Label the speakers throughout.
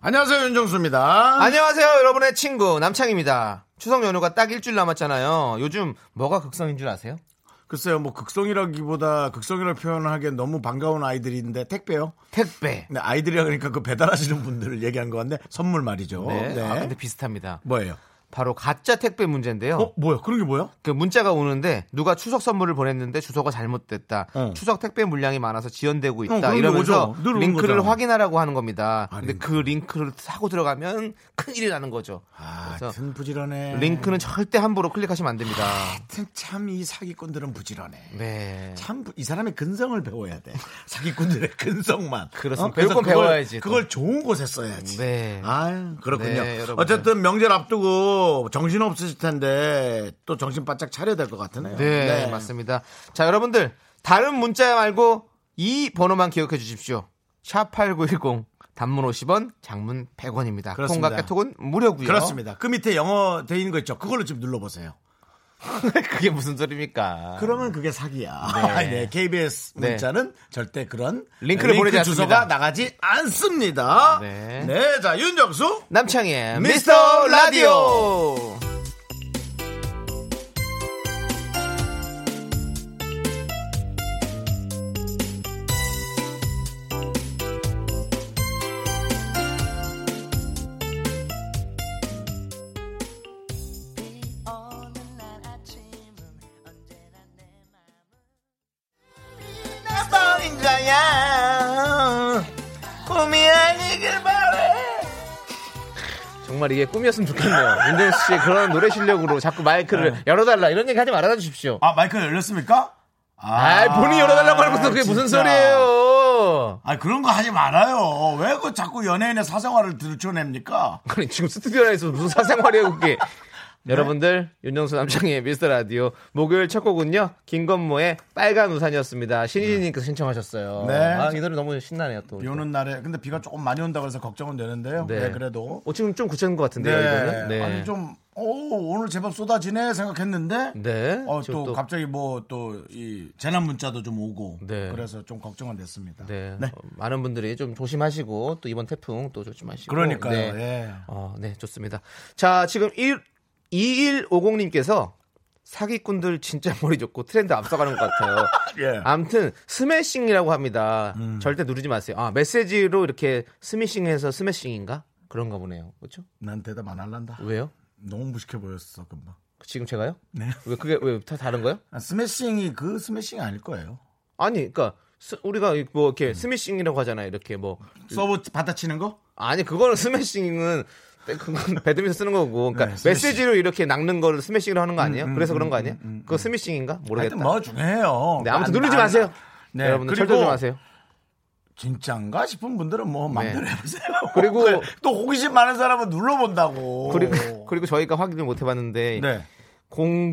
Speaker 1: 안녕하세요 윤정수입니다.
Speaker 2: 안녕하세요, 여러분의 친구 남창입니다. 추석 연휴가 딱 일주일 남았잖아요. 요즘 뭐가 극성인 줄 아세요?
Speaker 1: 글쎄요 뭐 극성이라기보다 극성이라 표현하기엔 너무 반가운 아이들인데 택배요.
Speaker 2: 택배.
Speaker 1: 근데 아이들이라 그러니까 그 배달하시는 분들을 얘기한 것 같네. 선물 말이죠.
Speaker 2: 네.
Speaker 1: 네.
Speaker 2: 아, 근데 비슷합니다.
Speaker 1: 뭐예요?
Speaker 2: 바로 가짜 택배 문제인데요.
Speaker 1: 어 뭐야? 그런 게 뭐야?
Speaker 2: 그 문자가 오는데 누가 추석 선물을 보냈는데 주소가 잘못됐다.
Speaker 1: 어.
Speaker 2: 추석 택배 물량이 많아서 지연되고
Speaker 1: 어,
Speaker 2: 있다.
Speaker 1: 그런 게
Speaker 2: 이러면서
Speaker 1: 오죠. 늘 오는
Speaker 2: 링크를
Speaker 1: 거잖아.
Speaker 2: 확인하라고 하는 겁니다.
Speaker 1: 아,
Speaker 2: 근데
Speaker 1: 링크.
Speaker 2: 그 링크를 사고 들어가면 큰일이 나는 거죠.
Speaker 1: 아,
Speaker 2: 그래서
Speaker 1: 참 부지런해.
Speaker 2: 링크는 절대 함부로 클릭하시면 안 됩니다.
Speaker 1: 참 이 사기꾼들은 부지런해.
Speaker 2: 네.
Speaker 1: 참 이 사람의 근성을 배워야 돼. 사기꾼들의 근성만. 어?
Speaker 2: 그렇습니다. 배울
Speaker 1: 그래서
Speaker 2: 건
Speaker 1: 그걸-
Speaker 2: 배워야지, 또.
Speaker 1: 그걸 좋은 곳에 써야지.
Speaker 2: 네.
Speaker 1: 아유, 그렇군요.
Speaker 2: 네, 여러분.
Speaker 1: 어쨌든 명절 앞두고 정신 없으실 텐데 또 정신 바짝 차려야 될 것 같으네요.
Speaker 2: 네, 맞습니다. 자, 여러분들 다른 문자 말고 이 번호만 기억해 주십시오. 샵8910 단문 50원, 장문 100원입니다.
Speaker 1: 그렇습니다.
Speaker 2: 콩과 카톡은 무료고요.
Speaker 1: 그렇습니다. 그 밑에 영어 돼 있는 거 있죠. 그걸로 좀 눌러보세요.
Speaker 2: 그게 무슨 소리입니까?
Speaker 1: 그러면 그게 사기야. 네.
Speaker 2: 네.
Speaker 1: KBS
Speaker 2: 네.
Speaker 1: 문자는 절대 그런
Speaker 2: 링크를 보내지
Speaker 1: 주소가
Speaker 2: 않습니다.
Speaker 1: 나가지 않습니다.
Speaker 2: 네.
Speaker 1: 네. 자, 윤정수.
Speaker 2: 남창희의 미스터
Speaker 1: 미스터
Speaker 2: 라디오.
Speaker 1: 나버린 거야. 꿈이 아니길 바래.
Speaker 2: 정말 이게 꿈이었으면 좋겠네요. 윤정수 씨의 그런 노래 실력으로 자꾸 마이크를
Speaker 1: 네.
Speaker 2: 열어달라 이런 얘기 하지 말아 주십시오.
Speaker 1: 아, 마이크 열렸습니까?
Speaker 2: 아, 본인이 열어달라고 하면서 그게 무슨
Speaker 1: 아, 진짜.
Speaker 2: 소리예요?
Speaker 1: 아 그런 거 하지 말아요. 왜 그 자꾸 연예인의 사생활을 들춰냅니까?
Speaker 2: 아니 지금 스튜디오 안에서 무슨 사생활이에요 그게
Speaker 1: 네?
Speaker 2: 여러분들 윤정수 남창희의 미스터 라디오 목요일 첫 곡은요 김건모의 빨간 우산이었습니다 신희진님께서 신청하셨어요
Speaker 1: 네.
Speaker 2: 아, 이 노래 너무 신나네요 또
Speaker 1: 비 오는 날에 근데 비가 조금 많이 온다고 해서 걱정은 되는데요.
Speaker 2: 네.
Speaker 1: 네, 그래도
Speaker 2: 어, 지금 좀 굳힌 것
Speaker 1: 네,
Speaker 2: 같은데요 이거는 네.
Speaker 1: 아니 좀 오, 오늘 제법 쏟아지네 생각했는데
Speaker 2: 네.
Speaker 1: 어,
Speaker 2: 지금
Speaker 1: 또,
Speaker 2: 또-
Speaker 1: 갑자기 뭐 또 이 재난 문자도 좀 오고
Speaker 2: 네.
Speaker 1: 그래서 좀 걱정은 됐습니다.
Speaker 2: 네. 어, 많은 분들이 좀 조심하시고 또 이번 태풍 또 조심하시고
Speaker 1: 그러니까요.
Speaker 2: 네.
Speaker 1: 예.
Speaker 2: 어, 네, 좋습니다. 자, 지금 1, 2150님께서 사기꾼들 진짜 머리 좋고 트렌드 앞서가는 것 같아요.
Speaker 1: 예. 음.
Speaker 2: 암튼 스매싱이라고 합니다. 절대 누르지 마세요. 아, 메시지로 이렇게 스미싱해서 스매싱인가? 그런가 보네요. 그렇죠?
Speaker 1: 난 대답 안 할란다.
Speaker 2: 왜요?
Speaker 1: 너무 무식해 보였어 금방.
Speaker 2: 지금 제가요?
Speaker 1: 네.
Speaker 2: 왜 그게 왜 다 다른 거요?
Speaker 1: 아, 스매싱이 그 스매싱이 아닐 거예요.
Speaker 2: 아니, 그러니까 스- 우리가 뭐
Speaker 1: 음.
Speaker 2: 이렇게 스미싱이라고 하잖아요. 이렇게 뭐
Speaker 1: 서브 받아치는 거?
Speaker 2: 아니 그거는 스매싱은 그건 배드민턴 쓰는 거고 그러니까
Speaker 1: 네, 스매싱. 음,
Speaker 2: 메시지로 이렇게 낚는 거를 스매싱으로 하는 거 아니에요? 그래서 그런 거 아니에요? 그거 스매싱인가? 모르겠다.
Speaker 1: 하여튼 뭐 중요해요.
Speaker 2: 네, 아무튼
Speaker 1: 안-
Speaker 2: 누르지
Speaker 1: 안-
Speaker 2: 마세요.
Speaker 1: 네,
Speaker 2: 여러분들
Speaker 1: 그리고-
Speaker 2: 철저 좀 하세요. 네.
Speaker 1: 진짠가 싶은 분들은 뭐 마음대로 해보세요.
Speaker 2: 그리고-
Speaker 1: 또 호기심 많은 사람은 눌러본다고.
Speaker 2: 그리고 그리고 저희가 확인을 못 해봤는데
Speaker 1: 네.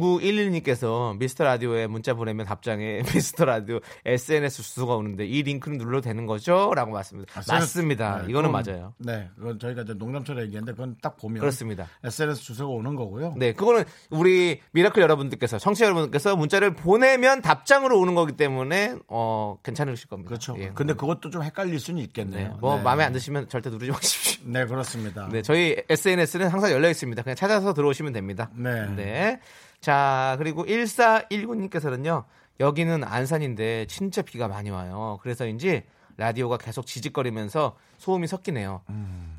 Speaker 2: 0911님께서 미스터 라디오에 문자 보내면 답장에 미스터 라디오 SNS 주소가 오는데 이 링크는 눌러도 되는 거죠?라고 맞습니다. 맞습니다.
Speaker 1: 네,
Speaker 2: 이거는
Speaker 1: 그건-
Speaker 2: 맞아요.
Speaker 1: 네, 그건 저희가 이제 농담처럼 얘기했는데 그건 딱 보면
Speaker 2: 그렇습니다.
Speaker 1: SNS 주소가 오는 거고요.
Speaker 2: 네, 그거는 우리 미라클 여러분들께서 청취자 여러분들께서 문자를 보내면 답장으로 오는 거기 때문에 어 괜찮으실 겁니다.
Speaker 1: 그렇죠.
Speaker 2: 예.
Speaker 1: 근데 그것도 좀 헷갈릴 수는
Speaker 2: 네,
Speaker 1: 있겠네요.
Speaker 2: 뭐
Speaker 1: 네.
Speaker 2: 마음에 안 드시면 절대 누르지 마십시오.
Speaker 1: 네, 그렇습니다.
Speaker 2: 네, 저희 SNS는 항상 열려 있습니다. 그냥 찾아서 들어오시면 됩니다.
Speaker 1: 네.
Speaker 2: 자, 그리고 1419님께서는요. 여기는 안산인데 진짜 비가 많이 와요. 그래서인지 라디오가 계속 지직거리면서 소음이 섞이네요.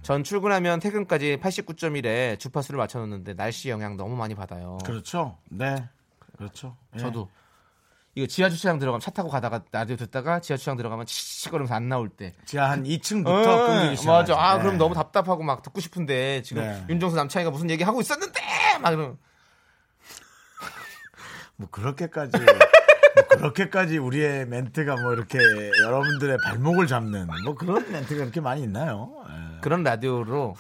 Speaker 2: 전 출근하면 퇴근까지 89.1에 주파수를 맞춰 놓는데 날씨 영향 너무 많이 받아요.
Speaker 1: 그렇죠. 네. 그렇죠. 예.
Speaker 2: 저도 이거 지하 주차장 들어가면 차 타고 가다가 라디오 듣다가 지하 주차장 들어가면 치치거리면서 안 나올 때
Speaker 1: 제가 한 2층부터
Speaker 2: 예,
Speaker 1: 끊기기 시작하죠.
Speaker 2: 맞아. 아,
Speaker 1: 네.
Speaker 2: 그럼 너무 답답하고 막 듣고 싶은데 지금
Speaker 1: 네.
Speaker 2: 윤정수 남창이가 무슨 얘기 하고 있었는데 막 이런.
Speaker 1: 뭐 그렇게까지 뭐 그렇게까지 우리의 멘트가 뭐 이렇게 여러분들의 발목을 잡는 뭐 그런 멘트가 그렇게 많이 있나요? 예.
Speaker 2: 그런 라디오로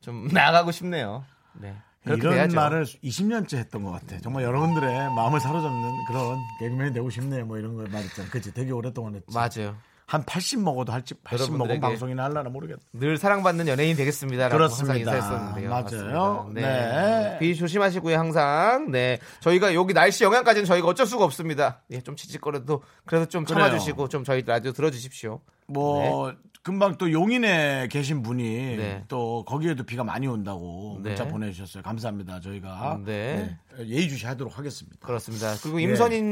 Speaker 2: 좀 나가고 싶네요. 네. 그렇게
Speaker 1: 이런
Speaker 2: 돼야죠.
Speaker 1: 말을 20년째 했던 것 같아. 정말 여러분들의 마음을 사로잡는 그런 개그맨이 되고 싶네. 뭐 이런 걸 말했잖아. 그치? 되게 오랫동안 했지.
Speaker 2: 맞아요.
Speaker 1: 한 80 먹어도 할지 80 먹은
Speaker 2: 여러분들에게
Speaker 1: 방송이나 하려나 모르겠다.
Speaker 2: 늘 사랑받는 연예인 되겠습니다라고
Speaker 1: 그렇습니다.
Speaker 2: 항상 인사했었는데요.
Speaker 1: 맞아요.
Speaker 2: 맞습니다.
Speaker 1: 네.
Speaker 2: 비 조심하시고요 항상. 네. 저희가 여기 날씨 영향까지는 저희가 어쩔 수가 없습니다. 예, 좀 지직거려도 그래도 좀
Speaker 1: 그래요.
Speaker 2: 참아주시고 좀 저희 라디오 들어주십시오.
Speaker 1: 뭐 금방 또 용인에 계신 분이
Speaker 2: 네.
Speaker 1: 또 거기에도 비가 많이 온다고
Speaker 2: 네.
Speaker 1: 문자 보내주셨어요. 감사합니다. 저희가
Speaker 2: 네.
Speaker 1: 네, 예의주시하도록 하겠습니다.
Speaker 2: 그렇습니다.
Speaker 1: 예.
Speaker 2: 그리고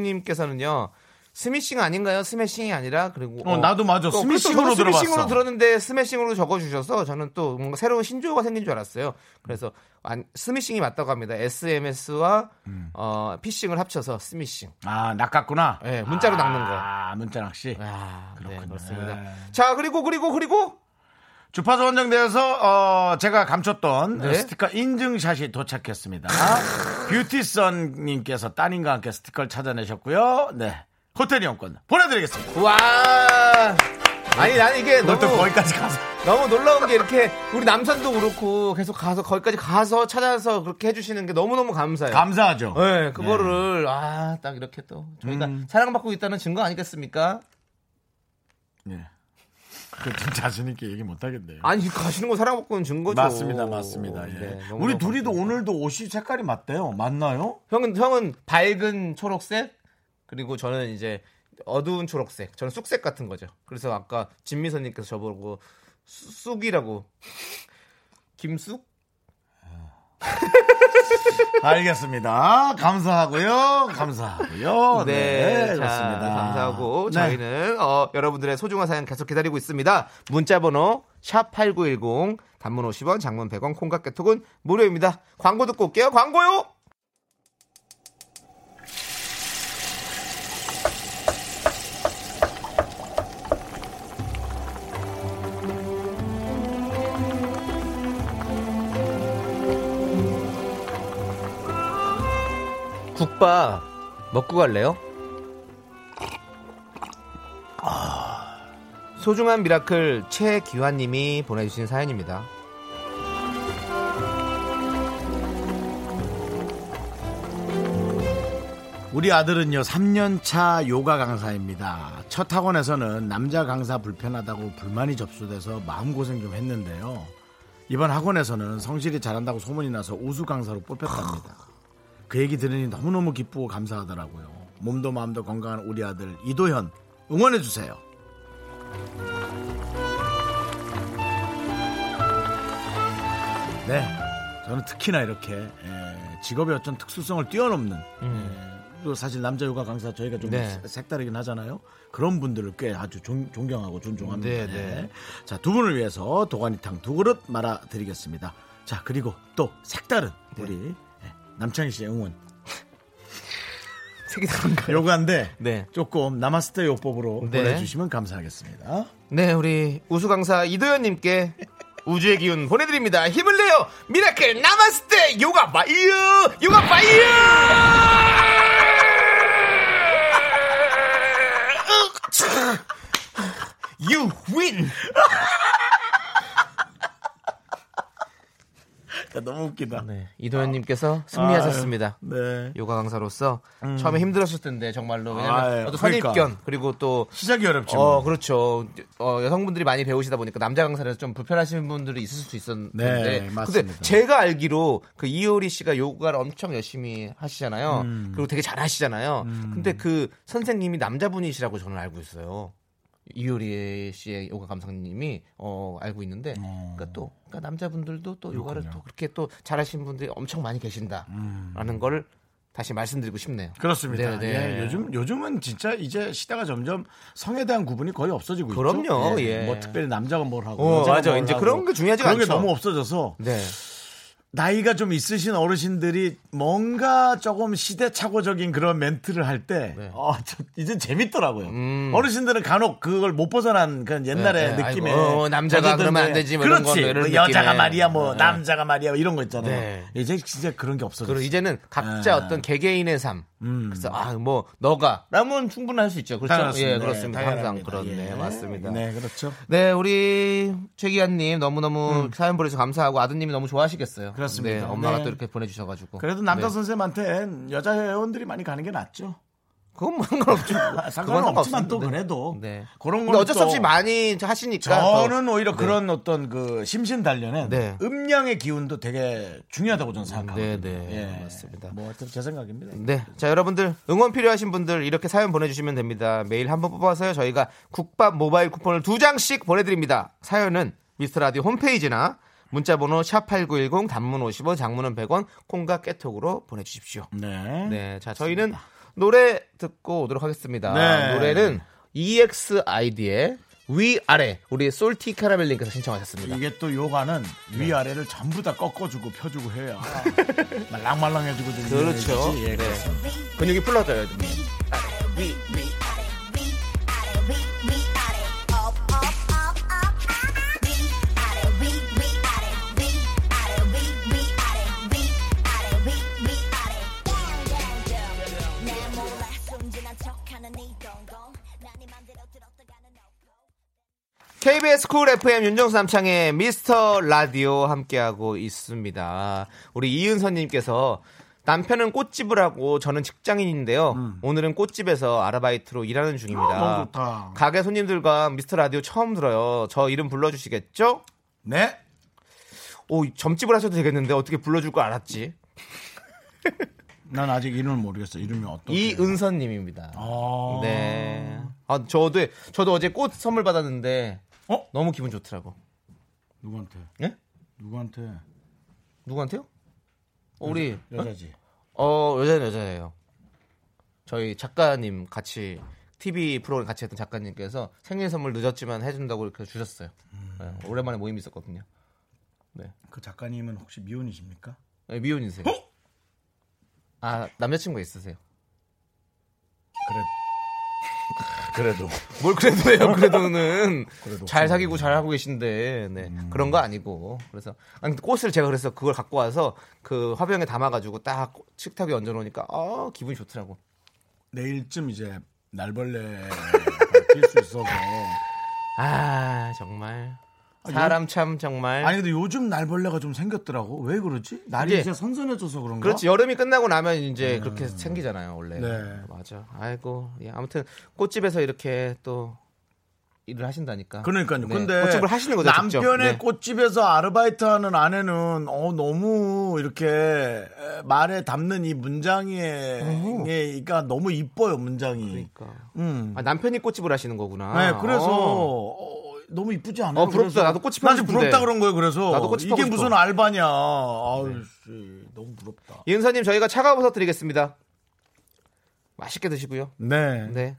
Speaker 2: 임선희님께서는요. 스미싱 아닌가요? 스매싱이 아니라 그리고
Speaker 1: 어, 나도 맞아.
Speaker 2: 또
Speaker 1: 스미싱으로
Speaker 2: 그래서 저도 스미싱으로
Speaker 1: 들어봤어.
Speaker 2: 들었는데 스매싱으로 적어주셔서 저는 또 뭔가 새로운 신조어가 생긴 줄 알았어요. 그래서 안- 스미싱이 맞다고 합니다. SMS와
Speaker 1: 음.
Speaker 2: 어, 피싱을 합쳐서 스미싱.
Speaker 1: 아 낚았구나.
Speaker 2: 예, 문자로
Speaker 1: 아,
Speaker 2: 낚는 거.
Speaker 1: 문자 낚시.
Speaker 2: 아,
Speaker 1: 그렇군요.
Speaker 2: 네, 그렇습니다.
Speaker 1: 네.
Speaker 2: 자, 그리고 그리고 그리고
Speaker 1: 주파수 원정대에서 어, 제가 감췄던
Speaker 2: 네.
Speaker 1: 스티커 인증샷이 도착했습니다. 뷰티선님께서 따님과 함께 스티커를 찾아내셨고요. 네. 호텔 이용권 보내드리겠습니다.
Speaker 2: 와. 아니 난 이게
Speaker 1: 네. 그걸
Speaker 2: 너무
Speaker 1: 또 거기까지 가서.
Speaker 2: 너무 놀라운 게 이렇게 우리 남산도 그렇고 계속 가서 거기까지 가서 찾아서 그렇게 해주시는 게 너무 너무 감사해요.
Speaker 1: 감사하죠.
Speaker 2: 네, 음. 그거를 아 딱 이렇게 또 저희가 사랑받고 있다는 증거 아니겠습니까?
Speaker 1: 네. 그좀 자신 있게 얘기 못 하겠네요.
Speaker 2: 아니 가시는 건 사랑받고 있는 증거죠.
Speaker 1: 맞습니다, 맞습니다. 예.
Speaker 2: 네, 너무
Speaker 1: 우리
Speaker 2: 너무
Speaker 1: 둘이도
Speaker 2: 감사합니다.
Speaker 1: 오늘도 옷이 색깔이 맞대요. 맞나요?
Speaker 2: 형은 형은 밝은 초록색 그리고 저는 이제 어두운 초록색. 저는 쑥색 같은 거죠. 그래서 아까 진미선님께서 저보고 쑥- 쑥이라고 김쑥?
Speaker 1: 알겠습니다. 감사하고요. 감사하고요. 네,
Speaker 2: 자,
Speaker 1: 그렇습니다.
Speaker 2: 감사하고
Speaker 1: 네.
Speaker 2: 저희는 어, 여러분들의 소중한 사연 계속 기다리고 있습니다. 문자번호 샵 #8910 단문 50원, 장문 100원, 콩깍개톡은 무료입니다. 광고 듣고 올게요. 광고요. 국밥 먹고 갈래요? 아, 소중한 미라클 최기환님이 보내주신 사연입니다.
Speaker 1: 우리 아들은요 3년차 요가 강사입니다. 첫 학원에서는 남자 강사 불편하다고 불만이 접수돼서 마음고생 좀 했는데요. 이번 학원에서는 성실히 잘한다고 소문이 나서 우수 강사로 뽑혔답니다. 그 얘기 들으니 너무너무 기쁘고 감사하더라고요. 몸도 마음도 건강한 우리 아들 이도현 응원해 주세요. 네, 저는 특히나 이렇게 에, 직업의 어떤 특수성을 뛰어넘는 에, 또 사실 남자 요가 강사 저희가 좀
Speaker 2: 네.
Speaker 1: 색다르긴 하잖아요. 그런 분들을 꽤 아주 존, 존경하고 존중합니다.
Speaker 2: 네,
Speaker 1: 네.
Speaker 2: 네.
Speaker 1: 자, 두 분을 위해서 도가니탕 두 그릇 말아 드리겠습니다. 자, 그리고 또 색다른 우리 네, 남창희 씨의 응원.
Speaker 2: 색이 다른가요?
Speaker 1: 요가인데
Speaker 2: 네.
Speaker 1: 조금 나마스테 요법으로
Speaker 2: 네.
Speaker 1: 보내주시면 감사하겠습니다.
Speaker 2: 네, 우리 우수 강사 이도현님께 우주의 기운 보내드립니다. 힘을 내요, 미라클 나마스테 요가 바이어 요가 바이어. You win.
Speaker 1: 야, 너무 웃기다.
Speaker 2: 네, 이도현님께서 승리하셨습니다.
Speaker 1: 네.
Speaker 2: 요가 강사로서 아, 처음에 힘들었을 텐데 정말로 왜냐면
Speaker 1: 아유,
Speaker 2: 어떤
Speaker 1: 그러니까.
Speaker 2: 선입견 그리고또
Speaker 1: 시작이 어렵죠.
Speaker 2: 어 그렇죠 어, 여성분들이 많이 배우시다 보니까 남자 강사라서 좀 불편하신 분들이 있을 수
Speaker 1: 네,
Speaker 2: 있었는데 근데
Speaker 1: 맞습니다.
Speaker 2: 제가 알기로 그 이효리 씨가 요가를 엄청 열심히 하시잖아요
Speaker 1: 음.
Speaker 2: 그리고 되게 잘 하시잖아요 근데 그 선생님이 남자분이시라고 저는 알고 있어요 이효리 씨의 요가 감독님이 어 알고 있는데 그러니까 또 그러니까 남자분들도 또 요가를 또 그렇게 또 잘하시는 분들이 엄청 많이 계신다라는 거를 다시 말씀드리고 싶네요.
Speaker 1: 음. 그렇습니다.
Speaker 2: 네, 네.
Speaker 1: 예, 요즘 요즘은 진짜 이제 시대가 점점 성에 대한 구분이 거의 없어지고 있죠.
Speaker 2: 그럼요, 예.
Speaker 1: 뭐 특별히 남자가 뭘 하고
Speaker 2: 어,
Speaker 1: 여자가
Speaker 2: 맞아.
Speaker 1: 뭘
Speaker 2: 이제
Speaker 1: 하고.
Speaker 2: 그런 게 중요하지가
Speaker 1: 그런 게
Speaker 2: 않죠.
Speaker 1: 너무 없어져서
Speaker 2: 네.
Speaker 1: 나이가 좀 있으신 어르신들이 뭔가 조금 시대착오적인 그런 멘트를 할 때 아,
Speaker 2: 네.
Speaker 1: 이제 재밌더라고요.
Speaker 2: 음.
Speaker 1: 어르신들은 간혹 그걸 못 벗어난 그런 옛날의
Speaker 2: 네, 네.
Speaker 1: 느낌의
Speaker 2: 아이고, 어, 남자가
Speaker 1: 어쨌든
Speaker 2: 그러면 안
Speaker 1: 뭐
Speaker 2: 되지, 뭐 이런
Speaker 1: 그렇지.
Speaker 2: 거, 이런
Speaker 1: 뭐 여자가
Speaker 2: 느낌의.
Speaker 1: 말이야 뭐
Speaker 2: 네.
Speaker 1: 남자가 말이야 이런 거 있잖아요.
Speaker 2: 네.
Speaker 1: 이제 진짜 그런 게 없어졌어요.
Speaker 2: 그리고 이제는 각자
Speaker 1: 아.
Speaker 2: 어떤 개개인의 삶
Speaker 1: 음.
Speaker 2: 그래서 아 뭐 너가 라면 충분히 할 수 있죠. 그렇죠?
Speaker 1: 당연하습니다.
Speaker 2: 예, 그렇습니다.
Speaker 1: 예,
Speaker 2: 항상
Speaker 1: 당연합니다.
Speaker 2: 그렇네.
Speaker 1: 예.
Speaker 2: 맞습니다. 네.
Speaker 1: 네, 그렇죠.
Speaker 2: 우리 최기한님 너무너무 사연 보내주셔서 감사하고 아드님이 너무 좋아하시겠어요.
Speaker 1: 음. 그렇습니다.
Speaker 2: 네, 엄마가
Speaker 1: 네.
Speaker 2: 또 이렇게 보내주셔가지고.
Speaker 1: 그래도 남자
Speaker 2: 네.
Speaker 1: 선생님한테는 여자 회원들이 많이 가는 게 낫죠.
Speaker 2: 그건 뭐 상관없죠.
Speaker 1: 아, 상관은
Speaker 2: 그건 상관없습니다.
Speaker 1: 없지만 또 그래도
Speaker 2: 네.
Speaker 1: 그런
Speaker 2: 근데
Speaker 1: 건
Speaker 2: 어쩔 수 없이 많이 하시니까. 더-
Speaker 1: 그러니까 저는 오히려 그런 어떤 그 심신 단련은
Speaker 2: 네.
Speaker 1: 음양의 기운도 되게 중요하다고 저는 생각합니다.
Speaker 2: 네, 네. 맞습니다.
Speaker 1: 뭐 하여튼 제 생각입니다.
Speaker 2: 네. 자, 여러분들 응원 필요하신 분들 이렇게 사연 보내주시면 됩니다. 매일 한 번 뽑아서요. 저희가 국밥 모바일 쿠폰을 두 장씩 보내드립니다. 사연은 미스터라디오 홈페이지나 문자번호 샵8910 단문 50원 장문은 100원 콩과 깨톡으로 보내주십시오.
Speaker 1: 네.
Speaker 2: 네. 자, 저희는 노래 듣고 오도록 하겠습니다.
Speaker 1: 네.
Speaker 2: 노래는 E EXID의 위아래 우리 솔티 카라멜님께서 신청하셨습니다.
Speaker 1: 이게 또 요가는
Speaker 2: 네.
Speaker 1: 위아래를 전부 다 꺾어주고 펴주고 해야 말랑말랑해지고 좀
Speaker 2: 그렇죠.
Speaker 1: 유연해지지. 예,
Speaker 2: 네.
Speaker 1: 그렇습니다.
Speaker 2: 근육이 풀러져요. KBS 쿨 FM 윤정수 남창의 미스터 라디오 함께하고 있습니다. 우리 이은서님께서 남편은 꽃집을 하고 저는 직장인인데요. 오늘은 꽃집에서 아르바이트로 일하는 중입니다.
Speaker 1: 음. 아, 너무 좋다.
Speaker 2: 가게 손님들과 미스터 라디오 처음 들어요. 저 이름 불러주시겠죠?
Speaker 1: 네.
Speaker 2: 오, 점집을 하셔도 되겠는데 어떻게 불러줄 거 알았지?
Speaker 1: 난 아직 이름을 모르겠어. 이름이 어떤?
Speaker 2: 이은서님입니다.
Speaker 1: 아.
Speaker 2: 네. 아, 저도, 저도 어제 꽃 선물 받았는데
Speaker 1: 어?
Speaker 2: 너무 기분 좋더라고.
Speaker 1: 누구한테?
Speaker 2: 예?
Speaker 1: 누구한테?
Speaker 2: 누구한테요? 어, 우리
Speaker 1: 여자지.
Speaker 2: 어 여자는 여자예요. 저희 작가님 같이 TV 프로그램 같이 했던 작가님께서 생일 선물 늦었지만 해준다고 이렇게 주셨어요.
Speaker 1: 음.
Speaker 2: 네, 오랜만에 모임이 있었거든요.
Speaker 1: 그 작가님은 혹시 미혼이십니까?
Speaker 2: 네, 미혼이세요. 아 남자친구 있으세요?
Speaker 1: 그래. 그래도
Speaker 2: 뭘 그래도요? 그래도는
Speaker 1: 어? 그래도 음.
Speaker 2: 잘 사귀고 잘 하고 계신데 네, 그런 거 아니고 그래서 아니, 근데 꽃을 제가 그래서 그걸 갖고 와서 그 화병에 담아가지고 딱 식탁에 얹어놓으니까 아 기분이 좋더라고.
Speaker 1: 내일쯤 이제 날벌레 뛸수 있어서
Speaker 2: 아 정말
Speaker 1: 여-
Speaker 2: 사람 참 정말
Speaker 1: 아, 아니 근데 요즘 날벌레가 좀 생겼더라고 왜 그러지? 날이
Speaker 2: 이제-
Speaker 1: 이제 선선해져서 그런가? 음.
Speaker 2: 그렇지 여름이 끝나고 나면 이제 그렇게 생기잖아요 원래
Speaker 1: 네.
Speaker 2: 맞아 아이고 예, 아무튼 꽃집에서 이렇게 또 일을 하신다니까
Speaker 1: 그러니까요.
Speaker 2: 네,
Speaker 1: 근데
Speaker 2: 꽃집을 하시는 거죠 직접.
Speaker 1: 남편의
Speaker 2: 네.
Speaker 1: 꽃집에서 아르바이트하는 아내는 어 너무 이렇게 말에 담는 이 문장이 그러니까 너무 이뻐요 문장이.
Speaker 2: 그러니까
Speaker 1: 음.
Speaker 2: 아, 남편이 꽃집을 하시는 거구나
Speaker 1: 네, 그래서
Speaker 2: 어.
Speaker 1: 어, 너무 이쁘지 않아요?
Speaker 2: 어, 부럽다.
Speaker 1: 그래서.
Speaker 2: 나도 꽃집
Speaker 1: 나 지금
Speaker 2: 하고 싶은데.
Speaker 1: 부럽다 그런 거예요. 그래서
Speaker 2: 나도 꽃집
Speaker 1: 이게
Speaker 2: 하고
Speaker 1: 무슨
Speaker 2: 싶어. 네.
Speaker 1: 알바냐? 아우 씨, 너무 부럽다.
Speaker 2: 윤서님 저희가 차가워서 드리겠습니다 맛있게 드시고요
Speaker 1: 네.
Speaker 2: 네.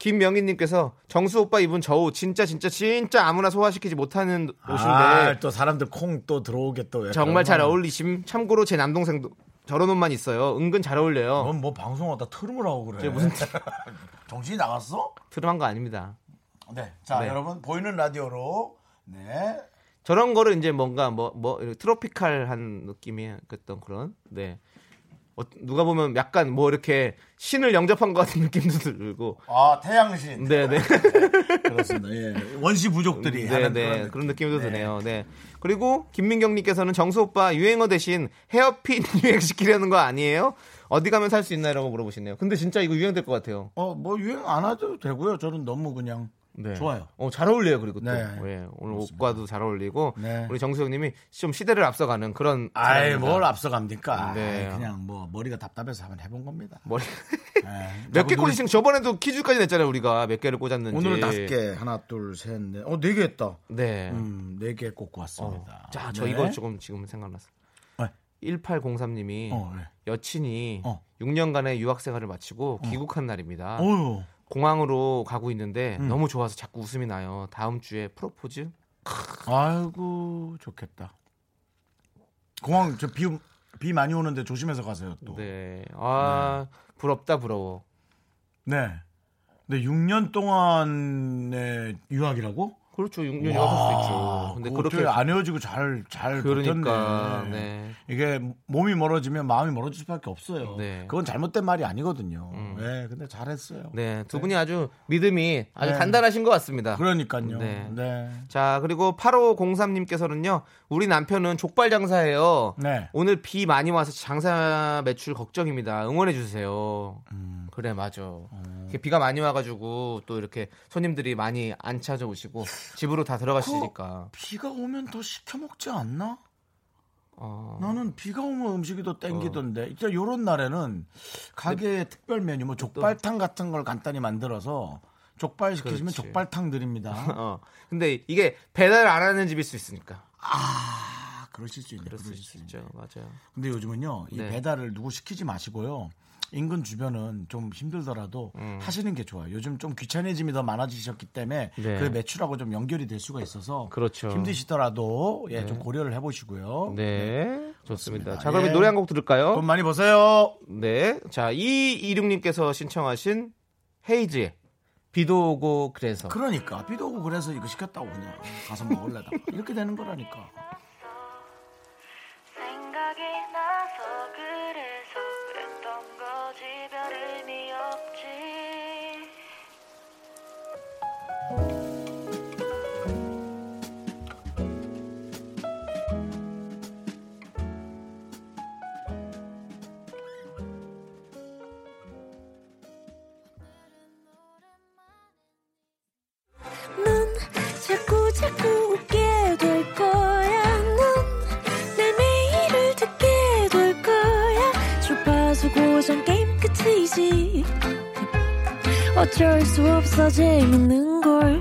Speaker 2: 김명희님께서 정수 오빠 입은 저 옷 진짜 진짜 진짜 아무나 소화시키지 못하는 옷인데
Speaker 1: 아, 네, 또 사람들 콩 또 들어오게 또
Speaker 2: 정말 잘 어울리심 참고로 제 남동생도 저런 옷만 있어요 은근 잘 어울려요
Speaker 1: 넌뭐 방송하다 트름을 하고 그래. 무슨 정신이 나갔어?
Speaker 2: 트름한 거 아닙니다.
Speaker 1: 네. 자,
Speaker 2: 네.
Speaker 1: 여러분 보이는 라디오로 네.
Speaker 2: 저런 거를 이제 뭔가 뭐 뭐 트로피칼한 느낌의 어떤 그런 네 어, 누가 보면 약간 뭐 이렇게 신을 영접한 것 같은 느낌도 들고
Speaker 1: 아, 태양신.
Speaker 2: 네네 음,
Speaker 1: 그렇습니다. 예. 원시 부족들이 하는
Speaker 2: 네네
Speaker 1: 그런,
Speaker 2: 그런
Speaker 1: 느낌.
Speaker 2: 느낌도
Speaker 1: 네.
Speaker 2: 드네요. 네 그리고 김민경님께서는 정수 오빠 유행어 대신 헤어핀 유행시키려는 거 아니에요? 어디 가면 살 수 있나요라고 물어보시네요. 근데 진짜 이거 유행될 것 같아요.
Speaker 1: 어, 뭐 유행 안 하도 되고요. 저는 너무 그냥
Speaker 2: 네.
Speaker 1: 좋아요.
Speaker 2: 어, 잘 어울려요, 그리고 또.
Speaker 1: 네.
Speaker 2: 예, 오늘 옷과도 잘 어울리고,
Speaker 1: 네.
Speaker 2: 우리 정수영님이 좀 시대를 앞서가는 그런.
Speaker 1: 아이
Speaker 2: 사람입니다.
Speaker 1: 뭘 앞서갑니까?
Speaker 2: 네.
Speaker 1: 아이, 그냥 뭐 머리가 답답해서 한번 해본 겁니다.
Speaker 2: 머리.
Speaker 1: 예.
Speaker 2: 몇 개
Speaker 1: 자꾸
Speaker 2: 꽂으신 저번에도 퀴즈까지 냈잖아요 우리가 몇 개를
Speaker 1: 눈-
Speaker 2: 꽂았는지
Speaker 1: 오늘은 다섯 개 네. 하나 둘셋넷어네 개 했다.
Speaker 2: 네.
Speaker 1: 음네개 꽂고
Speaker 2: 어.
Speaker 1: 왔습니다.
Speaker 2: 자, 저
Speaker 1: 네.
Speaker 2: 이거 조금 지금 생각났어.
Speaker 1: 네.
Speaker 2: 1803님이
Speaker 1: 어, 네.
Speaker 2: 여친이
Speaker 1: 어.
Speaker 2: 6년간의 유학 생활을 마치고 귀국한 날입니다.
Speaker 1: 어유 음.
Speaker 2: 공항으로 가고 있는데 너무 좋아서 자꾸 웃음이 나요. 다음 주에 프로포즈?
Speaker 1: 아이고 좋겠다. 공항 저 비 비 많이 오는데 조심해서 가세요 또. 네.
Speaker 2: 네. 아, 부럽다 부러워.
Speaker 1: 네. 근데 6년 동안의 유학이라고?
Speaker 2: 그렇죠. 6년 연합할 수도 있죠. 근데 그렇게
Speaker 1: 안 헤어지고 잘잘
Speaker 2: 그러니까,
Speaker 1: 버텼네.
Speaker 2: 네.
Speaker 1: 이게 몸이 멀어지면 마음이 멀어질 수밖에 없어요.
Speaker 2: 네. 음.
Speaker 1: 그건 잘못된 말이 아니거든요. 네, 근데 잘했어요.
Speaker 2: 네, 두 분이 아주 믿음이 아주
Speaker 1: 네.
Speaker 2: 단단하신 것 같습니다.
Speaker 1: 그러니까요.
Speaker 2: 네.
Speaker 1: 네. 네.
Speaker 2: 자, 그리고 8503님께서는요, 우리 남편은 족발 장사예요.
Speaker 1: 네.
Speaker 2: 오늘 비 많이 와서 장사 매출 걱정입니다. 응원해주세요. 그래, 맞아. 이렇게 비가 많이 와가지고 또 이렇게 손님들이 많이 안 찾아오시고 집으로 다 들어가시니까.
Speaker 1: 비가 오면 더 시켜 먹지 않나?
Speaker 2: 어,
Speaker 1: 나는 비가 오면 음식이 더 땡기던데. 진짜 요런 날에는 가게에 특별 메뉴 뭐 족발탕 같은 걸 간단히 만들어서 족발 시키시면
Speaker 2: 그렇지.
Speaker 1: 족발탕 드립니다.
Speaker 2: 어. 근데 이게 배달 안 하는 집일 수 있으니까.
Speaker 1: 아, 그러실 수 있네.
Speaker 2: 그럴 수
Speaker 1: 그러실 수 있네.
Speaker 2: 있죠. 맞아요.
Speaker 1: 근데 요즘은요 이
Speaker 2: 네.
Speaker 1: 배달을 누구 시키지 마시고요 인근 주변은 좀 힘들더라도
Speaker 2: 음.
Speaker 1: 하시는 게 좋아요 요즘 좀 귀차니즘이 더 많아지셨기 때문에
Speaker 2: 네.
Speaker 1: 그 매출하고 좀 연결이 될 수가 있어서
Speaker 2: 그렇죠.
Speaker 1: 힘드시더라도 예, 좀 고려를 해보시고요
Speaker 2: 네. 좋습니다.
Speaker 1: 그렇습니다.
Speaker 2: 자, 그럼
Speaker 1: 예.
Speaker 2: 노래 한 곡 들을까요?
Speaker 1: 돈 많이 버세요
Speaker 2: 네. 자, 이이륙님께서 신청하신 헤이즈의 비도 오고 그래서.
Speaker 1: 그러니까 비도 오고 그래서 이거 시켰다고 그냥 가서 먹을래다 이렇게 되는 거라니까
Speaker 3: 생각이 나서 그래서 그랬던 거지 별 의미 없지
Speaker 4: 넌 자꾸 자꾸 웃게 될 거야. 넌내 매일을 듣게 될 거야. 주파수 고정 게임 끝이지. 어쩔 수 없어 재밌는 걸.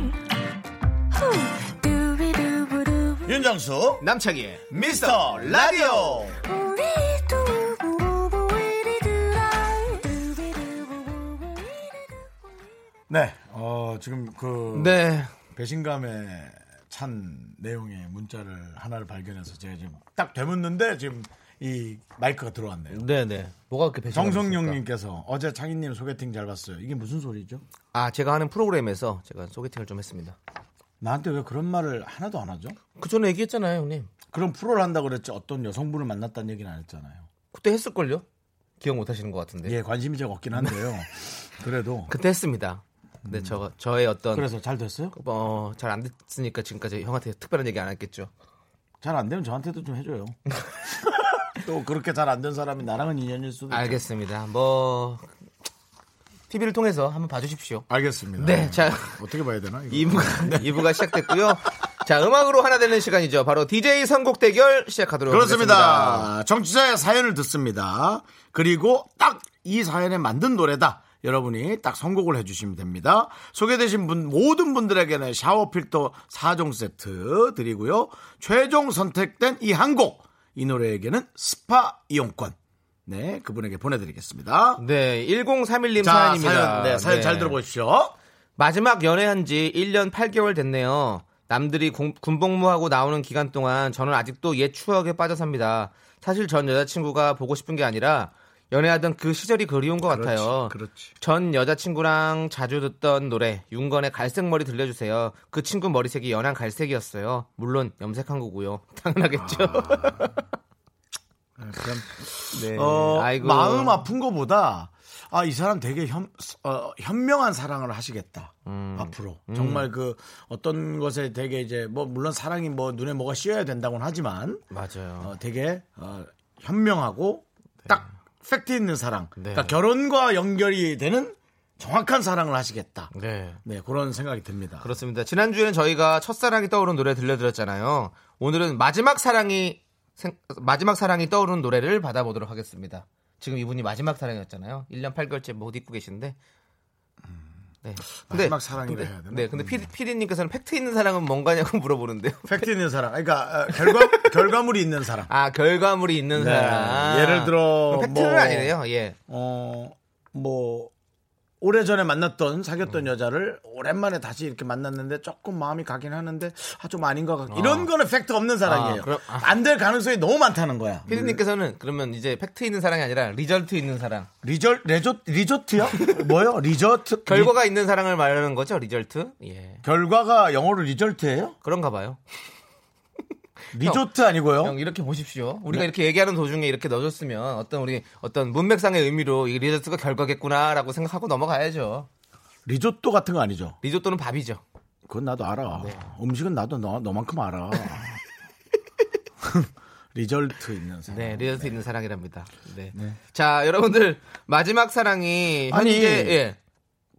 Speaker 4: 후. 두비두부두부.
Speaker 1: 윤정수
Speaker 2: 남창희의
Speaker 1: 미스터 라디오
Speaker 4: 우리 두부부부 우리 두라. 두비두부부부 우리 두부부.
Speaker 1: 네 어, 지금 그
Speaker 2: 네.
Speaker 1: 배신감에 찬 내용의 문자를 하나를 발견해서 제가 지금 딱 되묻는데 지금 이 마이크가 들어왔네요.
Speaker 2: 네, 네. 뭐가 그렇게 배신
Speaker 1: 정성용님께서 어제 창희님 소개팅 잘 봤어요. 이게 무슨 소리죠?
Speaker 2: 아, 제가 하는 프로그램에서 제가 소개팅을 좀 했습니다.
Speaker 1: 나한테 왜 그런 말을 하나도 안 하죠?
Speaker 2: 그 전에 얘기했잖아요, 형님.
Speaker 1: 그럼 프로를 한다고 그랬지 어떤 여성분을 만났다는 얘기는 안 했잖아요.
Speaker 2: 그때 했을걸요? 기억 못 하시는 것 같은데.
Speaker 1: 예, 관심이 제가 없긴 한데요. 그래도
Speaker 2: 그때 했습니다. 근데 저, 저의 어떤.
Speaker 1: 음. 그래서 잘 됐어요?
Speaker 2: 어, 잘 안 됐으니까 지금까지 형한테 특별한 얘기 안 했겠죠.
Speaker 1: 그렇죠. 잘 안 되면 저한테도 좀 해줘요. 또 그렇게 잘 안 된 사람이 나랑은 인연일 수도 있고.
Speaker 2: 알겠습니다. 뭐, TV를 통해서 한번 봐주십시오.
Speaker 1: 알겠습니다.
Speaker 2: 네, 자.
Speaker 1: 어떻게 봐야 되나? 이거?
Speaker 2: 2부가, 2부가 시작됐고요. 자, 음악으로 하나 되는 시간이죠. 바로 DJ 선곡 대결 시작하도록 하겠습니다.
Speaker 1: 그렇습니다. 정치자의 네, 사연을 듣습니다. 그리고 딱 이 사연에 만든 노래다. 여러분이 딱 선곡을 해주시면 됩니다. 소개되신 분, 모든 분들에게는 샤워 필터 4종 세트 드리고요. 최종 선택된 이 한 곡, 이 노래에게는 스파 이용권. 네, 그분에게 보내드리겠습니다.
Speaker 2: 네, 1031님
Speaker 1: 자,
Speaker 2: 사연입니다.
Speaker 1: 사연, 네, 사연 잘 들어보십시오.
Speaker 2: 마지막 연애한 지 1년 8개월 됐네요. 남들이 공- 군복무하고 나오는 기간 동안 저는 아직도 옛 추억에 빠져 삽니다. 사실 전 여자친구가 보고 싶은 게 아니라 연애하던 그 시절이 그리운 것 같아요.
Speaker 1: 그렇지.
Speaker 2: 전 여자친구랑 자주 듣던 노래 윤건의 갈색머리 들려주세요. 그 친구 머리색이 연한 갈색이었어요. 물론 염색한 거고요. 당연하겠죠.
Speaker 1: 아, 그럼
Speaker 2: 네.
Speaker 1: 아, 어,
Speaker 2: 아이고.
Speaker 1: 마음 아픈 거보다 아 이 사람 되게 현, 어, 현명한 사랑을 하시겠다
Speaker 2: 음.
Speaker 1: 앞으로 정말 그 어떤 것에 되게 이제 뭐 물론 사랑이 뭐 눈에 뭐가 씌어야 된다고는 하지만
Speaker 2: 맞아요.
Speaker 1: 어, 되게 어, 현명하고 딱 팩트 있는 사랑
Speaker 2: 네.
Speaker 1: 그러니까 결혼과 연결이 되는 정확한 사랑을 하시겠다
Speaker 2: 네.
Speaker 1: 네 그런 생각이 듭니다
Speaker 2: 그렇습니다. 지난주에는 저희가 첫사랑이 떠오른 노래 들려드렸잖아요. 오늘은 마지막 사랑이 생- 마지막 사랑이 떠오른 노래를 받아보도록 하겠습니다. 지금 이분이 마지막 사랑이었잖아요. 1년 8개월째 못 잊고 계신데. 네.
Speaker 1: 마지막 사랑이라
Speaker 2: 근데-
Speaker 1: 해야 되나? 음.
Speaker 2: 네, 근데 피디님께서는 팩트 있는 사랑은 뭔가냐고 물어보는데요.
Speaker 1: 팩트 있는 사랑 그러니까 어, 결과 결과물이 있는 사랑
Speaker 2: 아 결과물이 있는
Speaker 1: 네.
Speaker 2: 사람.
Speaker 1: 예를 들어
Speaker 2: 그럼 팩트는
Speaker 1: 뭐-
Speaker 2: 아니네요. 예.
Speaker 1: 어, 뭐, 오래전에 만났던 사귀었던
Speaker 2: 음.
Speaker 1: 여자를 오랜만에 다시 이렇게 만났는데 조금 마음이 가긴 하는데 아, 좀 아닌 것 같고 이런 거는 팩트 없는 사랑이에요.
Speaker 2: 아, 그럼- 아. 그
Speaker 1: 안 될 가능성이 너무 많다는 거야.
Speaker 2: 피디님께서는 그러면 이제 팩트 있는 사랑이 아니라 리절트 있는 사랑.
Speaker 1: 리절 레조 리조트요? 뭐요? 리조트
Speaker 2: 결과가 있는 사랑을 말하는 거죠, 리절트? 예.
Speaker 1: 리- 결과가 영어로 리절트예요?
Speaker 2: 그런가 봐요.
Speaker 1: 리조트 아니고요?
Speaker 2: 형 이렇게 보십시오.
Speaker 1: 네.
Speaker 2: 우리가 이렇게 얘기하는 도중에 이렇게 넣어줬으면 어떤 우리 어떤 문맥상의 의미로 이 리절트가 결과겠구나라고 생각하고 넘어가야죠.
Speaker 1: 리조또 같은 거 아니죠?
Speaker 2: 리조또는 밥이죠.
Speaker 1: 그건 나도 알아.
Speaker 2: 네.
Speaker 1: 음식은 나도 너, 너만큼 알아. 리절트 있는 사람.
Speaker 2: 네, 리얼트 있는 사랑이랍니다. 네. 자, 여러분들 마지막 사랑이 현재
Speaker 1: 아니.
Speaker 2: 예.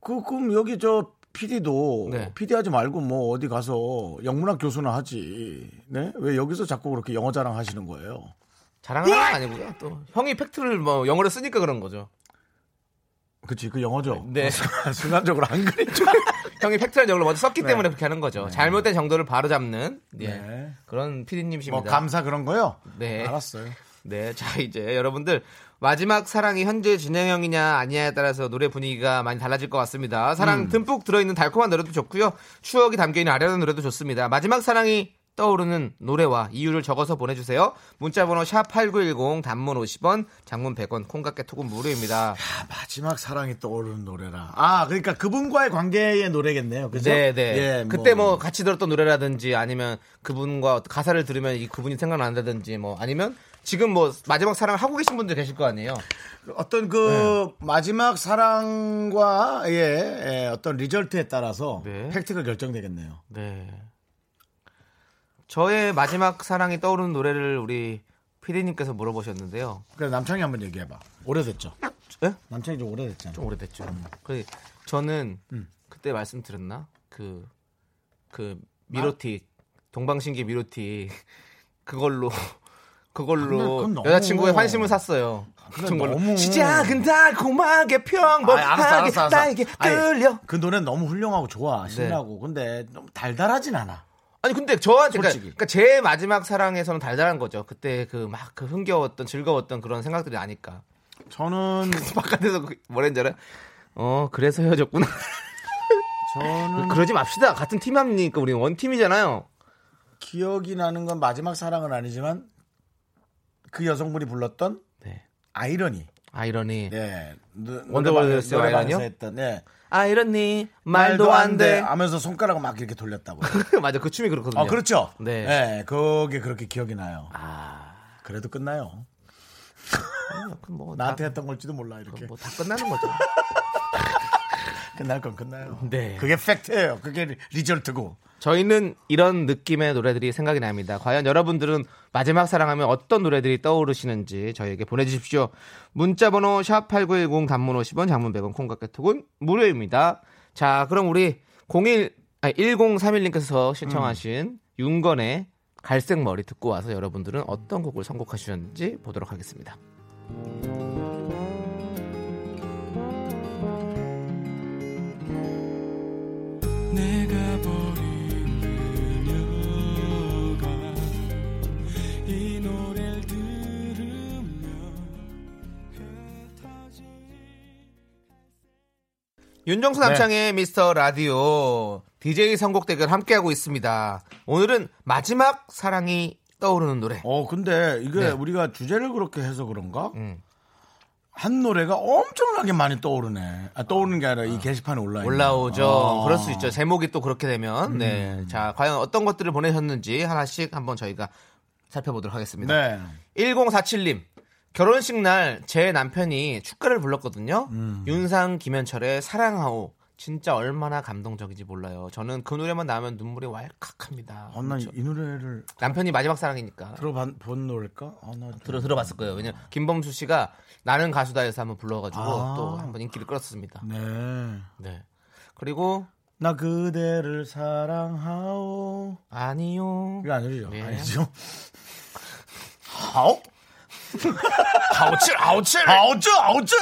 Speaker 1: 그, 그럼 여기 저 PD도
Speaker 2: 네.
Speaker 1: PD 하지 말고 뭐 어디 가서 영문학 교수나 하지. 네? 왜 여기서 자꾸 그렇게 영어 자랑 하시는 거예요?
Speaker 2: 자랑하는 건 아니고요. 또 형이 팩트를 뭐 영어로 쓰니까 그런 거죠.
Speaker 1: 그치, 그 영어죠.
Speaker 2: 네.
Speaker 1: 순간적으로 안 그랬죠.
Speaker 2: 형이 팩트라는 영어로 먼저 썼기 때문에 그렇게 하는 거죠. 잘못된 정도를 바로 잡는 예.
Speaker 1: 네.
Speaker 2: 그런
Speaker 1: 뭐
Speaker 2: 피디님이십니다.
Speaker 1: 감사 그런 거요?
Speaker 2: 네.
Speaker 1: 알았어요.
Speaker 2: 네, 자 이제 여러분들 마지막 사랑이 현재 진행형이냐 아니냐에 따라서 노래 분위기가 많이 달라질 것 같습니다. 사랑
Speaker 1: 음.
Speaker 2: 듬뿍 들어있는 달콤한 노래도 좋고요, 추억이 담겨있는 아련한 노래도 좋습니다. 마지막 사랑이 떠오르는 노래와 이유를 적어서 보내주세요. 문자번호 샵 #8910 단문 50원, 장문 100원, 콩깍개톡은 무료입니다.
Speaker 1: 아, 마지막 사랑이 떠오르는 노래라. 아, 그러니까 그분과의 관계의 노래겠네요. 그죠?
Speaker 2: 네, 네.
Speaker 1: 예,
Speaker 2: 그때 뭐 같이 들었던 노래라든지 아니면 그분과 어떤 가사를 들으면 이 그분이 생각난다든지 뭐 아니면 지금 뭐 마지막 사랑을 하고 계신 분들 계실 거 아니에요.
Speaker 1: 어떤
Speaker 2: 네.
Speaker 1: 그 마지막 사랑과의 예, 어떤 리절트에 따라서
Speaker 2: 네.
Speaker 1: 팩트가 결정되겠네요.
Speaker 2: 네. 저의 마지막 사랑이 떠오르는 노래를 우리 피디님께서 물어보셨는데요.
Speaker 1: 그래서 남창이 한번 얘기해봐. 오래됐죠?
Speaker 2: 예?
Speaker 1: 남창이 좀 음. 오래됐잖아.
Speaker 2: 좀 오래됐죠. 그래 저는
Speaker 1: 음.
Speaker 2: 그때 말씀드렸나? 그, 그, 미로틱, 동방신기 미로틱, 그걸로,
Speaker 1: 근데 아, 그건
Speaker 2: 그걸로
Speaker 1: 너무-
Speaker 2: 여자친구의 환심을 샀어요.
Speaker 1: 그건
Speaker 2: 그걸로.
Speaker 1: 너무-
Speaker 2: 시작은 달콤하게 평범하게
Speaker 1: 아, 알았어, 알았어, 알았어.
Speaker 2: 나에게
Speaker 1: 아니,
Speaker 2: 끌려.
Speaker 1: 그 노래는 너무 훌륭하고 좋아, 신나고. 근데 너무 달달하진 않아.
Speaker 2: 아니 근데 저한테 그러니까,
Speaker 1: 솔직히.
Speaker 2: 그러니까 제 마지막 사랑에서는 달달한 거죠. 그때 그 막 그 흥겨웠던 즐거웠던 그런 생각들이 아니까
Speaker 1: 저는,
Speaker 2: 바깥에서 그- 뭐랬는지 알아? 어 그래서 헤어졌구나.
Speaker 1: 저는
Speaker 2: 그러지 맙시다. 같은 팀합니까 우리 원 팀이잖아요.
Speaker 1: 기억이 나는 건 마지막 사랑은 아니지만 그 여성분이 불렀던
Speaker 2: 네.
Speaker 1: 아이러니.
Speaker 2: 아이러니.
Speaker 1: 예. 노-
Speaker 2: 원더걸스
Speaker 1: 노래방에서
Speaker 2: 아이러니요?
Speaker 1: 했던, 예.
Speaker 2: 아이러니 말도 안 돼.
Speaker 1: 하면서 손가락을 막 이렇게 돌렸다고.
Speaker 2: 맞아 그 춤이 그렇거든요.
Speaker 1: 어, 그렇죠.
Speaker 2: 네.
Speaker 1: 네. 아. 그게 그렇게 기억이 나요. 그래도 끝나요. 아, 나한테
Speaker 2: 뭐나한테
Speaker 1: 했던 걸지도 몰라, 이렇게.
Speaker 2: 뭐다 끝나는 거죠.
Speaker 1: 끝날 건 끝나요.
Speaker 2: 네.
Speaker 1: 그게 팩트예요. 그게 리- 리절트고.
Speaker 2: 저희는 이런 느낌의 노래들이 생각이 납니다. 과연 여러분들은 마지막 사랑하면 어떤 노래들이 떠오르시는지 저희에게 보내주십시오. 문자번호 샵8910 단문 50원 장문 100원 콩깍개톡은 무료입니다. 자 그럼 우리 01, 아니 1031님께서 신청하신 윤건의 갈색 머리 듣고 와서 여러분들은 어떤 곡을 선곡하셨는지 보도록 하겠습니다.
Speaker 5: 내가 버린 그녀가 이 노래를 들으면
Speaker 2: 윤정수 남창의 미스터 라디오 DJ 선곡 대결 함께하고 있습니다. 오늘은 마지막 사랑이 떠오르는 노래.
Speaker 1: 어, 근데 이게
Speaker 2: 네.
Speaker 1: 우리가 주제를 그렇게 해서 그런가?
Speaker 2: 음.
Speaker 1: 한 노래가 엄청나게 많이 떠오르네. 아, 떠오르는 게 아니라 이 게시판에 어. 올라
Speaker 2: 어. 올라오죠. 그럴 수 있죠. 제목이 또 그렇게 되면. 네. 자, 과연 어떤 것들을 보내셨는지 하나씩 한번 저희가 살펴보도록 하겠습니다.
Speaker 1: 네.
Speaker 2: 1047님. 결혼식 날 제 남편이 축가를 불렀거든요. 윤상 김현철의 사랑하오. 진짜 얼마나 감동적인지 몰라요. 저는 그 노래만 나오면 눈물이 왈칵합니다. 그렇죠.
Speaker 1: 어, 난이 노래를
Speaker 2: 남편이 마지막 사랑이니까.
Speaker 1: 들어본 본 노래일까? 아, 나 좀-
Speaker 2: 들어 들어봤을 거예요. 왜냐면 김범수 씨가 나는 가수다에서 한번 불러가지고
Speaker 1: 아.
Speaker 2: 또 한번 인기를 끌었습니다.
Speaker 1: 네.
Speaker 2: 네. 그리고
Speaker 1: 나 그대를 사랑하오.
Speaker 2: 아니요.
Speaker 1: 이거 아니죠?
Speaker 2: 네.
Speaker 1: 아니죠? 하오? 아우치, 아우치! 아우치, 아우치!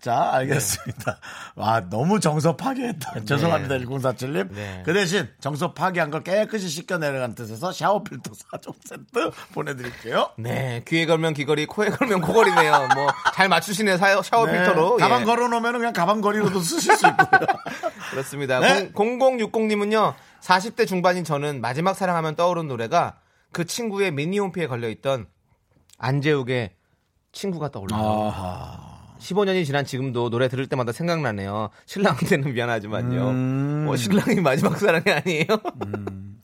Speaker 1: 자, 알겠습니다. 와, 너무 정서 파괴했다. 죄송합니다, 1047님.
Speaker 2: 네.
Speaker 1: 그 대신 정서 파괴한 걸 깨끗이 씻겨내려간 뜻에서 샤워 필터 4종 세트 보내드릴게요.
Speaker 2: 네, 귀에 걸면 귀걸이, 코에 걸면 코걸이네요. 뭐 잘 맞추시네 요 샤워
Speaker 1: 네,
Speaker 2: 필터로. 예.
Speaker 1: 가방 걸어놓으면 그냥 가방걸이로도 쓰실 수 있고요.
Speaker 2: 그렇습니다.
Speaker 1: 네.
Speaker 2: 0060님은요, 40대 중반인 저는 마지막 사랑하면 떠오른 노래가 그 친구의 미니홈피에 걸려있던 안재욱의 친구가 떠올라요.
Speaker 1: 아하.
Speaker 2: 15년이 지난 지금도 노래 들을 때마다 생각나네요. 신랑한테는 미안하지만요.
Speaker 1: 음.
Speaker 2: 뭐 신랑이 마지막 사랑이 아니에요.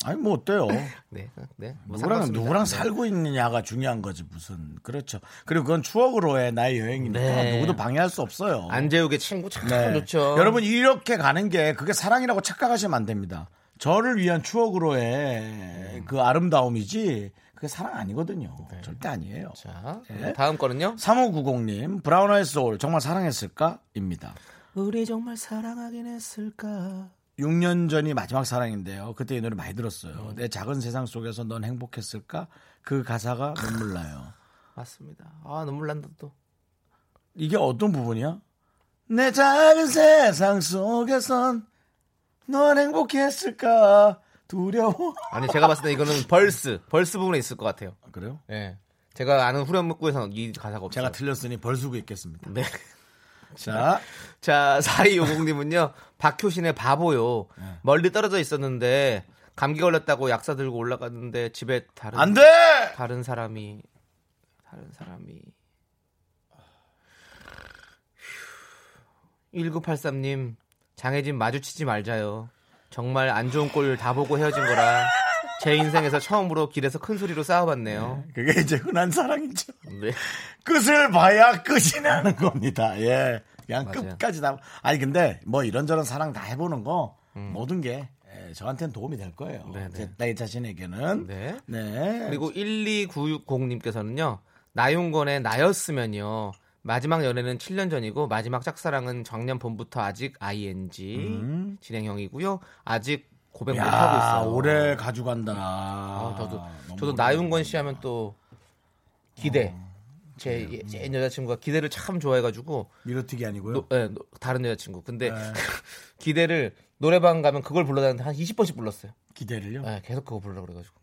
Speaker 1: 아니, 뭐 어때요?
Speaker 2: 네, 네.
Speaker 1: 음.
Speaker 2: 뭐
Speaker 1: 누구랑,
Speaker 2: 상관없습니다.
Speaker 1: 누구랑
Speaker 2: 네.
Speaker 1: 살고 있느냐가 중요한 거지, 무슨. 그렇죠. 그리고 그건 추억으로의 나의 여행이니까
Speaker 2: 네.
Speaker 1: 누구도 방해할 수 없어요.
Speaker 2: 안재욱의 그렇죠. 친구 참
Speaker 1: 네.
Speaker 2: 좋죠.
Speaker 1: 여러분 이렇게 가는 게 그게 사랑이라고 착각하시면 안 됩니다. 저를 위한
Speaker 2: 음.
Speaker 1: 추억으로의 그 아름다움이지 그게 사랑 아니거든요. 절대 아니에요.
Speaker 2: 네. 자,
Speaker 1: 네.
Speaker 2: 다음 거는요.
Speaker 1: 3590님 브라운 아이 소울 정말 사랑했을까? 입니다.
Speaker 2: 우리 정말 사랑하긴 했을까?
Speaker 1: 6년 전이 마지막 사랑인데요. 그때 이 노래 많이
Speaker 2: 음.
Speaker 1: 들었어요. 내 작은 세상 속에서 넌 행복했을까? 그 가사가 눈물 나요.
Speaker 2: 맞습니다. 아 눈물 난다 또.
Speaker 1: 이게 어떤 부분이야? 내 작은 세상 속에선 넌 행복했을까? 두려워.
Speaker 2: 아니 제가 봤을 때 이거는 벌스, 벌스 부분에 있을 것 같아요.
Speaker 1: 그래요?
Speaker 2: 예. 제가 아는 후렴구에서는 이 가사가 없어요.
Speaker 1: 제가 틀렸으니 벌수고 있겠습니다.
Speaker 2: 네.
Speaker 1: 자,
Speaker 2: 자, 4250님은요. 박효신의 바보요.
Speaker 1: 예.
Speaker 2: 멀리 떨어져 있었는데 감기 걸렸다고 약사 들고 올라갔는데 집에 다른
Speaker 1: 안 돼!
Speaker 2: 다른 사람이 다른 사람이 1983님 장혜진 마주치지 말자요. 정말 안 좋은 꼴 다 보고 헤어진 거라 제 인생에서 처음으로 길에서 큰 소리로 싸워봤네요.
Speaker 1: 그게 이제 흔한 사랑이죠.
Speaker 2: 네.
Speaker 1: 끝을 봐야 끝이 나는 겁니다. 예. 그냥
Speaker 2: 맞아요.
Speaker 1: 끝까지 다. 아니, 근데 뭐 이런저런 사랑 다 해보는 거 모든 게 예, 저한테는 도움이 될 거예요.
Speaker 2: 음. 네, 네.
Speaker 1: 제- 내 자신에게는. 네.
Speaker 2: 네. 그리고 12960님께서는요. 나윤권의 나였으면요. 마지막 연애는 7년 전이고 마지막 짝사랑은 작년 봄부터 아직 ing 진행형이고요. 아직 고백 못 하고
Speaker 1: 야,
Speaker 2: 있어요.
Speaker 1: 오래 가져간다.
Speaker 2: 아, 저도
Speaker 1: 너무
Speaker 2: 저도
Speaker 1: 오래
Speaker 2: 나윤권 씨 하면 또 기대.
Speaker 1: 어,
Speaker 2: 제, 예- 제 여자친구가 기대를 참 좋아해가지고
Speaker 1: 밀어튀기 아니고요.
Speaker 2: 노- 예, 노- 다른 여자친구 근데
Speaker 1: 네.
Speaker 2: 기대를 노래방 가면 그걸 불러달라는데 한 20번씩 불렀어요
Speaker 1: 기대를요? 아,
Speaker 2: 예, 계속 그거 불러라 그래가지고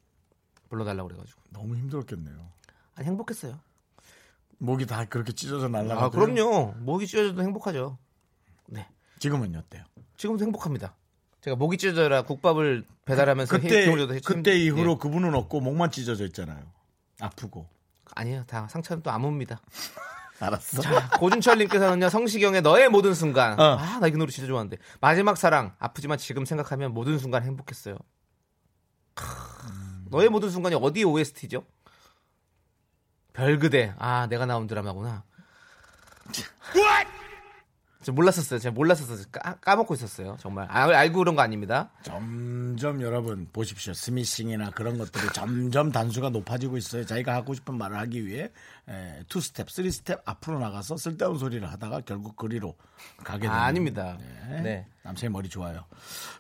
Speaker 2: 불러달라고 그래가지고
Speaker 1: 너무 힘들었겠네요.
Speaker 2: 아니 행복했어요
Speaker 1: 목이 다 그렇게 찢어져 날라가.
Speaker 2: 아 그럼요 목이 찢어져도 행복하죠 네
Speaker 1: 지금은요, 어때요?
Speaker 2: 지금도 행복합니다 제가 목이 찢어져라 국밥을 배달하면서
Speaker 1: 그때
Speaker 2: 힘- 힘-
Speaker 1: 그때
Speaker 2: 힘-
Speaker 1: 이후로
Speaker 2: 예.
Speaker 1: 그분은 없고 목만 찢어져 있잖아요. 아프고.
Speaker 2: 아니요 다 상처는 또 안 옵니다
Speaker 1: 알았어.
Speaker 2: 고준철님께서는요 성시경의 너의 모든 순간
Speaker 1: 어.
Speaker 2: 아 나 이 노래 진짜 좋아하는데 마지막 사랑 아프지만 지금 생각하면 모든 순간 행복했어요 크, 너의 모든 순간이 어디 OST죠? 별그대 아 내가 나온 드라마구나 저 몰랐었어요 제가 몰랐었어요 까, 까먹고 있었어요 정말 아, 알고 그런 거 아닙니다
Speaker 1: 점점 여러분 보십시오. 스미싱이나 그런 것들이 점점 단수가 높아지고 있어요. 자기가 하고 싶은 말을 하기 위해 예, 에, 투 스텝, 쓰리 스텝 앞으로 나가서 쓸데없는 소리를 하다가 결국 거리로 가게 됩니다.
Speaker 2: 아, 아닙니다
Speaker 1: 예, 네.
Speaker 2: 네.
Speaker 1: 남친이 머리 좋아요.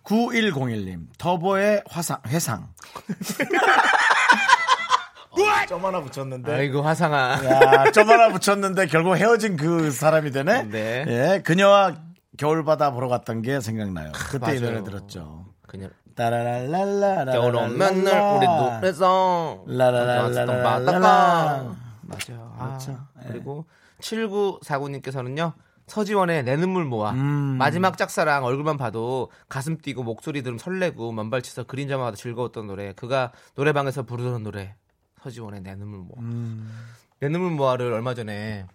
Speaker 1: 9101님 터보의 화상 회상. 어, 점 하나 붙였는데.
Speaker 2: 아이고 화상아
Speaker 1: 야, 점 하나 붙였는데 결국 헤어진 그 사람이 되네.
Speaker 2: 네.
Speaker 1: 예, 그녀와 겨울바다 보러 갔던 게 생각나요. 그때 이
Speaker 2: 맞아요.
Speaker 1: 노래 들었죠.
Speaker 2: 그냥
Speaker 1: 따라랄랄라.
Speaker 2: 겨울 오면 늘 우리 노래서
Speaker 1: 라라라라라라.
Speaker 2: 바닷가 맞아요. 아,
Speaker 1: 그렇죠. 예.
Speaker 2: 그리고 7949님께서는요. 서지원의 내 눈물 모아
Speaker 1: 음.
Speaker 2: 마지막 짝사랑 얼굴만 봐도 가슴 뛰고 목소리 들으면 설레고 만발치서 그림자만 봐도 즐거웠던 노래 그가 노래방에서 부르던 노래 서지원의 내 눈물 모아
Speaker 1: 음.
Speaker 2: 내 눈물 모아를 얼마 전에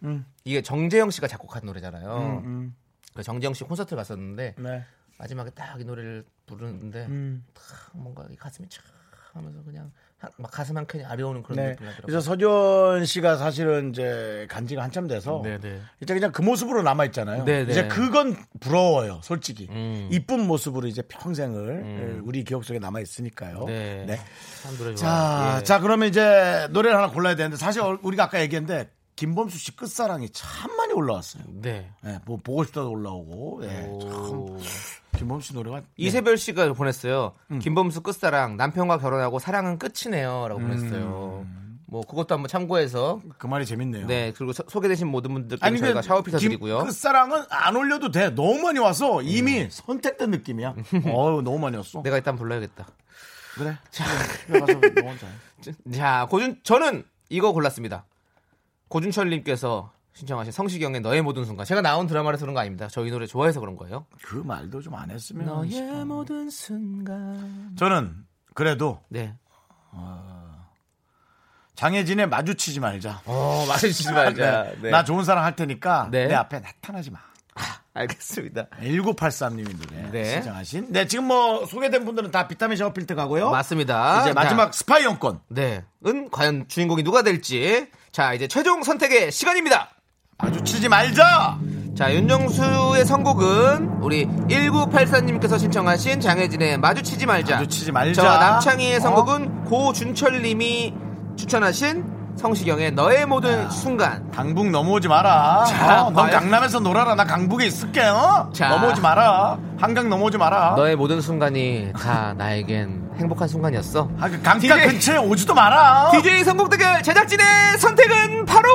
Speaker 2: 이게 정재영 씨가 작곡한 노래잖아요
Speaker 1: 음,
Speaker 2: 그 정재영 씨 콘서트 갔었는데
Speaker 1: 네.
Speaker 2: 마지막에 딱 이 노래를 부르는데
Speaker 1: 음.
Speaker 2: 탁 뭔가 이 가슴이 촥 하면서 그냥 한- 막 가슴 한 켠이 아려오는 그런
Speaker 1: 네.
Speaker 2: 느낌이 나더라고요.
Speaker 1: 그래서 서지원 씨가 사실은 이제 간지가 한참 돼서
Speaker 2: 네네.
Speaker 1: 이제 그냥 그 모습으로 남아 있잖아요.
Speaker 2: 네, 네.
Speaker 1: 이제 그건 부러워요, 솔직히.
Speaker 2: 음.
Speaker 1: 이쁜 모습으로 이제 평생을 예, 우리 기억 속에 남아 있으니까요.
Speaker 2: 네.
Speaker 1: 네.
Speaker 2: 참 노래
Speaker 1: 자,
Speaker 2: 좋아요. 예.
Speaker 1: 자 그러면 이제 노래를 하나 골라야 되는데 사실 얼- 우리가 아까 얘기했는데 김범수 씨 끝사랑이 참 많이 올라왔어요.
Speaker 2: 네.
Speaker 1: 예, 뭐 보고 싶다도 올라오고. 예, 참
Speaker 2: 오. 네.
Speaker 1: 김범수 씨 노래가
Speaker 2: 이세별 씨가
Speaker 1: 음.
Speaker 2: 보냈어요. 김범수 끝사랑 남편과 결혼하고 사랑은 끝이네요라고 보냈어요. 뭐 그것도 한번 참고해서
Speaker 1: 음. 그 말이 재밌네요.
Speaker 2: 네 그리고 서- 소개되신 모든 분들께
Speaker 1: 아니
Speaker 2: 저희가
Speaker 1: 그
Speaker 2: 샤워 피자 드리고요. 음.
Speaker 1: 사랑은 안 올려도 돼. 너무 많이 와서 이미 선택된 느낌이야. 어우 너무 많이 왔어.
Speaker 2: 내가 일단 불러야겠다.
Speaker 1: 그래. 집에 가서 너 혼자. 해.
Speaker 2: 자, 고준 저는 이거 골랐습니다. 고준철님께서 신청하신 성시경의 너의 모든 순간. 제가 나온 드라마를 부른 거 아닙니다. 저 이 노래 좋아해서 그런 거예요.
Speaker 1: 그 말도 좀 안 했으면. 싶어.
Speaker 2: 모든 순간.
Speaker 1: 저는 그래도
Speaker 2: 네.
Speaker 1: 장혜진에 마주치지 말자.
Speaker 2: 어, 마주치지 말자. 네.
Speaker 1: 나 좋은 사랑 할 테니까
Speaker 2: 네.
Speaker 1: 내 앞에 나타나지 마.
Speaker 2: 알겠습니다.
Speaker 1: 1983님이 노래
Speaker 2: 네.
Speaker 1: 신청하신. 네 지금 뭐 소개된 분들은 다 비타민 샤워 필터 가고요.
Speaker 2: 어? 맞습니다.
Speaker 1: 이제
Speaker 2: 자,
Speaker 1: 마지막 스파이 영권.
Speaker 2: 네. 은 과연 주인공이 누가 될지. 자, 이제 최종 선택의 시간입니다.
Speaker 1: 마주치지 말자.
Speaker 2: 자, 윤정수의 선곡은 우리 1984님께서 신청하신 장혜진의 마주치지 말자. 어?
Speaker 1: 마주치지 말자. 어?
Speaker 2: 저 남창희의 선곡은 고준철님이 추천하신 성시경의 너의 모든 순간.
Speaker 1: 강북 넘어오지 마라.
Speaker 2: 자,
Speaker 1: 어, 넌
Speaker 2: 과연-
Speaker 1: 강남에서 놀아라. 나 강북에 있을게. 어?
Speaker 2: 자.
Speaker 1: 넘어오지 마라. 한강 넘어오지 마라.
Speaker 2: 너의 모든 순간이 다 나에겐 행복한 순간이었어.
Speaker 1: 아, 그 강가
Speaker 2: DJ
Speaker 1: 근처에 오지도 마라.
Speaker 2: 어. DJ 선곡 대결 제작진의 선택은 바로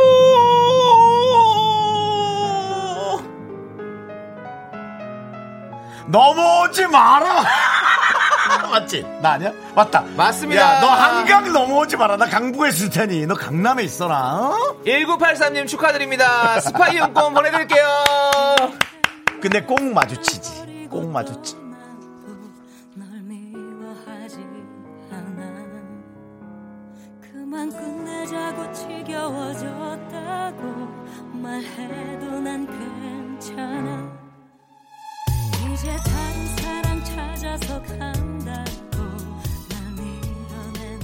Speaker 1: 넘어오지 마라. 맞지? 나 아니야? 맞다.
Speaker 2: 맞습니다.
Speaker 1: 야, 너 한강 넘어오지 마라. 나 강북에 있을 테니. 너 강남에 있어라. 어?
Speaker 2: 1983님 축하드립니다. 스파이 용권 보내드릴게요.
Speaker 1: 근데 꼭 마주치지. 꼭 마주치.
Speaker 6: 널 미워하지 않아 그만 끝내자고 지겨워졌다고 말해도 난 괜찮아 이제 다른 사람 찾아서 간다고 날 밀어내는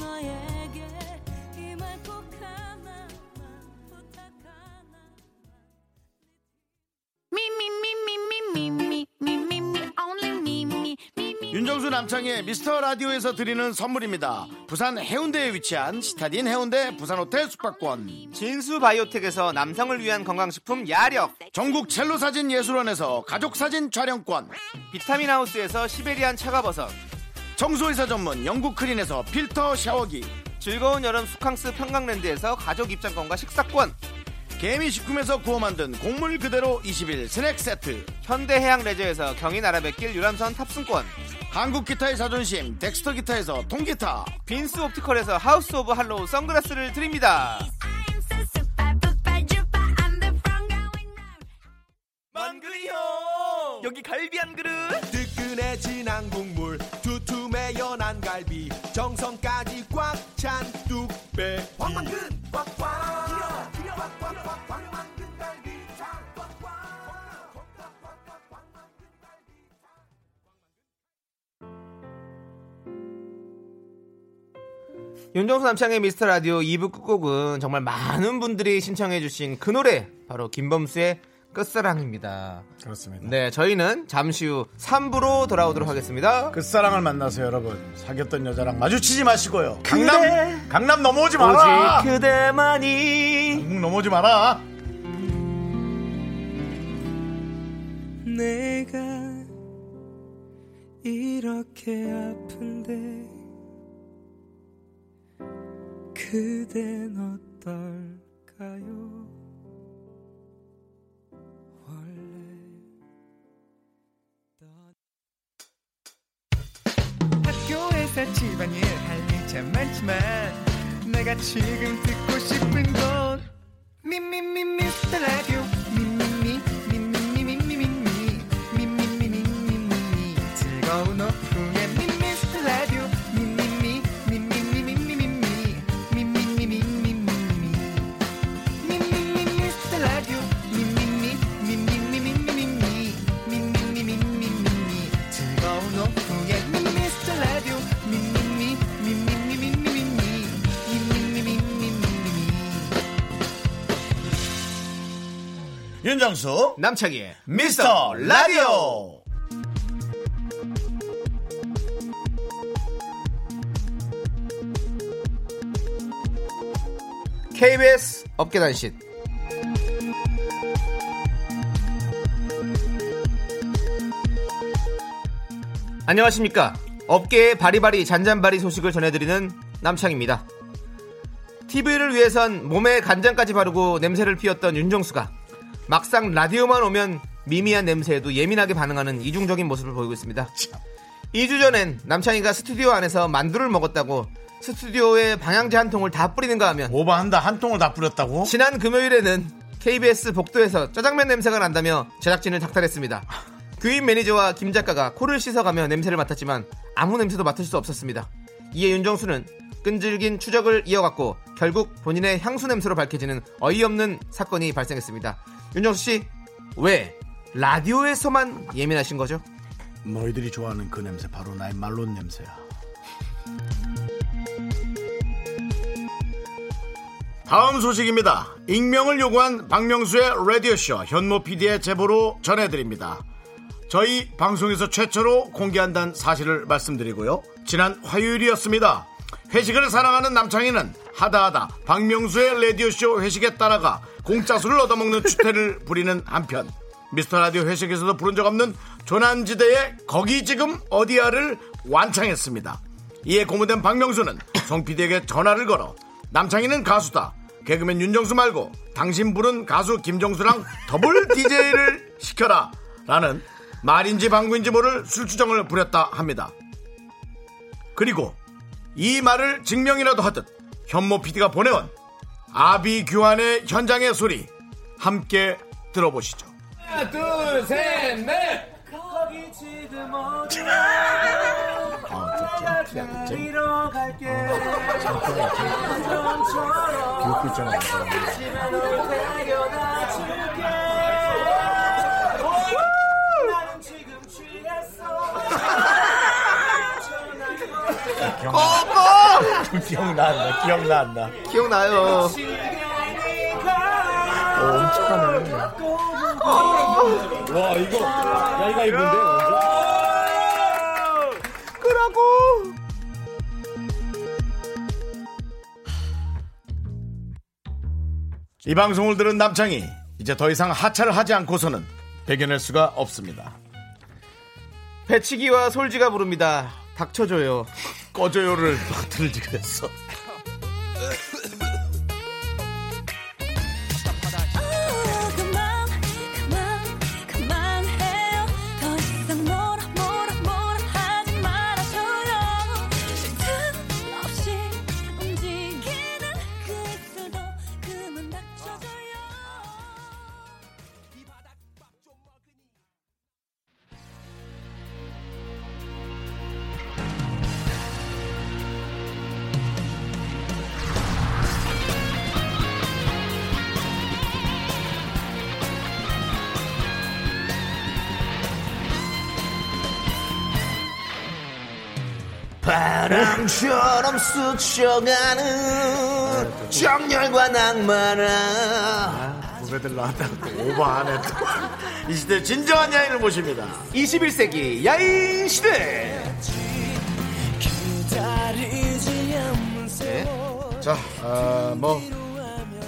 Speaker 6: 너에게 이 말 꼭 하나만 부탁 하나
Speaker 1: 윤정수 남창의 미스터 라디오에서 드리는 선물입니다. 부산 해운대에 위치한 시타딘 해운대 부산 호텔 숙박권.
Speaker 2: 진수 바이오텍에서 남성을 위한 건강식품 야력.
Speaker 1: 전국 첼로 사진 예술원에서 가족 사진 촬영권.
Speaker 2: 비타민 하우스에서 시베리안 차가버섯.
Speaker 1: 청소회사 전문 영국 크린에서 필터 샤워기.
Speaker 2: 즐거운 여름 수캉스 평강랜드에서 가족 입장권과 식사권.
Speaker 1: 개미식품에서 구워 만든 곡물 그대로 20일 스낵 세트
Speaker 2: 현대해양 레저에서 경인아라뱃길 유람선 탑승권
Speaker 1: 한국 기타의 자존심 덱스터 기타에서 통기타
Speaker 2: 빈스 옵티컬에서 하우스 오브 할로우 선글라스를 드립니다 여기 갈비 한 그릇
Speaker 7: 뜨끈해 진한 국물 두툼해 연한 갈비 정성까지 꽉 찬 뚝배 왕만근 꽉꽉 꽉꽉꽉 왕만근 갈비탕 꽉꽉
Speaker 2: 윤정수 남창의 미스터 라디오 2부 끝곡은 정말 많은 분들이 신청해 주신 그 노래 바로 김범수의 끝사랑입니다
Speaker 1: 그렇습니다
Speaker 2: 네 저희는 잠시 후 3부로 돌아오도록 하겠습니다
Speaker 1: 끝사랑을 만나서 여러분 사귀었던 여자랑 마주치지 마시고요 강남 강남 넘어오지 마라
Speaker 2: 그대만이
Speaker 1: 강북 넘어오지 마라
Speaker 8: 내가 이렇게 아픈데 그댄 어떨까요? 원래 학교에서 집안일 할 일 참 많지만 내가 지금 듣고 싶은 건 미미미 미스터 라디오 미미미 미미미 미미미 미미미 미미미 즐거운 오후에 미스터 라디오 미미미 미미미 미미미 미미미 미미미
Speaker 1: 윤정수
Speaker 2: 남창희의
Speaker 1: 미스터 라디오
Speaker 2: KBS 업계단신 안녕하십니까 업계의 바리바리 잔잔바리 소식을 전해드리는 남창입니다 TV를 위해선 몸에 간장까지 바르고 냄새를 피웠던 윤정수가 막상 라디오만 오면 미미한 냄새에도 예민하게 반응하는 이중적인 모습을 보이고 있습니다. 2주 전엔 남창희가 스튜디오 안에서 만두를 먹었다고 스튜디오에 방향제 한 통을 다 뿌리는가 하면
Speaker 1: 오버한다 한 통을 다 뿌렸다고?
Speaker 2: 지난 금요일에는 KBS 복도에서 짜장면 냄새가 난다며 제작진을 닥달했습니다. 교인 매니저와 김 작가가 코를 씻어가며 냄새를 맡았지만 아무 냄새도 맡을 수 없었습니다. 이에 윤정수는 끈질긴 추적을 이어갔고 결국 본인의 향수 냄새로 밝혀지는 어이없는 사건이 발생했습니다. 윤정수 씨, 왜 라디오에서만 예민하신 거죠?
Speaker 1: 너희들이 좋아하는 그 냄새 바로 나의 말론 냄새야. 다음 소식입니다. 익명을 요구한 박명수의 라디오쇼 현모 PD의 제보로 전해드립니다. 저희 방송에서 최초로 공개한다는 사실을 말씀드리고요. 지난 화요일이었습니다. 회식을 사랑하는 남창희는 하다하다 박명수의 라디오쇼 회식에 따라가 공짜 술을 얻어먹는 추태를 부리는 한편 미스터 라디오 회식에서도 부른 적 없는 조남지대의 거기 지금 어디야를 완창했습니다. 이에 고무된 박명수는 송 PD에게 전화를 걸어 남창희는 가수다. 개그맨 윤정수 말고 당신 부른 가수 김정수랑 더블 DJ를 시켜라. 라는 말인지 방구인지 모를 술주정을 부렸다 합니다. 그리고 이 말을 증명이라도 하듯 현모 PD가 보내온 아비 규환의 현장의 소리 함께 들어보시죠. 하나 둘 셋 넷. 거기 지금 어디로 갈게. 귀엽고 있잖아. 기억나 안 나. 기억나 안 나.
Speaker 2: 기억나요.
Speaker 1: 와 이거 야이가 입은데. 이 방송을 들은 남창이 이제 더 이상 하차를 하지 않고서는 배겨낼 수가 없습니다.
Speaker 2: 배치기와 솔지가 부릅니다. 닥쳐줘요.
Speaker 1: 꺼져요를 들지 그랬어.
Speaker 4: 아, 그만 그만 그만해요 더 이상 뭐라 뭐라 뭐라 하지 말아줘요 쉴틈 없이 움직이는 그 입술도 그만 닥쳐줘요
Speaker 2: 바람처럼 스쳐가는 정열과 낭만아
Speaker 1: 후배들 나왔다고 또 오버 안 했다. 이 시대 진정한 야인을 모십니다.
Speaker 2: 21세기 야인 시대
Speaker 1: 자, 아, 뭐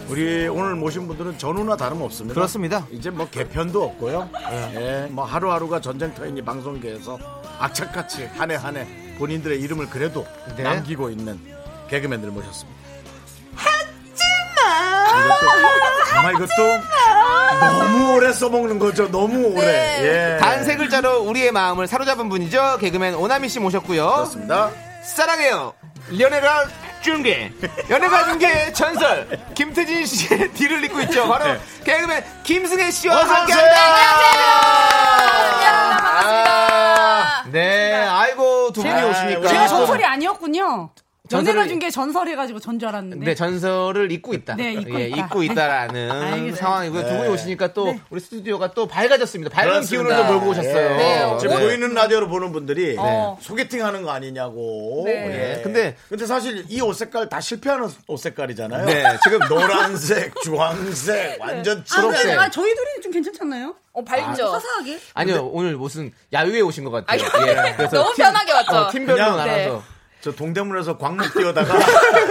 Speaker 1: 우리 오늘 모신 분들은 전우나 다름 없습니다.
Speaker 2: 그렇습니다.
Speaker 1: 이제 뭐 개편도 없고요. 예, 뭐 하루하루가 전쟁터인 이 방송계에서 악착같이 한 해 한 해 본인들의 이름을 그래도
Speaker 2: 네.
Speaker 1: 남기고 있는 개그맨들 모셨습니다. 하지마. 이것도, 아마 이것도 너무 오래 써먹는 거죠. 너무 오래. 예.
Speaker 2: 단 세 글자로 우리의 마음을 사로잡은 분이죠 개그맨 오나미 씨 모셨고요
Speaker 1: 그렇습니다.
Speaker 2: 사랑해요 연애가 중계 연애가 중계 전설 김태진 씨의 뒤를 잇고 있죠 바로
Speaker 1: 네.
Speaker 2: 개그맨 김승혜 씨와
Speaker 1: 어서 오세요.
Speaker 2: 함께합니다
Speaker 1: 안녕하세요.
Speaker 2: 네 아이고 두 분이
Speaker 1: 제가-
Speaker 2: 오시니까
Speaker 1: 제가
Speaker 6: 제가 전설이 아니었군요.
Speaker 2: 전설을-
Speaker 6: 연애가 준 게 전설해가지고 전 줄 알았는데.
Speaker 2: 네, 전설을 잊고 있다.
Speaker 6: 네, 잊고
Speaker 2: 예,
Speaker 6: 있다.
Speaker 2: 잊고 있다라는
Speaker 6: 알겠습니다.
Speaker 2: 상황이고요. 두 분이 오시니까 또
Speaker 8: 네.
Speaker 2: 우리 스튜디오가 또 밝아졌습니다. 밝은
Speaker 1: 그렇습니다.
Speaker 2: 기운을 또 몰고 오셨어요. 뭐 네.
Speaker 1: 예.
Speaker 6: 네,
Speaker 1: 지금
Speaker 6: 오늘-
Speaker 1: 보이는 라디오로 보는 분들이 네.
Speaker 6: 어.
Speaker 1: 소개팅 하는 거 아니냐고.
Speaker 6: 네.
Speaker 1: 예.
Speaker 2: 근데-
Speaker 1: 근데 사실 이 옷 색깔 다 실패하는 옷 색깔이잖아요.
Speaker 2: 네, 지금 네.
Speaker 1: 노란색, 주황색, 완전
Speaker 6: 아, 근데
Speaker 1: 초록색.
Speaker 6: 아, 저희 둘이 좀 괜찮잖아요?
Speaker 8: 어, 밝죠?
Speaker 6: 화사하게?
Speaker 2: 아니요, 오늘 무슨 야유회 오신 것 같아요. 예, 그래서
Speaker 8: 너무 편하게 왔죠?
Speaker 2: 어, 팀별로
Speaker 1: 그냥-
Speaker 2: 나눠서.
Speaker 1: 저 동대문에서 광목 뛰어다가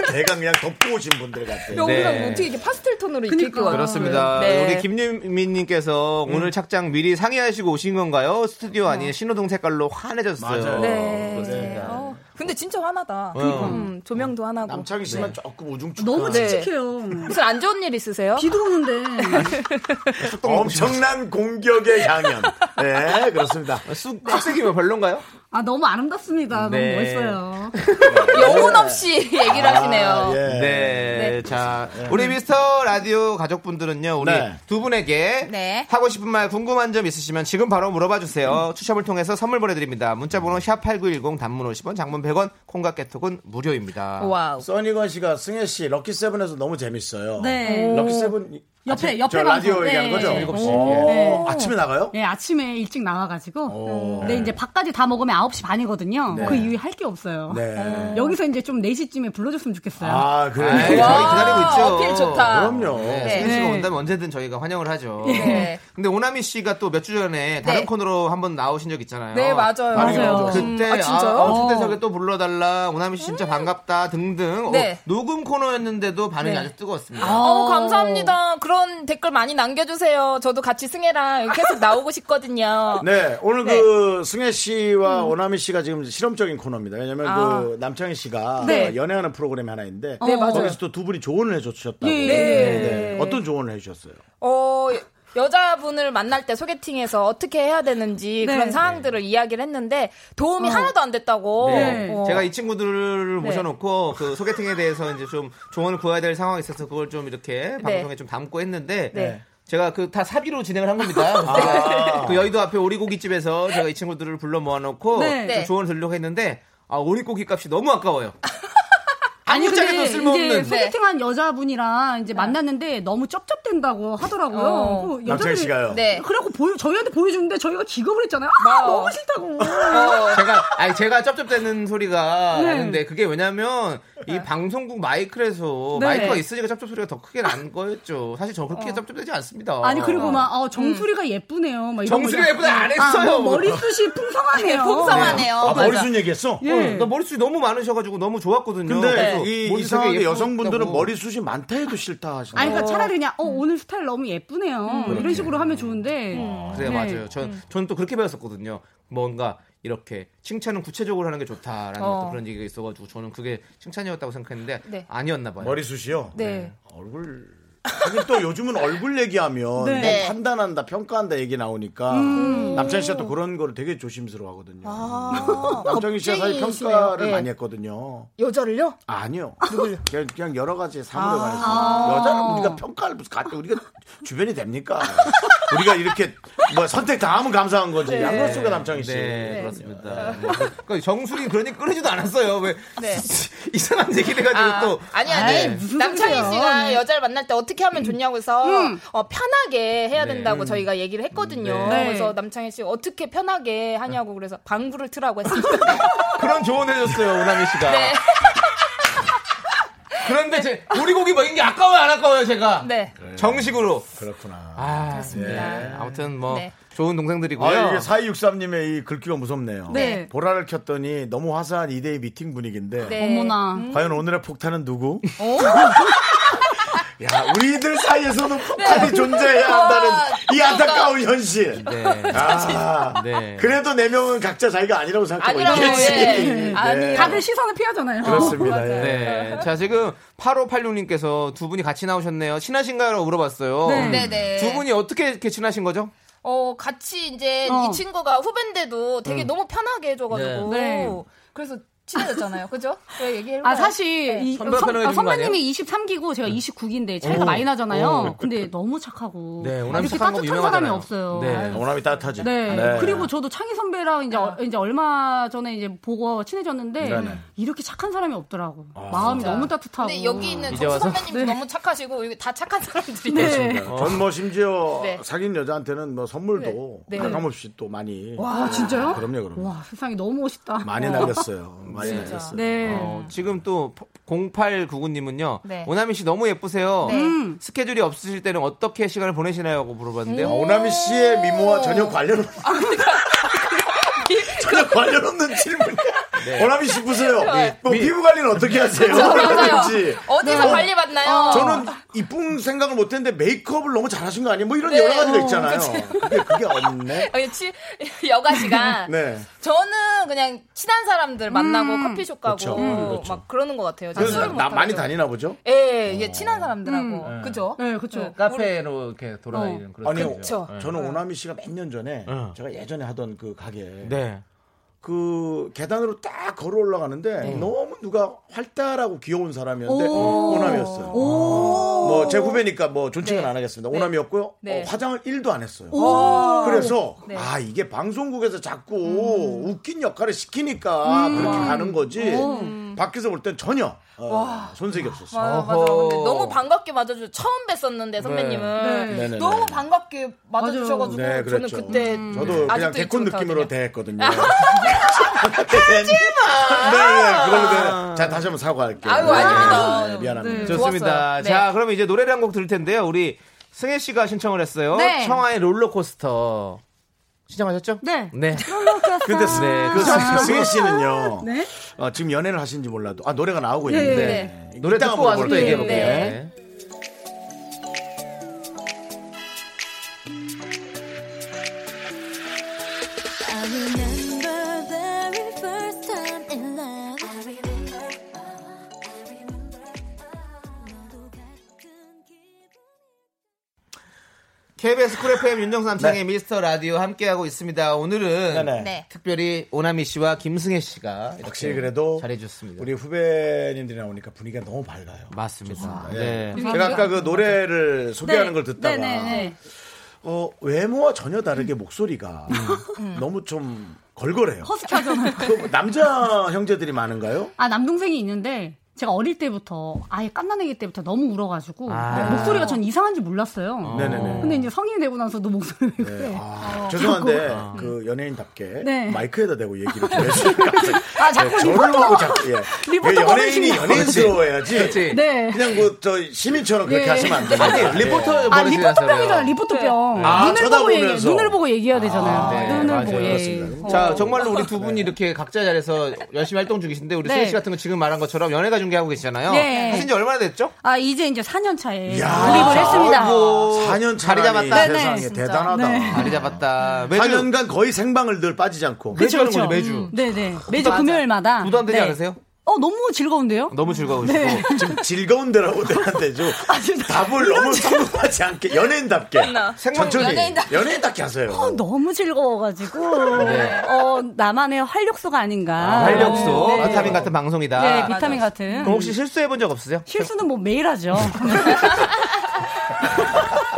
Speaker 1: 대강 그냥 덮고 오신 분들 같아요.
Speaker 8: 여기가
Speaker 2: 네.
Speaker 8: 뭐 어떻게 이게 파스텔 톤으로 이렇게
Speaker 6: 그니까.
Speaker 8: 입고 왔어요.
Speaker 2: 그렇습니다.
Speaker 8: 네.
Speaker 2: 우리 김유민님께서 오늘 착장 미리 상의하시고 오신 건가요? 스튜디오 아닌 신호등 색깔로 환해졌어요.
Speaker 1: 맞아요.
Speaker 8: 음. 네.
Speaker 2: 그렇습니다.
Speaker 6: 어.
Speaker 8: 근데 진짜 화나다.
Speaker 2: 그러니까.
Speaker 8: 음, 조명도 화나고.
Speaker 1: 남창희 씨만 조금 우중충.
Speaker 6: 너무
Speaker 8: 네.
Speaker 6: 칙칙해요.
Speaker 8: 무슨 안 좋은 일 있으세요?
Speaker 6: 비도 오는데.
Speaker 1: 엄청난 공격의 양현. 네, 그렇습니다.
Speaker 2: 쑥 쑥색이면 별론가요?
Speaker 6: 아, 너무 아름답습니다.
Speaker 2: 네.
Speaker 6: 너무 멋있어요.
Speaker 8: 영혼 없이 얘기를 하시네요.
Speaker 1: 아, 예.
Speaker 2: 어. 네. 자, 우리 미스터 라디오 가족분들은요, 우리
Speaker 1: 네.
Speaker 2: 두 분에게
Speaker 8: 네.
Speaker 2: 하고 싶은 말, 궁금한 점 있으시면 지금 바로 물어봐 주세요.
Speaker 8: 음.
Speaker 2: 추첨을 통해서 선물 보내드립니다. 문자번호 샵8910 단문 50원, 장문 100원, 콩과 깨톡은 무료입니다.
Speaker 8: 와우.
Speaker 1: 써니건 씨가 승혜 씨 럭키 세븐에서 너무 재밌어요.
Speaker 6: 네.
Speaker 8: 음.
Speaker 1: 럭키 세븐
Speaker 6: 옆에,
Speaker 1: 아침-
Speaker 6: 옆에
Speaker 1: 저 라디오
Speaker 6: 방송.
Speaker 1: 얘기하는
Speaker 6: 네.
Speaker 1: 거죠?
Speaker 6: 일곱 시.
Speaker 1: 오,
Speaker 6: 네.
Speaker 1: 아침에 나가요? 어,
Speaker 6: 예, 아침에 일찍 나와가지고. 음, 네.
Speaker 1: 오.
Speaker 6: 근데 이제 밥까지 다 먹으면 9시 반이거든요. 그 이후에 할 게 없어요.
Speaker 1: 네.
Speaker 6: 여기서 이제 좀 4시쯤에 불러줬으면 좋겠어요.
Speaker 1: 아,
Speaker 2: 아,
Speaker 1: 그래.
Speaker 2: 저희 기다리고 있죠.
Speaker 8: 어필 좋다.
Speaker 1: 그럼요.
Speaker 2: 네, 승현 씨가
Speaker 6: 네.
Speaker 2: 온다면 언제든 저희가 환영을 하죠.
Speaker 8: 네.
Speaker 2: 근데 오나미 씨가 또 몇 주 전에 다른
Speaker 8: 네.
Speaker 2: 코너로 한번 나오신 적 있잖아요.
Speaker 8: 네, 맞아요.
Speaker 6: 맞아요.
Speaker 2: 그때
Speaker 8: 아, 진짜요?
Speaker 2: 아, 초대석에 또 불러달라. 오나미 씨 진짜 반갑다 등등. 어,
Speaker 8: 네.
Speaker 2: 녹음 코너였는데도 반응이
Speaker 8: 네.
Speaker 2: 아주 뜨거웠습니다.
Speaker 8: 어, 감사합니다. 그런 댓글 많이 남겨주세요. 저도 같이 승혜랑 계속 나오고 싶거든요.
Speaker 1: 네, 오늘 그 승혜
Speaker 6: 음.
Speaker 1: 씨와 오나미 씨가 지금 실험적인 코너입니다. 왜냐면
Speaker 8: 아.
Speaker 1: 그 남창희 씨가
Speaker 8: 네.
Speaker 1: 연애하는 프로그램이 하나 있는데
Speaker 8: 네, 맞아요.
Speaker 1: 거기서 또 두 분이 조언을 해주셨다고.
Speaker 6: 어, 예.
Speaker 1: 네. 어떤 조언을 해주셨어요?
Speaker 8: 어, 여자분을 만날 때 소개팅에서 어떻게 해야 되는지
Speaker 6: 네. 어.
Speaker 8: 그런 상황들을 이야기를 했는데 도움이 하나도 안 됐다고.
Speaker 2: 네.
Speaker 8: 어. 네.
Speaker 2: 제가 이 친구들을 모셔놓고 그 소개팅에 대해서 이제 좀 조언을 구해야 될 상황이 있어서 그걸 좀 이렇게 방송에 좀 담고 했는데
Speaker 8: 네. 아.
Speaker 2: 제가 그 다 사비로 진행을 한 겁니다. 제가 그 여의도 앞에 오리고기집에서 제가 이 친구들을 불러 모아놓고
Speaker 6: 네.
Speaker 2: 좀 조언을 드리려고 했는데 아, 오리고기 값이 너무 아까워요.
Speaker 6: 아니
Speaker 2: 아무짝에도
Speaker 6: 근데
Speaker 2: 쓸모없는.
Speaker 6: 이제 소개팅한 여자분이랑 이제 만났는데 너무 쩝쩝댄다고 하더라고요.
Speaker 8: 어.
Speaker 6: 그
Speaker 1: 남창희 씨가요.
Speaker 8: 네.
Speaker 6: 그래갖고 보여, 저희한테 보여주는데 저희가 기겁을 했잖아요. 아,
Speaker 8: 맞아.
Speaker 6: 너무 싫다고.
Speaker 2: 제가 아니 제가 쩝쩝대는 소리가
Speaker 6: 네.
Speaker 2: 나는데 그게 왜냐면 이 방송국 마이크에서
Speaker 6: 네. 어.
Speaker 2: 마이크가 있으니까 쩝쩝 소리가 더 크게 난 거였죠. 사실 저 그렇게 쩝쩝대지 않습니다.
Speaker 6: 아니 그리고 막 어, 정수리가 예쁘네요. 막 이런
Speaker 2: 정수리가
Speaker 6: 거.
Speaker 2: 예쁘다 안 했어요.
Speaker 6: 아, 뭐 머리숱이 풍성하네요.
Speaker 8: 풍성하네요.
Speaker 1: 아,
Speaker 8: 맞아.
Speaker 1: 머리숱 얘기했어?
Speaker 6: 예. 네.
Speaker 2: 어, 나 머리숱이 너무 많으셔가지고 너무 좋았거든요.
Speaker 1: 근데
Speaker 2: 그래서
Speaker 1: 이,
Speaker 2: 머리숱이
Speaker 1: 이상하게
Speaker 2: 예쁘다고.
Speaker 1: 여성분들은 머리숱이 많다 해도 싫다 하시는
Speaker 6: 네. 아니 그러니까 차라리 그냥 어 오늘 스타일 너무 예쁘네요. 이런 식으로 하면 좋은데.
Speaker 2: 그래
Speaker 6: 네.
Speaker 2: 맞아요. 전 저는 또 그렇게 배웠었거든요. 뭔가 이렇게 칭찬은 구체적으로 하는 게 좋다라는
Speaker 8: 어.
Speaker 2: 또 그런 얘기가 있어가지고 저는 그게 칭찬이었다고 생각했는데
Speaker 8: 네.
Speaker 2: 아니었나 봐요.
Speaker 1: 머리숱이요?
Speaker 8: 네.
Speaker 1: 얼굴. 하긴 또 요즘은 얼굴 얘기하면
Speaker 8: 네.
Speaker 1: 뭐 판단한다, 평가한다 얘기 나오니까
Speaker 8: 음.
Speaker 1: 남창희 씨가 또 그런 거를 되게 조심스러워 하거든요. 남창희 씨가 사실
Speaker 8: 아, 겁쟁이시네요.
Speaker 1: 평가를
Speaker 8: 네.
Speaker 1: 많이 했거든요.
Speaker 8: 여자를요?
Speaker 1: 아니요. 그냥, 그냥 여러 가지
Speaker 8: 아.
Speaker 1: 사물에 관해서. 여자를 우리가 평가를 무슨 가, 우리가 주변이 됩니까? 우리가 이렇게 뭐 선택 당하면 감사한 거지.
Speaker 8: 네.
Speaker 1: 안 그렇습니까, 남창희 씨? 아.
Speaker 2: 네, 그렇습니다. 뭐, 그러니까 정수리 그런 얘기 끊어지도 않았어요. 왜 이상한 얘기를 해가지고
Speaker 8: 네. 아,
Speaker 2: 또
Speaker 8: 아니 아니
Speaker 2: 네.
Speaker 8: 남창희
Speaker 6: 소리예요?
Speaker 8: 씨가 여자를 만날 때 어떻게
Speaker 6: 음.
Speaker 8: 하면 좋냐고 해서 어, 편하게 해야
Speaker 2: 네.
Speaker 8: 된다고 저희가 얘기를 했거든요.
Speaker 6: 네.
Speaker 8: 그래서 남창희 씨 어떻게 편하게 하냐고 그래서 방구를 틀라고 했습니다.
Speaker 2: 그런 조언 해줬어요 오나미 씨가.
Speaker 8: 네.
Speaker 2: 그런데 제 오리고기 먹인 게 아까워요 안 아까워요 제가.
Speaker 8: 네.
Speaker 2: 정식으로.
Speaker 1: 그렇구나.
Speaker 2: 아, 네. 아무튼 뭐
Speaker 8: 네.
Speaker 2: 좋은 동생들이고요.
Speaker 1: 아, 이게 4263님의 이 글귀가 무섭네요.
Speaker 6: 네.
Speaker 1: 보라를 켰더니 너무 화사한 2대2 미팅 분위기인데.
Speaker 8: 네.
Speaker 6: 어머나.
Speaker 1: 과연 오늘의 폭탄은 누구? 야, 우리들 사이에서도
Speaker 8: 네.
Speaker 1: 폭탄이 존재해야 한다는
Speaker 8: 아,
Speaker 1: 이
Speaker 8: 그러니까.
Speaker 1: 안타까운 현실.
Speaker 2: 네.
Speaker 1: 아,
Speaker 2: 네.
Speaker 1: 그래도 네 명은 각자 자기가 아니라고 생각하고
Speaker 8: 아니라고
Speaker 1: 있겠지. 네.
Speaker 8: 예. 어, 아니
Speaker 6: 다들 시선을 피하잖아요.
Speaker 1: 그렇습니다. 예.
Speaker 2: 네. 자, 지금 8586님께서 두 분이 같이 나오셨네요. 친하신가요?라고 물어봤어요.
Speaker 8: 네, 네.
Speaker 2: 두 분이 어떻게 이렇게 친하신 거죠?
Speaker 8: 어 같이 이제
Speaker 6: 어. 음.
Speaker 8: 이 친구가 후배인데도 되게 너무 편하게 해줘가지고
Speaker 6: 네. 네.
Speaker 8: 그래서 친해졌잖아요. 그죠? 왜 얘기해?
Speaker 6: 아 사실
Speaker 8: 네.
Speaker 6: 이
Speaker 2: 선배가 편하게 해준 거 음.
Speaker 6: 선, 배님이 23기고 제가 29기인데 차이가
Speaker 2: 오.
Speaker 6: 많이 나잖아요. 근데 너무 착하고
Speaker 2: 네, 오남이
Speaker 6: 이렇게
Speaker 2: 착한 거
Speaker 6: 따뜻한 사람이
Speaker 2: 유명하잖아요.
Speaker 6: 없어요.
Speaker 2: 네.
Speaker 1: 원함이 따뜻하지.
Speaker 6: 네. 그리고 저도 창희 선배랑 이제,
Speaker 8: 네.
Speaker 6: 어- 이제 얼마 전에 이제 보고 친해졌는데
Speaker 1: 네네.
Speaker 6: 이렇게 착한 사람이 없더라고.
Speaker 2: 아,
Speaker 6: 마음이 너무 따뜻하고.
Speaker 8: 근데 여기 있는
Speaker 2: 이제
Speaker 8: 정수
Speaker 2: 와서?
Speaker 8: 선배님도 너무 착하시고 여기 다 착한 사람들이
Speaker 6: 네.
Speaker 1: 전뭐 심지어
Speaker 8: 네.
Speaker 1: 사귄 여자한테는 뭐 선물도
Speaker 8: 네. 네.
Speaker 1: 가감없이 또 많이.
Speaker 6: 와 진짜요?
Speaker 1: 그럼요, 그럼요.
Speaker 6: 와 세상에 너무 멋있다.
Speaker 1: 많이 날렸어요. 많이 날렸어요.
Speaker 6: 네.
Speaker 2: 어, 지금 또 0899님은요.
Speaker 8: 네.
Speaker 2: 오나미 씨 너무 예쁘세요.
Speaker 8: 네.
Speaker 6: 음.
Speaker 2: 스케줄이 없으실 때는 어떻게 시간을 보내시나요고 물어봤는데요.
Speaker 1: 오나미
Speaker 8: 어. 아,
Speaker 1: 씨의 미모와 전혀 관련 없는 전혀 관련 없는 질문. 원아미 씨 보세요.
Speaker 8: 네.
Speaker 1: 뭐 피부 관리는 어떻게 하세요?
Speaker 8: 맞아요.
Speaker 1: 그렇지.
Speaker 6: 네.
Speaker 8: 어디서 관리 받나요?
Speaker 1: 저는 이쁜 생각을 못했는데 메이크업을 너무 잘하신 거 아니에요? 뭐 이런
Speaker 8: 네.
Speaker 1: 여러 가지가
Speaker 8: 어,
Speaker 1: 있잖아요. 그게 그게 없네.
Speaker 8: 아니, 어, 치- 여가 시간.
Speaker 1: 네.
Speaker 8: 저는 그냥 친한 사람들 만나고 커피숍 가고
Speaker 1: 그쵸. 음, 그쵸.
Speaker 8: 막 그러는 것 같아요. 저는
Speaker 1: 그래서
Speaker 8: 술을
Speaker 1: 나
Speaker 8: 못
Speaker 1: 많이 어.
Speaker 8: 하죠.
Speaker 1: 다니나 보죠?
Speaker 8: 예, 이게 친한 사람들하고 음. 그죠?
Speaker 6: 네, 그렇죠.
Speaker 2: 카페로 이렇게
Speaker 8: 어.
Speaker 2: 돌아다니는 그런
Speaker 1: 아니요.
Speaker 2: 스타일이죠. 네.
Speaker 8: 그쵸.
Speaker 1: 저는 오나미 씨가 몇 년 전에
Speaker 2: 어.
Speaker 1: 제가 예전에 하던 그 가게에
Speaker 2: 네.
Speaker 1: 그 계단으로 딱 걸어 올라가는데 너무 누가 활달하고 귀여운 사람이었는데
Speaker 6: 오.
Speaker 1: 오남이었어요. 뭐 제 후배니까 뭐 존칭은 안 하겠습니다. 오남이었고요.
Speaker 8: 네.
Speaker 1: 어, 화장을 1도 안 했어요.
Speaker 6: 오.
Speaker 1: 그래서
Speaker 8: 네.
Speaker 1: 아 이게 방송국에서 자꾸 웃긴 역할을 시키니까 그렇게 가는 거지. 밖에서 볼 땐 전혀 어, 손색이 없었어. 요
Speaker 8: 맞아, 맞아. 근데 너무 반갑게 맞아주셔. 처음 뵀었는데 선배님은
Speaker 6: 네.
Speaker 1: 네네네.
Speaker 8: 너무 반갑게 맞아주셔가지고
Speaker 1: 네,
Speaker 8: 저는
Speaker 1: 그랬죠.
Speaker 8: 그때
Speaker 1: 저도 그냥
Speaker 8: 아직도
Speaker 1: 개콘
Speaker 8: 잊지
Speaker 1: 느낌으로
Speaker 8: 못하거든요. 아,
Speaker 1: 대했거든요. 하지마. 네, 그걸로 대. 자 다시 한번 사과할게요.
Speaker 8: 아유,
Speaker 1: 네,
Speaker 8: 아닙니다.
Speaker 1: 네, 미안합니다.
Speaker 2: 좋습니다.
Speaker 8: 좋았어요. 네.
Speaker 2: 자, 그럼 이제 노래를 한 곡 들을 텐데요. 우리 승혜 씨가 신청을 했어요.
Speaker 6: 네.
Speaker 2: 청하의 롤러코스터. 신청하셨죠?
Speaker 6: 네.
Speaker 2: 네.
Speaker 1: 근데 스-
Speaker 2: 네,
Speaker 1: 그
Speaker 8: 아.
Speaker 2: 그렇습니다.
Speaker 1: 사- 승혜 씨는요.
Speaker 6: 네?
Speaker 1: 어, 지금 연애를 하시는지 몰라도 아 노래가 나오고 있는데
Speaker 8: 네.
Speaker 2: 노래
Speaker 1: 이따가
Speaker 2: 듣고 와서 또
Speaker 1: 물어볼게요.
Speaker 2: 얘기해 볼게요.
Speaker 8: 네.
Speaker 4: I remember very first time in love. I remember, I remember. 너도 가끔 기분
Speaker 2: KBS 쿨 FM 윤정수 남창의 미스터 라디오 함께하고 있습니다. 오늘은
Speaker 1: 네네.
Speaker 8: 네.
Speaker 2: 특별히 오나미 씨와 김승혜 씨가
Speaker 1: 확실히
Speaker 2: 이렇게
Speaker 1: 그래도
Speaker 2: 잘해줬습니다.
Speaker 1: 우리 후배님들이 나오니까 분위기가 너무 밝아요.
Speaker 2: 맞습니다.
Speaker 1: 예.
Speaker 2: 네.
Speaker 1: 제가 아까 그 노래를 소개하는
Speaker 8: 네.
Speaker 1: 걸 듣다가
Speaker 6: 네네네.
Speaker 1: 어, 외모와 전혀 다르게 목소리가 너무 좀 걸걸해요.
Speaker 6: 허스키하잖아요.
Speaker 1: 그 남자 형제들이 많은가요?
Speaker 6: 아 남동생이 있는데 제가 어릴 때부터 아예 깐난애기 때부터 너무 울어가지고
Speaker 2: 아.
Speaker 6: 목소리가 전 이상한지 몰랐어요.
Speaker 1: 아. 네네네.
Speaker 6: 근데 이제 성인이 되고 나서도 목소리 왜 그래?
Speaker 1: 아, 죄송한데
Speaker 2: 어.
Speaker 1: 그 연예인답게
Speaker 6: 네.
Speaker 1: 마이크에다 대고 얘기를 좀 해주니까
Speaker 6: 아 자꾸
Speaker 1: 네, 저를 보고 자꾸 예.
Speaker 6: 리포터
Speaker 1: 왜 연예인이
Speaker 6: 버릇이냐.
Speaker 1: 연예인스러워야지
Speaker 2: 그렇지.
Speaker 6: 네.
Speaker 1: 그냥 그 저 시민처럼 그렇게
Speaker 6: 예.
Speaker 1: 하시면 안 돼요.
Speaker 2: 아니, 리포터
Speaker 6: 아
Speaker 2: 버릇이라서요.
Speaker 6: 리포터병이잖아 리포터병.
Speaker 1: 아,
Speaker 6: 눈을 보고
Speaker 1: 쳐다보면서.
Speaker 6: 얘기 눈을 보고 얘기해야 되잖아요.
Speaker 2: 네,
Speaker 6: 눈을
Speaker 2: 맞아요.
Speaker 6: 보고 얘기.
Speaker 1: 그렇습니다.
Speaker 6: 어.
Speaker 2: 자, 정말로 우리 두 분이 이렇게 각자 자리에서 열심히 활동 중이신데 우리
Speaker 6: 네.
Speaker 2: 승혜 씨 같은 거 지금 말한 것처럼 연예가 중계하고 계시잖아요.
Speaker 6: 네.
Speaker 2: 하신 지 얼마나 됐죠?
Speaker 6: 아 이제 이제 4년 차에
Speaker 1: 이야.
Speaker 6: 독립을 했습니다.
Speaker 2: 아이고.
Speaker 1: 4년
Speaker 2: 자리
Speaker 1: 차라니
Speaker 2: 잡았다.
Speaker 6: 네,
Speaker 1: 세상에
Speaker 6: 네. 진짜.
Speaker 1: 대단하다.
Speaker 2: 자리 잡았다. 매주
Speaker 1: 4년간 거의 생방을 늘 빠지지 않고
Speaker 2: 매주 하는 거죠,
Speaker 6: 그쵸.
Speaker 2: 매주. 아,
Speaker 6: 네네 매주 금요일마다.
Speaker 2: 부담되지
Speaker 6: 네.
Speaker 2: 않으세요?
Speaker 6: 어 너무 즐거운데요?
Speaker 2: 너무 즐거우시고.
Speaker 1: 지금 즐거운 데라고 대한테 좀
Speaker 6: 아,
Speaker 1: 답을 너무 성급하지 않게 연예인답게
Speaker 2: 생방
Speaker 1: 천천히
Speaker 8: 연예인답게.
Speaker 1: 연예인답게 하세요.
Speaker 6: 어, 너무 즐거워가지고 어 나만의 활력소가 아닌가.
Speaker 2: 네. 활력소, 아,
Speaker 6: 네.
Speaker 2: 비타민 같은 방송이다.
Speaker 6: 네, 비타민 같은.
Speaker 2: 그럼 혹시 실수해 본 적 없으세요?
Speaker 6: 실수는 뭐 매일 하죠.
Speaker 2: 네.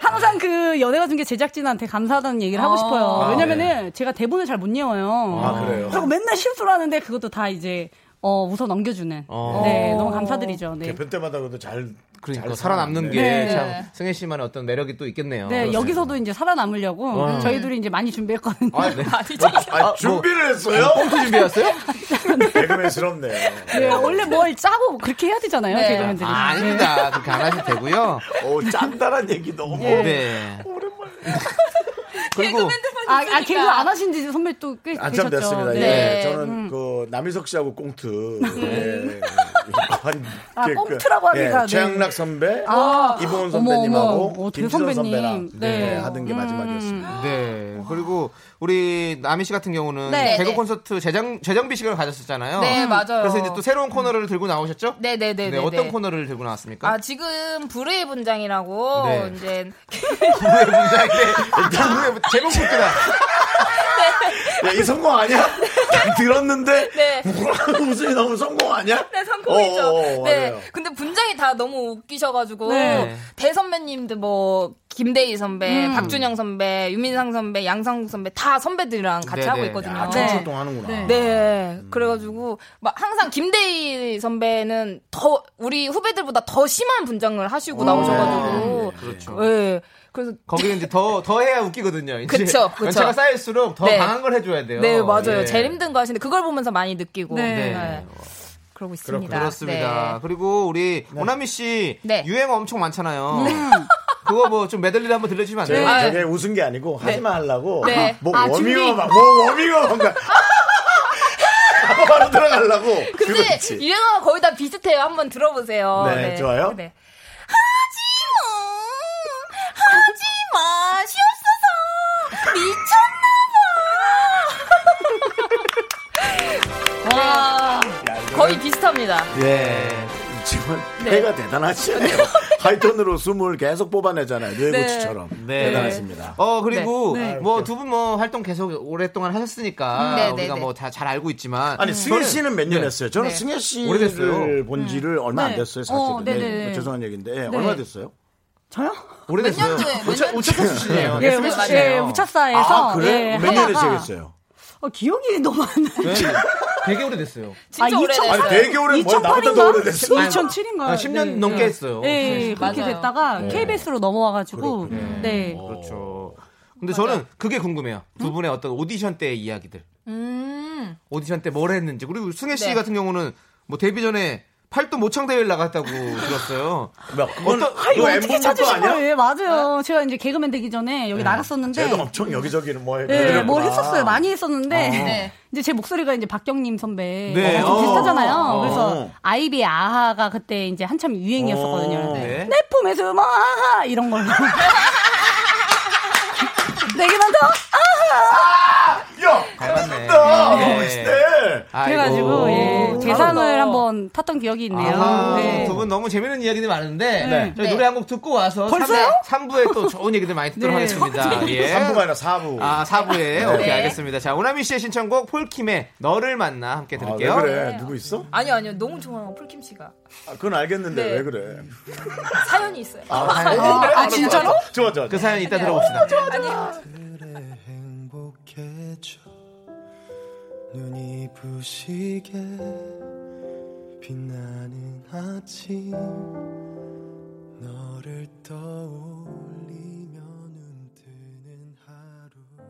Speaker 6: 항상 그 연애가 중계 제작진한테 감사하다는 얘기를
Speaker 2: 아.
Speaker 6: 하고 싶어요.
Speaker 2: 네.
Speaker 6: 왜냐면은 제가 대본을 잘 못 외워요.
Speaker 1: 아, 그래요?
Speaker 6: 그리고 맨날 실수를 하는데 그것도 다 이제 어, 웃어 넘겨주는.
Speaker 2: 어.
Speaker 6: 네, 너무 감사드리죠. 네.
Speaker 1: 개편 때마다 그래도 잘
Speaker 2: 그러니까
Speaker 1: 잘 살아남네.
Speaker 2: 살아남는 게
Speaker 6: 네.
Speaker 2: 참 승혜 씨만의 어떤 매력이 또
Speaker 1: 아,
Speaker 2: 있겠네요.
Speaker 6: 네, 여기서도 이제 살아남으려고 저희 둘이 이제 많이 준비했거든요.
Speaker 2: 아, 네.
Speaker 1: 아,
Speaker 8: 어, 뭐.
Speaker 1: 준비를 했어요?
Speaker 2: 꽁트 준비했어요? 뭐.
Speaker 1: 개그맨스럽네.
Speaker 6: 네, 원래 뭘 짜고 그렇게 해야 되잖아요,
Speaker 8: 네.
Speaker 6: 개그맨들이.
Speaker 2: 아, 아닙니다. 그렇게 안 하셔도 되고요.
Speaker 1: 오, 어, 짠다란 얘기 너무.
Speaker 8: 예.
Speaker 2: 네. 오랜만에. 그리고
Speaker 6: 아, 아, 개그 안 하신 지 선배 또 꽤 되셨죠.
Speaker 1: 한참 됐습니다.
Speaker 6: 네.
Speaker 1: 아, 예. 저는 그 남희석 씨하고 꽁트. 예. 한,
Speaker 6: 아,
Speaker 1: 그-
Speaker 6: 꽁트라고 하니까, 네.
Speaker 1: 최양락 선배,
Speaker 6: 아,
Speaker 1: 이봉훈
Speaker 6: 어머,
Speaker 1: 선배님하고
Speaker 6: 어머, 어,
Speaker 1: 김수현
Speaker 6: 대선배님.
Speaker 1: 선배랑
Speaker 6: 네. 음.
Speaker 1: 예, 하던 게 마지막이었습니다.
Speaker 2: 네. 그리고 우리 남희 씨 같은 경우는
Speaker 8: 네,
Speaker 2: 개그
Speaker 8: 네.
Speaker 2: 콘서트 재정 재정비 시간을 가졌었잖아요.
Speaker 8: 네, 맞아요.
Speaker 2: 그래서 이제 또 새로운 코너를 들고 나오셨죠?
Speaker 8: 네, 네, 네, 네,
Speaker 2: 어떤
Speaker 8: 네.
Speaker 2: 코너를 들고 나왔습니까?
Speaker 8: 아 지금 불의 분장이라고
Speaker 2: 네.
Speaker 8: 이제
Speaker 2: 불의 분장인데 일단 불의 분- 제목부터다.
Speaker 1: 야, 이 성공 아니야? 들었는데
Speaker 8: 네.
Speaker 1: 웃음이 너무 성공 아니야?
Speaker 8: 네, 성공이죠.
Speaker 1: 어, 어, 어,
Speaker 8: 네.
Speaker 1: 맞아요.
Speaker 8: 근데 분장이 다 너무 웃기셔가지고
Speaker 6: 네. 음.
Speaker 8: 대 선배님들 뭐 김대희 선배, 박준영 선배, 유민상 선배, 양상국 선배 다 선배들이랑 같이
Speaker 2: 네,
Speaker 8: 하고
Speaker 2: 네.
Speaker 8: 있거든요.
Speaker 1: 야,
Speaker 6: 네.
Speaker 1: 정출동 하는구나.
Speaker 6: 네.
Speaker 8: 네. 그래가지고 막 항상 김대희 선배는 더 우리 후배들보다 더 심한 분장을 하시고 나오셔가지고 네.
Speaker 2: 그렇죠.
Speaker 8: 그래서
Speaker 2: 거기는 이제 더, 더 해야 웃기거든요. 이제
Speaker 8: 그쵸, 그쵸.
Speaker 2: 연차가 쌓일수록 더
Speaker 8: 네.
Speaker 2: 강한 걸 해줘야 돼요.
Speaker 8: 네 맞아요.
Speaker 2: 예.
Speaker 8: 제일 힘든 거 하시는데 그걸 보면서 많이 느끼고
Speaker 6: 네.
Speaker 8: 네.
Speaker 2: 네.
Speaker 8: 그러고 있습니다.
Speaker 2: 그렇습니다.
Speaker 8: 네.
Speaker 2: 그리고 우리 오나미 씨
Speaker 8: 네. 음.
Speaker 2: 유행어 엄청 많잖아요. 그거 뭐 좀 메들리를 한번 들려주시면 안
Speaker 1: 제,
Speaker 2: 돼요?
Speaker 8: 아.
Speaker 1: 저게 웃은 게 아니고 하지마 하려고
Speaker 8: 네.
Speaker 1: 뭐
Speaker 6: 아, 준비.
Speaker 1: 워밍업 뭐 워밍업 한거
Speaker 9: 바로 들어가려고.
Speaker 8: 근데
Speaker 9: 그렇지.
Speaker 8: 이래가 거의 다 비슷해요. 한번 들어보세요.
Speaker 1: 네, 좋아요.
Speaker 8: 네. 하지마, 하지마, 시없어서 미쳤나봐. 와, 거의 비슷합니다.
Speaker 1: 예. 지금
Speaker 8: 네.
Speaker 1: 해가 대단하시네요. 하이톤으로 숨을 계속 뽑아내잖아요. 뇌구치처럼.
Speaker 2: 네.
Speaker 1: 대단하십니다.
Speaker 2: 어 그리고
Speaker 1: 네.
Speaker 2: 뭐 두 분 뭐 활동 계속 오랫동안 하셨으니까
Speaker 8: 음, 네,
Speaker 2: 우리가
Speaker 8: 네, 음.
Speaker 2: 뭐 다 잘 알고 있지만
Speaker 1: 아니 승혜
Speaker 2: 저는-
Speaker 1: 음. 씨는 몇 년
Speaker 2: 네.
Speaker 1: 했어요? 저는
Speaker 8: 네.
Speaker 1: 승혜 씨를
Speaker 2: 오래됐어요.
Speaker 1: 본 지를 얼마 안
Speaker 6: 네.
Speaker 1: 됐어요,
Speaker 6: 어,
Speaker 1: 사실은.
Speaker 6: 네네.
Speaker 1: 네, 죄송한 얘기인데 예, 얼마 됐어요?
Speaker 6: 저요?
Speaker 2: 오래됐어요. 네,
Speaker 8: 몇 년도에, 네, 몇
Speaker 2: 우차 우차사 출신이에요.
Speaker 6: 예,
Speaker 2: SBS
Speaker 6: 우- 예,
Speaker 2: 출신이에요.
Speaker 6: 우차사에서
Speaker 1: 아 그래?
Speaker 6: 예,
Speaker 1: 몇 년에
Speaker 6: 하다가
Speaker 1: 시작했어요?
Speaker 6: 어, 기억이 너무 안 나.
Speaker 2: 네. 되게 오래됐어요.
Speaker 6: 아,
Speaker 8: 진짜
Speaker 6: 2008
Speaker 8: 오래됐어요.
Speaker 1: 아니, 되게 오래 뭐 나보다 더 오래됐어.
Speaker 6: 2007인가?
Speaker 2: 아, 10년 넘게 했어요.
Speaker 6: 예, 예, 그렇게
Speaker 8: 맞아요.
Speaker 6: 됐다가
Speaker 1: 네.
Speaker 6: KBS로 넘어와가지고 네.
Speaker 2: 그렇죠. 근데 저는 그게 궁금해요. 두 분의 어떤 오디션 때의 이야기들.
Speaker 8: 음,
Speaker 2: 오디션 때 뭘 했는지. 그리고 승혜 씨
Speaker 8: 네.
Speaker 2: 같은 경우는 뭐 데뷔 전에 팔도 모창 대회를 나갔다고 들었어요.
Speaker 1: 야, 그건
Speaker 2: 어떤-
Speaker 1: 그거
Speaker 6: 이거
Speaker 1: 뭐, 엠본부
Speaker 6: 어떻게
Speaker 1: 거
Speaker 6: 찾으신
Speaker 1: 아니야? 네.
Speaker 6: 거예요? 예, 맞아요. 제가 이제 개그맨 되기 전에 여기 나갔었는데
Speaker 1: 쟤도 엄청 여기저기를 뭐 해.
Speaker 6: 네,
Speaker 1: 그랬구나.
Speaker 6: 뭘 했었어요. 많이 했었는데
Speaker 8: 네.
Speaker 6: 이제 제 목소리가 이제 박경림 선배
Speaker 2: 네.
Speaker 6: 좀
Speaker 2: 어.
Speaker 6: 비슷하잖아요.
Speaker 2: 어.
Speaker 6: 그래서 아이비 의 아하가 그때 이제 한참 유행이었었거든요.
Speaker 1: 어.
Speaker 2: 네.
Speaker 6: 내 품에 숨어 아하 이런 걸로. 내게만 더
Speaker 1: 야,
Speaker 2: 닮았네.
Speaker 1: 닮았다.
Speaker 2: 네.
Speaker 1: 너무 멋있네.
Speaker 2: 아이고.
Speaker 6: 그래가지고 예,
Speaker 8: 잘한다.
Speaker 6: 대상을 한번 탔던 기억이 있네요.
Speaker 2: 아하,
Speaker 6: 네.
Speaker 2: 두분 너무 재밌는 이야기들 많은데
Speaker 1: 네.
Speaker 2: 저희
Speaker 8: 네.
Speaker 2: 노래 한 곡 듣고 와서
Speaker 6: 벌써요?
Speaker 2: 3부에 또 좋은 얘기들 많이 듣도록
Speaker 6: 네.
Speaker 2: 하겠습니다. 예.
Speaker 1: 3부가 아니라 4부.
Speaker 2: 아, 4부에. 오케이,
Speaker 8: 네.
Speaker 2: 알겠습니다. 자, 오나미 씨의 신청곡 폴킴의 너를 만나 함께
Speaker 1: 아,
Speaker 2: 들을게요.
Speaker 1: 왜
Speaker 6: 네.
Speaker 1: 그래? 누구 있어?
Speaker 8: 아니요, 아니요. 너무 좋아요, 풀김치가.
Speaker 1: 아, 그건 알겠는데
Speaker 8: 네.
Speaker 1: 왜 그래?
Speaker 8: 사연이 있어요.
Speaker 1: 아, 진짜로? 좋아, 좋아.
Speaker 2: 그
Speaker 1: 좋아.
Speaker 2: 사연
Speaker 6: 네.
Speaker 2: 이따 들어봅시다.
Speaker 7: 그래 행복해져 눈이 부시게 빛나는 아침 너를 떠올리며 눈 뜨는 하루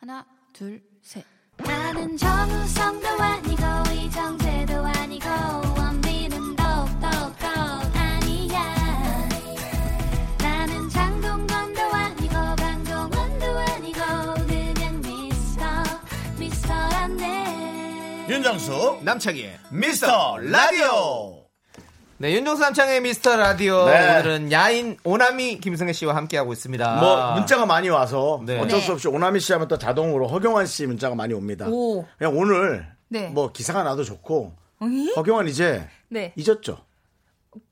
Speaker 8: 하나, 둘, 셋.
Speaker 4: 나는 정우성도 아니고 이정재도 아니고 원빈은 더욱더 아니야 나는 장동건도 아니고 강동원도 아니고 그냥 미스터 미스터란데
Speaker 1: 윤정수,
Speaker 2: 남창희의
Speaker 1: 미스터 라디오.
Speaker 2: 네, 윤종수 남창의 미스터 라디오.
Speaker 1: 네.
Speaker 2: 오늘은 야인 오나미 김승혜 씨와 함께하고 있습니다.
Speaker 1: 뭐 문자가 많이 와서
Speaker 2: 아. 네.
Speaker 1: 어쩔 수 없이 오나미 씨하면 또 자동으로 허경환 씨 문자가 많이 옵니다.
Speaker 8: 오.
Speaker 1: 그냥 오늘
Speaker 8: 네.
Speaker 1: 뭐 기사가 나도 좋고 허경환 이제
Speaker 8: 네.
Speaker 1: 잊었죠.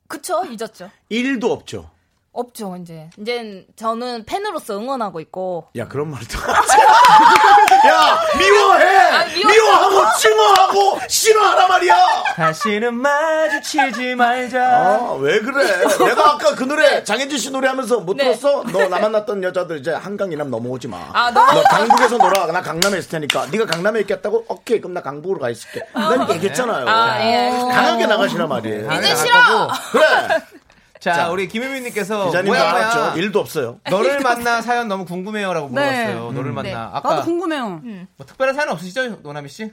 Speaker 8: 그쵸, 잊었죠.
Speaker 1: 일도 없죠.
Speaker 8: 없죠, 이제. 이제 저는 팬으로서 응원하고 있고.
Speaker 1: 야 그런 말을 또 하지 마. 야 미워해
Speaker 8: 미워-
Speaker 1: 미워하고 증오하고 싫어하라 말이야
Speaker 2: 다시는 마주치지 말자.
Speaker 1: 아 왜 그래 내가 아까 그 노래 장현진 씨 노래하면서 못
Speaker 8: 네.
Speaker 1: 들었어 너 나 만났던 여자들 이제 한강 이남 넘어오지 마
Speaker 8: 아,
Speaker 1: 너
Speaker 8: 너무-
Speaker 1: 강북에서 놀아 나 강남에 있을 테니까 네가 강남에 있겠다고 오케이 그럼 나 강북으로 가 있을게 난 이렇게 얘기했잖아요
Speaker 8: 아, 예.
Speaker 1: 강하게 나가시라 말이에요
Speaker 8: 이제
Speaker 2: 나갈
Speaker 8: 싫어!
Speaker 1: 그래
Speaker 2: 자,
Speaker 1: 자,
Speaker 2: 우리 김혜민님께서
Speaker 1: 기자님도
Speaker 2: 아, 뭐야, 뭐야.
Speaker 1: 알았죠 일도 없어요
Speaker 2: 너를 만나 사연 너무 궁금해요라고
Speaker 6: 네.
Speaker 2: 물어봤어요.
Speaker 1: 음.
Speaker 2: 너를 만나.
Speaker 8: 네.
Speaker 2: 아까
Speaker 6: 나도 궁금해요.
Speaker 2: 뭐 특별한 사연 없으시죠, 오나미 씨?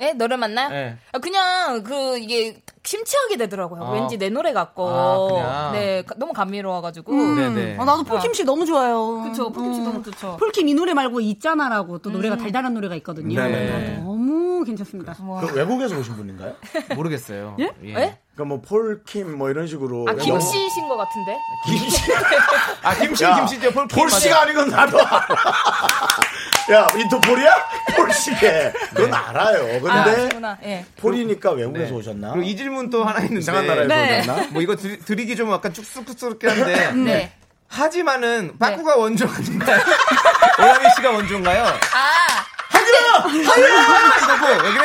Speaker 8: 예, 너를 만나요?
Speaker 2: 예.
Speaker 8: 아, 그냥 그 이게 심취하게 되더라고요.
Speaker 2: 아.
Speaker 8: 왠지 내 노래 같고.
Speaker 2: 아, 그냥. 음.
Speaker 8: 네, 가- 너무 감미로워가지고.
Speaker 2: 네네.
Speaker 6: 아,
Speaker 1: 그러니까
Speaker 6: 나도 폴킴 씨 너무 좋아요. 음.
Speaker 8: 그쵸, 푸김씨 너무 좋죠. 음.
Speaker 6: 폴킴 이 노래 말고 있잖아라고 또 노래가 달달한 노래가 있거든요.
Speaker 2: 네.
Speaker 6: 너무 괜찮습니다.
Speaker 1: 그 외국에서 오신 분인가요?
Speaker 2: 모르겠어요. 예?
Speaker 1: 그러니까 뭐 폴킴 뭐 이런 식으로
Speaker 2: 네,
Speaker 8: 아, 김씨신 것 같은데?
Speaker 1: 김씨
Speaker 2: 아, 김씨,
Speaker 1: 야,
Speaker 2: 김씨죠. 폴킴.
Speaker 1: 폴씨가
Speaker 2: 맞아요.
Speaker 1: 아니건 나도 알아. 야, 인터폴이야? 폴씨게. 그건
Speaker 2: 네.
Speaker 1: 알아요.
Speaker 8: 아,
Speaker 1: 근데
Speaker 8: 아시구나. 예.
Speaker 1: 폴이니까 외국에서 오셨나?
Speaker 2: 그 그리고 이 질문 또 하나 있는데.
Speaker 1: 이상한 나라에서
Speaker 6: 네.
Speaker 1: 오셨나?
Speaker 2: 뭐 이거 드, 드리기 좀 약간 쭉쑥쑥스럽긴 한데.
Speaker 8: 네.
Speaker 2: 하지만은 빠꾸가 원조 아닌가요? 오나미 씨가 원조인가요?
Speaker 8: 아,
Speaker 2: 하지만고 왜 그래?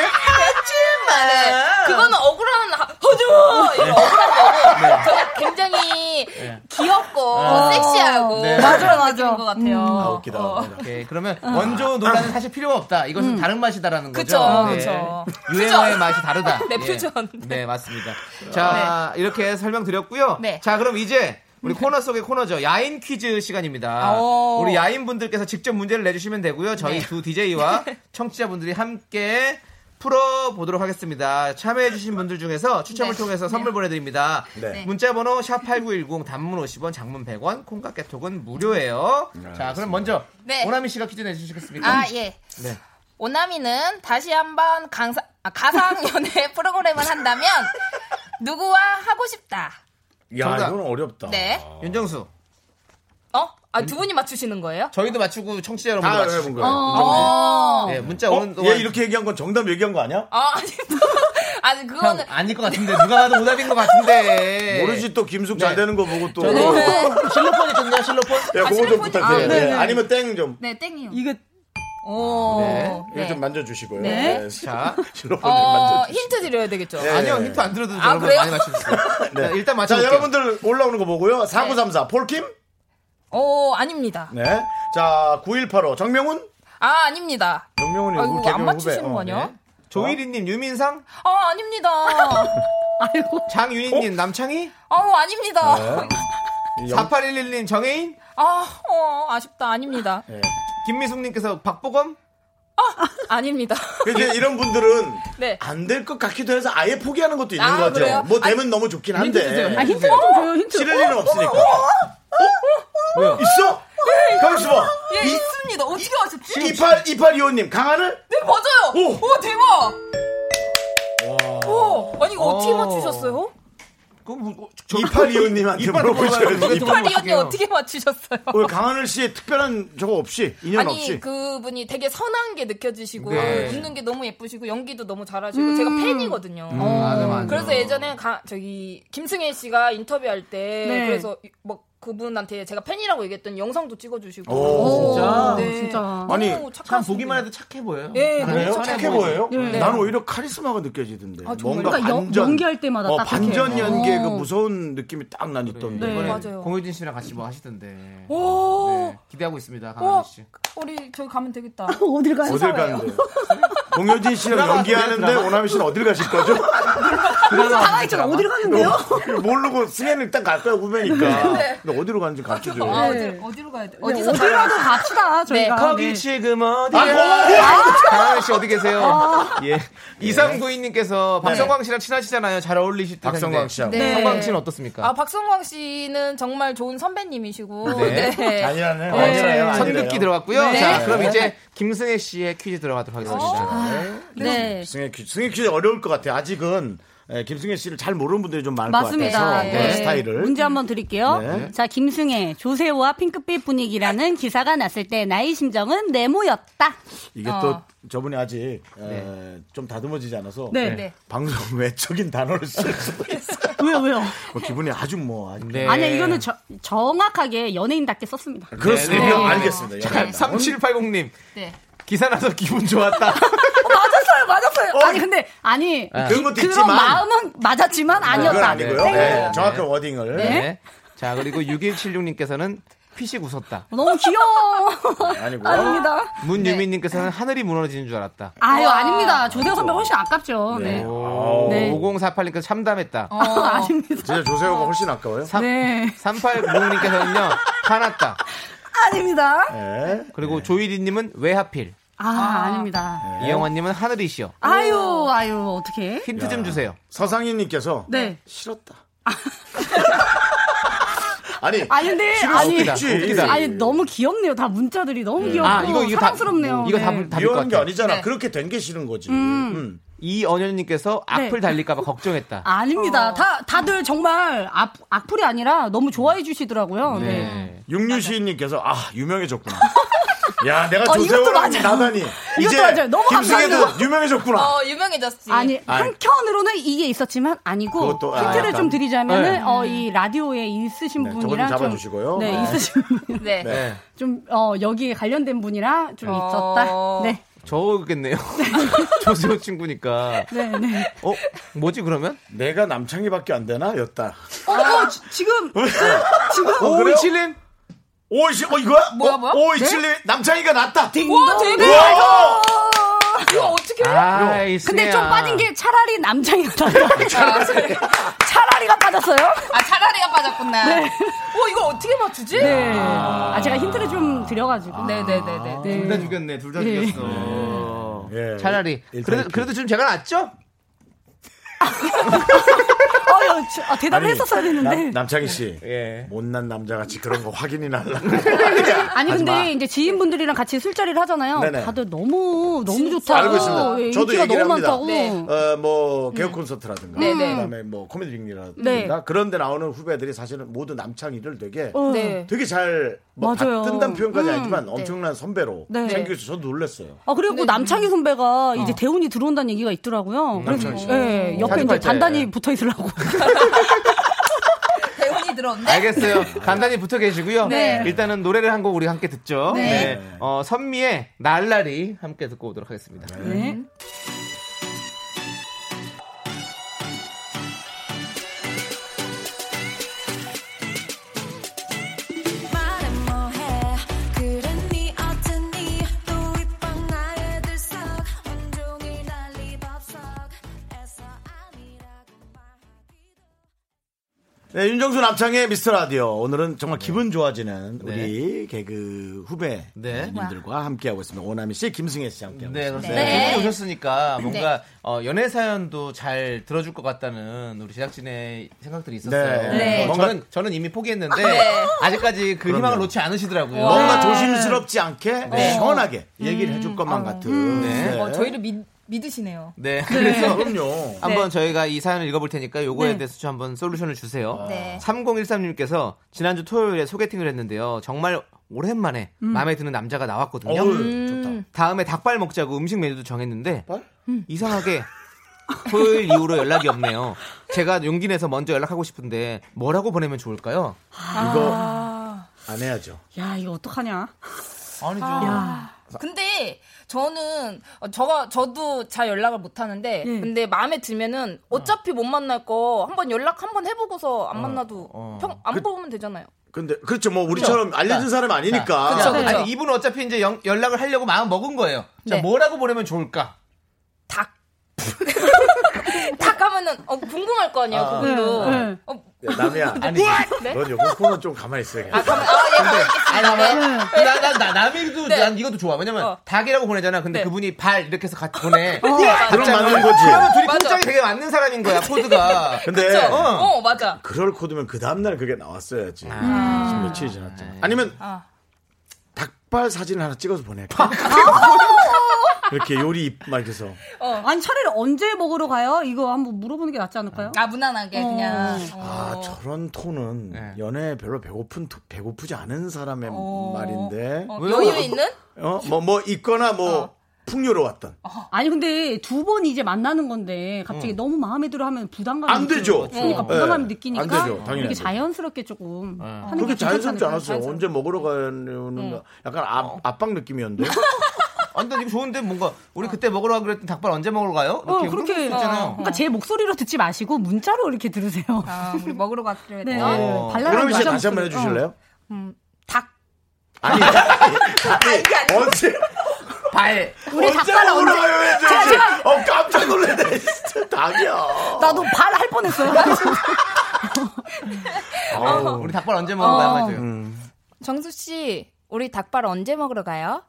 Speaker 8: 네. 그거는 억울한, 하-
Speaker 2: 네.
Speaker 8: 허주! 이런 억울한 거고. 저는 굉장히 귀엽고, 섹시하고.
Speaker 2: 네. 음.
Speaker 6: 맞아, 맞아.
Speaker 8: 느낌인 것 같아요.
Speaker 1: 아, 웃기다.
Speaker 2: 오케이 예, 그러면 원조 논란은 사실 필요가 없다. 이것은 다른 맛이다라는 거죠.
Speaker 8: 음. 그쵸,
Speaker 2: 네.
Speaker 8: 그쵸.
Speaker 2: 유행어의 맛이 다르다.
Speaker 8: 네,
Speaker 2: 예.
Speaker 8: 퓨전. 네.
Speaker 2: 네, 맞습니다. 자, 이렇게 설명드렸고요.
Speaker 8: 네. 음.
Speaker 2: 자, 그럼 이제 우리 코너 속의 코너죠. 야인 퀴즈 시간입니다.
Speaker 8: 아, 오. 네.
Speaker 2: 우리 야인 분들께서 직접 문제를 내주시면 되고요. 저희 두 DJ와 청취자분들이 함께 풀어보도록 하겠습니다. 참여해주신 분들 중에서 추첨을
Speaker 8: 네.
Speaker 2: 통해서 선물 보내드립니다.
Speaker 1: 네.
Speaker 2: 문자번호 샵8910 단문 50원, 장문 100원, 콩깍 개톡은 무료예요. 자, 그럼 먼저
Speaker 8: 네.
Speaker 2: 오나미 씨가 퀴즈 내주시겠습니까?
Speaker 8: 아, 예.
Speaker 2: 네.
Speaker 8: 오나미는 다시 한번 강사, 아, 가상 연애 프로그램을 한다면 누구와 하고 싶다.
Speaker 1: 야,
Speaker 2: 정답.
Speaker 1: 이건 어렵다.
Speaker 8: 네.
Speaker 2: 윤정수.
Speaker 8: 어? 아, 두 분이 맞추시는 거예요?
Speaker 2: 저희도 맞추고 청취자 여러분도
Speaker 1: 아, 다
Speaker 2: 맞추고.
Speaker 1: 해본 거예요.
Speaker 8: 어.
Speaker 2: 네, 문자
Speaker 1: 어?
Speaker 2: 오는 동안.
Speaker 1: 얘 이렇게 얘기한 건 정답 얘기한 거 아니야?
Speaker 8: 아, 아니, 아니,
Speaker 2: 형,
Speaker 8: 그거는.
Speaker 2: 아닐 것 같은데. 누가 봐도 오답인 것 같은데.
Speaker 1: 모르지 또 김숙
Speaker 2: 네.
Speaker 1: 잘 되는 거 보고 또.
Speaker 2: 저는
Speaker 1: 야,
Speaker 2: 실로폰 있거든요, 실로폰.
Speaker 1: 그거 좀
Speaker 8: 아,
Speaker 1: 부탁드려요.
Speaker 2: 네, 네.
Speaker 1: 예, 아니면 땡 좀.
Speaker 8: 네, 땡이요.
Speaker 6: 이거
Speaker 8: 오.
Speaker 2: 네.
Speaker 1: 이거 좀 만져주시고요.
Speaker 8: 네.
Speaker 2: 자.
Speaker 1: 실로폰 좀
Speaker 8: 어,
Speaker 1: 만져주시고.
Speaker 8: 힌트 드려야 되겠죠?
Speaker 1: 네.
Speaker 2: 아니요, 힌트 안 들어도
Speaker 8: 아,
Speaker 2: 여러분
Speaker 8: 그래요?
Speaker 2: 많이 맞출 수 있어요. 자, 일단
Speaker 1: 자,
Speaker 2: 맞춰볼게요.
Speaker 1: 여러분들 올라오는 거
Speaker 8: 네.
Speaker 1: 보고요. 4934, 폴킴?
Speaker 8: 오, 아닙니다.
Speaker 1: 네. 자, 9185, 정명훈?
Speaker 8: 아, 아닙니다.
Speaker 1: 정명훈이
Speaker 8: 아,
Speaker 1: 우리
Speaker 8: 이거 안
Speaker 1: 개명
Speaker 8: 맞추시는
Speaker 1: 후배.
Speaker 8: 거
Speaker 1: 어,
Speaker 8: 아니야?
Speaker 1: 네.
Speaker 2: 조일이님, 유민상,
Speaker 8: 아, 아닙니다.
Speaker 2: 장윤희님, 남창희,
Speaker 8: 어, 아우, 아닙니다.
Speaker 1: 이 영-
Speaker 2: 4811님, 정혜인,
Speaker 8: 아, 어, 아쉽다. 아닙니다.
Speaker 1: 예.
Speaker 2: 김미숙님께서 박보검,
Speaker 8: 아닙니다.
Speaker 1: 이제 이런 분들은
Speaker 8: 네.
Speaker 1: 안 될 것 같기도 해서 아예 포기하는 것도 있는
Speaker 8: 아,
Speaker 1: 것 같아요.
Speaker 8: 그래요? 그러니까
Speaker 1: 뭐 되면 너무 좋긴
Speaker 2: 네.
Speaker 1: 한데.
Speaker 6: 아 힌트 좀 줘요 힌트.
Speaker 1: 싫을 일은 없으니까. 어?
Speaker 2: 왜요?
Speaker 1: 있어? 가만있어 봐.
Speaker 8: 예, 있습니다. 어떻게 아셨지?
Speaker 1: 28, 2825님, 강한을?
Speaker 8: 네, 맞아요.
Speaker 1: 오.
Speaker 8: 오, 대박. 오, 아니, 이거 어떻게
Speaker 2: 오.
Speaker 8: 맞추셨어요?
Speaker 2: 그럼 뭐, 어,
Speaker 1: 2825님한테 물어보셔야지.
Speaker 8: 이파리 언니 어떻게 맞추셨어요?
Speaker 1: 오늘 강하늘 씨의 특별한 저거 없이, 인연
Speaker 8: 아니
Speaker 1: 없이.
Speaker 8: 그분이 되게 선한 게 느껴지시고
Speaker 2: 네.
Speaker 8: 웃는 게 너무 예쁘시고 연기도 너무 잘하시고 제가 팬이거든요.
Speaker 2: 음, 맞아, 맞아.
Speaker 8: 어, 그래서 예전에 가- 저기 김승혜 씨가 인터뷰할 때
Speaker 6: 네.
Speaker 8: 그래서 뭐 그분한테 제가 팬이라고 얘기했던 영상도 찍어주시고
Speaker 1: 오, 네.
Speaker 2: 진짜?
Speaker 6: 진짜.
Speaker 1: 아니, 아,
Speaker 8: 너무 착하신
Speaker 2: 참 보기만 해도 착해 보여요.
Speaker 8: 예,
Speaker 1: 그래요?
Speaker 8: 너무
Speaker 1: 착해 보여요?
Speaker 6: 네.
Speaker 1: 난 오히려 카리스마가 느껴지던데. 뭔가
Speaker 6: 그러니까 연-
Speaker 1: 반전.
Speaker 6: 연기할 때마다
Speaker 1: 어,
Speaker 6: 딱
Speaker 1: 반전
Speaker 6: 이렇게.
Speaker 1: 연기의 그
Speaker 6: 어.
Speaker 1: 무서운 느낌이 딱 난 있던데.
Speaker 6: 네.
Speaker 2: 이번에
Speaker 8: 맞아요.
Speaker 2: 공효진 씨랑 같이 뭐 하시던데.
Speaker 8: 오.
Speaker 2: 네, 기대하고 있습니다,
Speaker 8: 어,
Speaker 2: 강하늘 씨.
Speaker 8: 우리 저기 가면 되겠다.
Speaker 6: 어딜 가요?
Speaker 1: 어딜 가는데? 공효진 씨랑 연기하는데
Speaker 2: 드라마.
Speaker 1: 오나미 씨는 어딜 가실 거죠?
Speaker 2: 가만히
Speaker 6: 있잖아. 어디로 가는데요?
Speaker 1: 모르고 승혜는 일단 갈 거야 후배니까. 근데 어디로 가는지 가르쳐줘요.
Speaker 8: 아,
Speaker 1: 아,
Speaker 8: 어디, 어디로 가야 돼?
Speaker 6: 어디
Speaker 8: 어디서 가야
Speaker 6: 어디라도
Speaker 8: 돼?
Speaker 6: 갑시다 저희가.
Speaker 2: 거기
Speaker 6: 네.
Speaker 2: 지금 어디야?
Speaker 1: 아,
Speaker 2: 강하늘 씨 어디 계세요? 예. 이상구이님께서 박성광 씨랑 친하시잖아요. 잘 어울리실 텐데.
Speaker 1: 박성광 씨하고.
Speaker 8: 네.
Speaker 2: 성광 씨는 어떻습니까?
Speaker 8: 아 박성광 씨는 정말 좋은 선배님이시고
Speaker 2: 네.
Speaker 8: 네.
Speaker 1: 아니라네요.
Speaker 2: 네.
Speaker 1: 아니라요.
Speaker 2: 선긋기 들어갔고요.
Speaker 8: 네.
Speaker 2: 자, 그럼 이제 김승혜 씨의 퀴즈 들어가도록 하겠습니다. 아,
Speaker 6: 네.
Speaker 1: 승혜 퀴즈. 승혜 퀴즈 어려울 것 같아요. 아직은 에, 김승혜 씨를 잘 모르는 분들이 좀 많을
Speaker 6: 맞습니다.
Speaker 1: 것 같아서
Speaker 6: 네.
Speaker 1: 그런 스타일을.
Speaker 6: 문제 한번 드릴게요.
Speaker 1: 네.
Speaker 6: 자, 김승혜, 조세호와 핑크빛 분위기라는 기사가 났을 때 나의 심정은 네모였다.
Speaker 1: 이게
Speaker 8: 어.
Speaker 1: 또 저분이 아직 에, 좀 다듬어지지 않아서
Speaker 6: 네.
Speaker 8: 네.
Speaker 1: 방송 외적인 단어를 쓸 수도 있어요.
Speaker 6: 왜요, 왜요?
Speaker 1: 뭐 기분이 아주 뭐 아주
Speaker 2: 네.
Speaker 6: 아니야, 이거는 저- 정확하게 연예인답게 썼습니다.
Speaker 1: 그렇습니다.
Speaker 2: 네, 네.
Speaker 1: 알겠습니다. 예.
Speaker 2: 자, 3780님.
Speaker 8: 네.
Speaker 2: 기사 나서 기분 좋았다.
Speaker 6: 맞았어요, 맞았어요. 아니, 근데, 아니,
Speaker 1: 그런 것도
Speaker 6: 그런
Speaker 1: 있지만
Speaker 6: 마음은 맞았지만
Speaker 1: 그건
Speaker 6: 아니었다.
Speaker 1: 아니고요.
Speaker 2: 네.
Speaker 1: 네, 정확한 워딩을.
Speaker 2: 네. 자, 그리고 6176님께서는 피식 웃었다.
Speaker 6: 너무 귀여워.
Speaker 1: 아니고요.
Speaker 6: 아닙니다.
Speaker 2: 문유민님께서는 하늘이 무너지는 줄 알았다.
Speaker 6: 아유, 어. 아닙니다. 조세호 선배 훨씬 아깝죠. 네.
Speaker 2: 오,
Speaker 6: 네.
Speaker 2: 5048님께서 참담했다.
Speaker 6: 어, 아닙니다.
Speaker 1: 진짜 조세호가 훨씬 아까워요.
Speaker 6: 네.
Speaker 2: 3890님께서는요, 화났다.
Speaker 6: 아닙니다.
Speaker 1: 네. 네.
Speaker 2: 그리고 조일이님은 왜 하필?
Speaker 6: 아,
Speaker 2: 네.
Speaker 6: 아닙니다.
Speaker 2: 이영환님은 하늘이시여.
Speaker 6: 아유, 아유, 어떻게?
Speaker 2: 힌트 좀 주세요.
Speaker 1: 서상희님께서
Speaker 6: 네.
Speaker 1: 싫었다. 아니
Speaker 6: 아니 근데
Speaker 1: 싫을
Speaker 6: 아니
Speaker 1: 수도 있지.
Speaker 2: 웃기다.
Speaker 6: 아니 너무 귀엽네요. 다 문자들이 너무 귀엽고 사랑스럽네요.
Speaker 2: 다, 아, 이거 다,
Speaker 6: 네.
Speaker 2: 답일 것
Speaker 1: 미워한 게
Speaker 2: 같아요.
Speaker 1: 아니잖아.
Speaker 8: 네.
Speaker 1: 그렇게 된 게 싫은 거지. 음.
Speaker 2: 이언현님께서 악플 달릴까봐 걱정했다.
Speaker 6: 네. 아닙니다. 다 다들 정말 악, 악플이 아니라 너무 좋아해 주시더라고요. 네.
Speaker 1: 육류시인님께서 아 유명해졌구나. 야 내가
Speaker 6: 어,
Speaker 1: 조세호랑
Speaker 6: 이것도 맞아요.
Speaker 1: 나다니
Speaker 6: 이것도
Speaker 1: 이제
Speaker 6: 맞아요. 너무
Speaker 1: 김승혜도
Speaker 6: 감사합니다.
Speaker 1: 유명해졌구나.
Speaker 8: 어 유명해졌지.
Speaker 6: 아니
Speaker 1: 아니.
Speaker 6: 한켠으로는 이게 있었지만 아니고
Speaker 1: 그것도, 아,
Speaker 6: 힌트를
Speaker 1: 약간.
Speaker 6: 좀 드리자면은
Speaker 2: 네.
Speaker 6: 어, 이 라디오에 있으신
Speaker 1: 네, 저거 좀
Speaker 6: 분이랑
Speaker 1: 잡아주시고요.
Speaker 6: 네,
Speaker 1: 네.
Speaker 6: 있으신 분이랑
Speaker 8: 네.
Speaker 1: 네.
Speaker 6: 좀 어, 여기에 관련된 분이랑 좀 있었다.
Speaker 8: 어.
Speaker 6: 네,
Speaker 2: 저겠네요. 조세호 친구니까.
Speaker 6: 네, 네.
Speaker 2: 어? 뭐지 그러면?
Speaker 1: 내가 남창희밖에 안 되나 였다.
Speaker 6: 어, 어, 지- 지금 지금
Speaker 1: 어, 그래요?
Speaker 2: 오이칠님
Speaker 1: 오이씨 어 이거야?
Speaker 8: 뭐야,
Speaker 1: 어?
Speaker 8: 뭐야?
Speaker 6: 네?
Speaker 1: 오이칠리 남창희가 낫다.
Speaker 8: 와 대박.
Speaker 1: 우와!
Speaker 8: 이거 어떻게?
Speaker 2: 아, 이
Speaker 6: 근데
Speaker 2: 스네야.
Speaker 6: 좀 빠진 게 차라리 남장이가 빠졌어요. 차라리가 빠졌어요.
Speaker 8: 네. 아 차라리가 빠졌구나. 오 이걸 어떻게 맞추지?
Speaker 6: 네. 아, 제가 힌트를 좀 드려가지고.
Speaker 8: 네네네네.
Speaker 6: 네.
Speaker 2: 둘다 죽였네. 둘 다 죽였어. 거예요.
Speaker 1: 예,
Speaker 2: 차라리.
Speaker 1: 일단
Speaker 2: 그래도,
Speaker 1: 이렇게.
Speaker 2: 그래도 지금 제가 낫죠?
Speaker 6: 아, 야, 저- 아, 대답을 했었어야 되는데.
Speaker 1: 남, 남창희 씨
Speaker 2: 예.
Speaker 1: 못난 남자같이 그런 거 확인이나 하려고
Speaker 6: 아니
Speaker 1: 하지
Speaker 6: 근데
Speaker 1: 마.
Speaker 6: 이제 지인분들이랑 같이 술자리를 하잖아요.
Speaker 1: 네네.
Speaker 6: 다들 너무 너무 좋다.
Speaker 1: 알고 있습니다.
Speaker 6: 예,
Speaker 1: 저도
Speaker 6: 인기가
Speaker 1: 얘기를
Speaker 6: 너무
Speaker 1: 합니다.
Speaker 6: 많다고.
Speaker 8: 네.
Speaker 1: 어뭐 개그 콘서트라든가
Speaker 8: 네, 네.
Speaker 1: 그다음에 뭐 코미디 빅리라든가
Speaker 6: 네.
Speaker 1: 그런 데 나오는 후배들이 사실은 모두 남창희를 되게
Speaker 6: 어.
Speaker 8: 네.
Speaker 1: 되게 잘뭐
Speaker 6: 맞아요.
Speaker 1: 뜬다는 표현까지 아니지만 엄청난 선배로
Speaker 6: 네.
Speaker 1: 챙겨서 저도 놀랐어요.
Speaker 6: 아
Speaker 4: 네.
Speaker 6: 그리고 남창희
Speaker 4: 어.
Speaker 6: 선배가 이제 대운이 들어온다는 얘기가
Speaker 4: 음,
Speaker 6: 있더라고요. 그래서
Speaker 1: 남창희 씨.
Speaker 6: 예, 옆에
Speaker 2: 사진
Speaker 6: 이제
Speaker 2: 팔 때.
Speaker 6: 단단히 붙어 있으려고.
Speaker 8: 대본이 들었네.
Speaker 2: 알겠어요. 간단히 붙어 계시고요.
Speaker 8: 네.
Speaker 2: 일단은 노래를 한 곡 우리 함께 듣죠.
Speaker 8: 네.
Speaker 2: 네. 어, 선미의 날라리 함께 듣고 오도록 하겠습니다.
Speaker 6: 네.
Speaker 4: 말해 뭐해 그래 니 어쩌니 또 윗방 나의 들썩 온종일 난리 법석 애써 아니라고 말하기도
Speaker 1: 네, 윤정수 남창의 미스터 라디오 오늘은 정말 기분 좋아지는 우리 개그
Speaker 2: 네.
Speaker 1: 후배님들과 함께하고 있습니다. 오나미 씨, 김승혜 씨 함께하고
Speaker 2: 네,
Speaker 1: 있습니다.
Speaker 2: 그렇습니다.
Speaker 8: 네.
Speaker 2: 두 분이 오셨으니까 뭔가 어, 연애 사연도 잘 들어줄 것 같다는 우리 제작진의 생각들이 있었어요.
Speaker 1: 네.
Speaker 8: 네. 아,
Speaker 2: 뭔가- 저는 저는 이미 포기했는데 아직까지 그
Speaker 1: 그럼요.
Speaker 2: 희망을 놓지 않으시더라고요.
Speaker 1: 뭔가 조심스럽지 않게 시원하게 얘기를 해줄 것만 같은.
Speaker 2: 네.
Speaker 8: 어, 저희를 믿, 믿으시네요.
Speaker 2: 네, 그래서
Speaker 1: 그럼요.
Speaker 2: 한번 저희가 이 사연을 읽어볼 테니까 요거에
Speaker 6: 네.
Speaker 2: 대해서 좀 한번 솔루션을 주세요.
Speaker 8: 네.
Speaker 2: 3013님께서 지난주 토요일에 소개팅을 했는데요. 정말 오랜만에 마음에 드는 남자가 나왔거든요.
Speaker 1: 어우,
Speaker 2: 음.
Speaker 1: 좋다.
Speaker 2: 다음에 닭발 먹자고 음식 메뉴도 정했는데 음. 이상하게 토요일 이후로 연락이 없네요. 제가 용기 내서 먼저 연락하고 싶은데 뭐라고 보내면 좋을까요?
Speaker 1: 이거 안 해야죠.
Speaker 6: 야 이거 어떡하냐?
Speaker 2: 아니죠.
Speaker 8: 근데 저는 어, 저가 저도 잘 연락을 못 하는데
Speaker 6: 예.
Speaker 8: 근데 마음에 들면은 어차피 못 만날 거 한번 연락 한번 해보고서 안 만나도
Speaker 2: 어.
Speaker 8: 평
Speaker 1: 그
Speaker 8: 안 뽑으면 되잖아요.
Speaker 1: 근데 그렇죠. 뭐 우리처럼 알려진 사람 아니니까.
Speaker 8: 그쵸, 그쵸.
Speaker 2: 아니 이분은 어차피 이제 연, 연락을 하려고 마음 먹은 거예요. 자,
Speaker 8: 네.
Speaker 2: 뭐라고 보내면 좋을까?
Speaker 8: 닭. 닭 하면은 어, 궁금할 거 아니에요.
Speaker 2: 아.
Speaker 8: 그분도.
Speaker 6: 네, 네.
Speaker 8: 어,
Speaker 1: 야, 남이야. 아니, 그 뭐?
Speaker 8: 네?
Speaker 1: 넌 요번 코너 좀 가만히 있어야겠다.
Speaker 8: 가만- 아, 예, 가만 있겠습니다. 네.
Speaker 2: 나, 나, 나, 남이도,
Speaker 8: 네.
Speaker 2: 난 이것도 좋아. 왜냐면,
Speaker 8: 어.
Speaker 2: 닭이라고 보내잖아. 근데
Speaker 8: 네. 아,
Speaker 2: 그분이 발, 이렇게 해서 같이 보내.
Speaker 1: 그럼
Speaker 2: 갑자기
Speaker 1: 맞는 거지.
Speaker 2: 그러면 둘이
Speaker 8: 맞아.
Speaker 2: 굉장히 되게 맞는 사람인 거야, 코드가.
Speaker 1: 근데
Speaker 8: 그쵸? 어. 맞아.
Speaker 1: 그럴 코드면 그 다음날 그게 나왔어야지. 지금 며칠 지났잖아. 아니면 닭발 사진을 하나 찍어서 보낼까? 이렇게 요리 막 이렇게 해서.
Speaker 6: 아니 차라리 언제 먹으러 가요? 이거 한번 물어보는 게 낫지 않을까요?
Speaker 8: 아 무난하게 그냥. 어.
Speaker 1: 아, 저런 톤은
Speaker 2: 네.
Speaker 1: 연애에 별로 배고픈, 배고프지 않은 사람의 말인데.
Speaker 8: 어,
Speaker 2: 왜요?
Speaker 8: 여유 있는?
Speaker 1: 어? 뭐, 뭐 있거나 뭐 풍요로웠던.
Speaker 6: 아니 근데 두 번 이제 만나는 건데 갑자기 너무 마음에 들어 하면 부담감이
Speaker 1: 안 되죠.
Speaker 6: 느껴요. 그러니까
Speaker 1: 어.
Speaker 6: 부담감이
Speaker 1: 네.
Speaker 6: 느끼니까
Speaker 1: 안 되죠. 당연히 안
Speaker 6: 이렇게
Speaker 1: 되죠.
Speaker 6: 자연스럽게 조금 하는
Speaker 1: 그렇게
Speaker 6: 게
Speaker 1: 자연스럽지
Speaker 6: 괜찮잖아요. 네. 어.
Speaker 1: 않았어요. 언제 먹으러 가려는 약간 압, 압박 느낌이었는데.
Speaker 2: 아니, 난 이거 좋은데, 뭔가, 우리 그때 먹으러 가고 그랬던 닭발 언제 먹으러 가요?
Speaker 6: 어,
Speaker 2: 이렇게 물어볼 수
Speaker 6: 그렇게
Speaker 2: 있잖아요.
Speaker 6: 그러니까 제 목소리로 듣지 마시고 문자로 이렇게 들으세요.
Speaker 8: 아 우리 먹으러 갔어요.
Speaker 6: 네. 어.
Speaker 2: 어.
Speaker 6: 발랄한
Speaker 1: 그럼 이제
Speaker 6: 여자
Speaker 1: 다시 한번
Speaker 6: 목소리.
Speaker 1: 해주실래요?
Speaker 6: 음,
Speaker 8: 닭.
Speaker 1: 아니, 아니, 언제,
Speaker 2: 발.
Speaker 6: 우리 닭발
Speaker 1: 언제
Speaker 6: 언제?
Speaker 1: 울어요, 이제?
Speaker 6: 제가 제가
Speaker 1: 어, 깜짝 놀래네. 진짜 당이야.
Speaker 6: 나도 발 할 뻔했어요.
Speaker 2: 어. 우리 닭발 언제 먹으러 가요? 맞아요.
Speaker 8: 정수 씨, 우리 닭발 언제 먹으러 가요?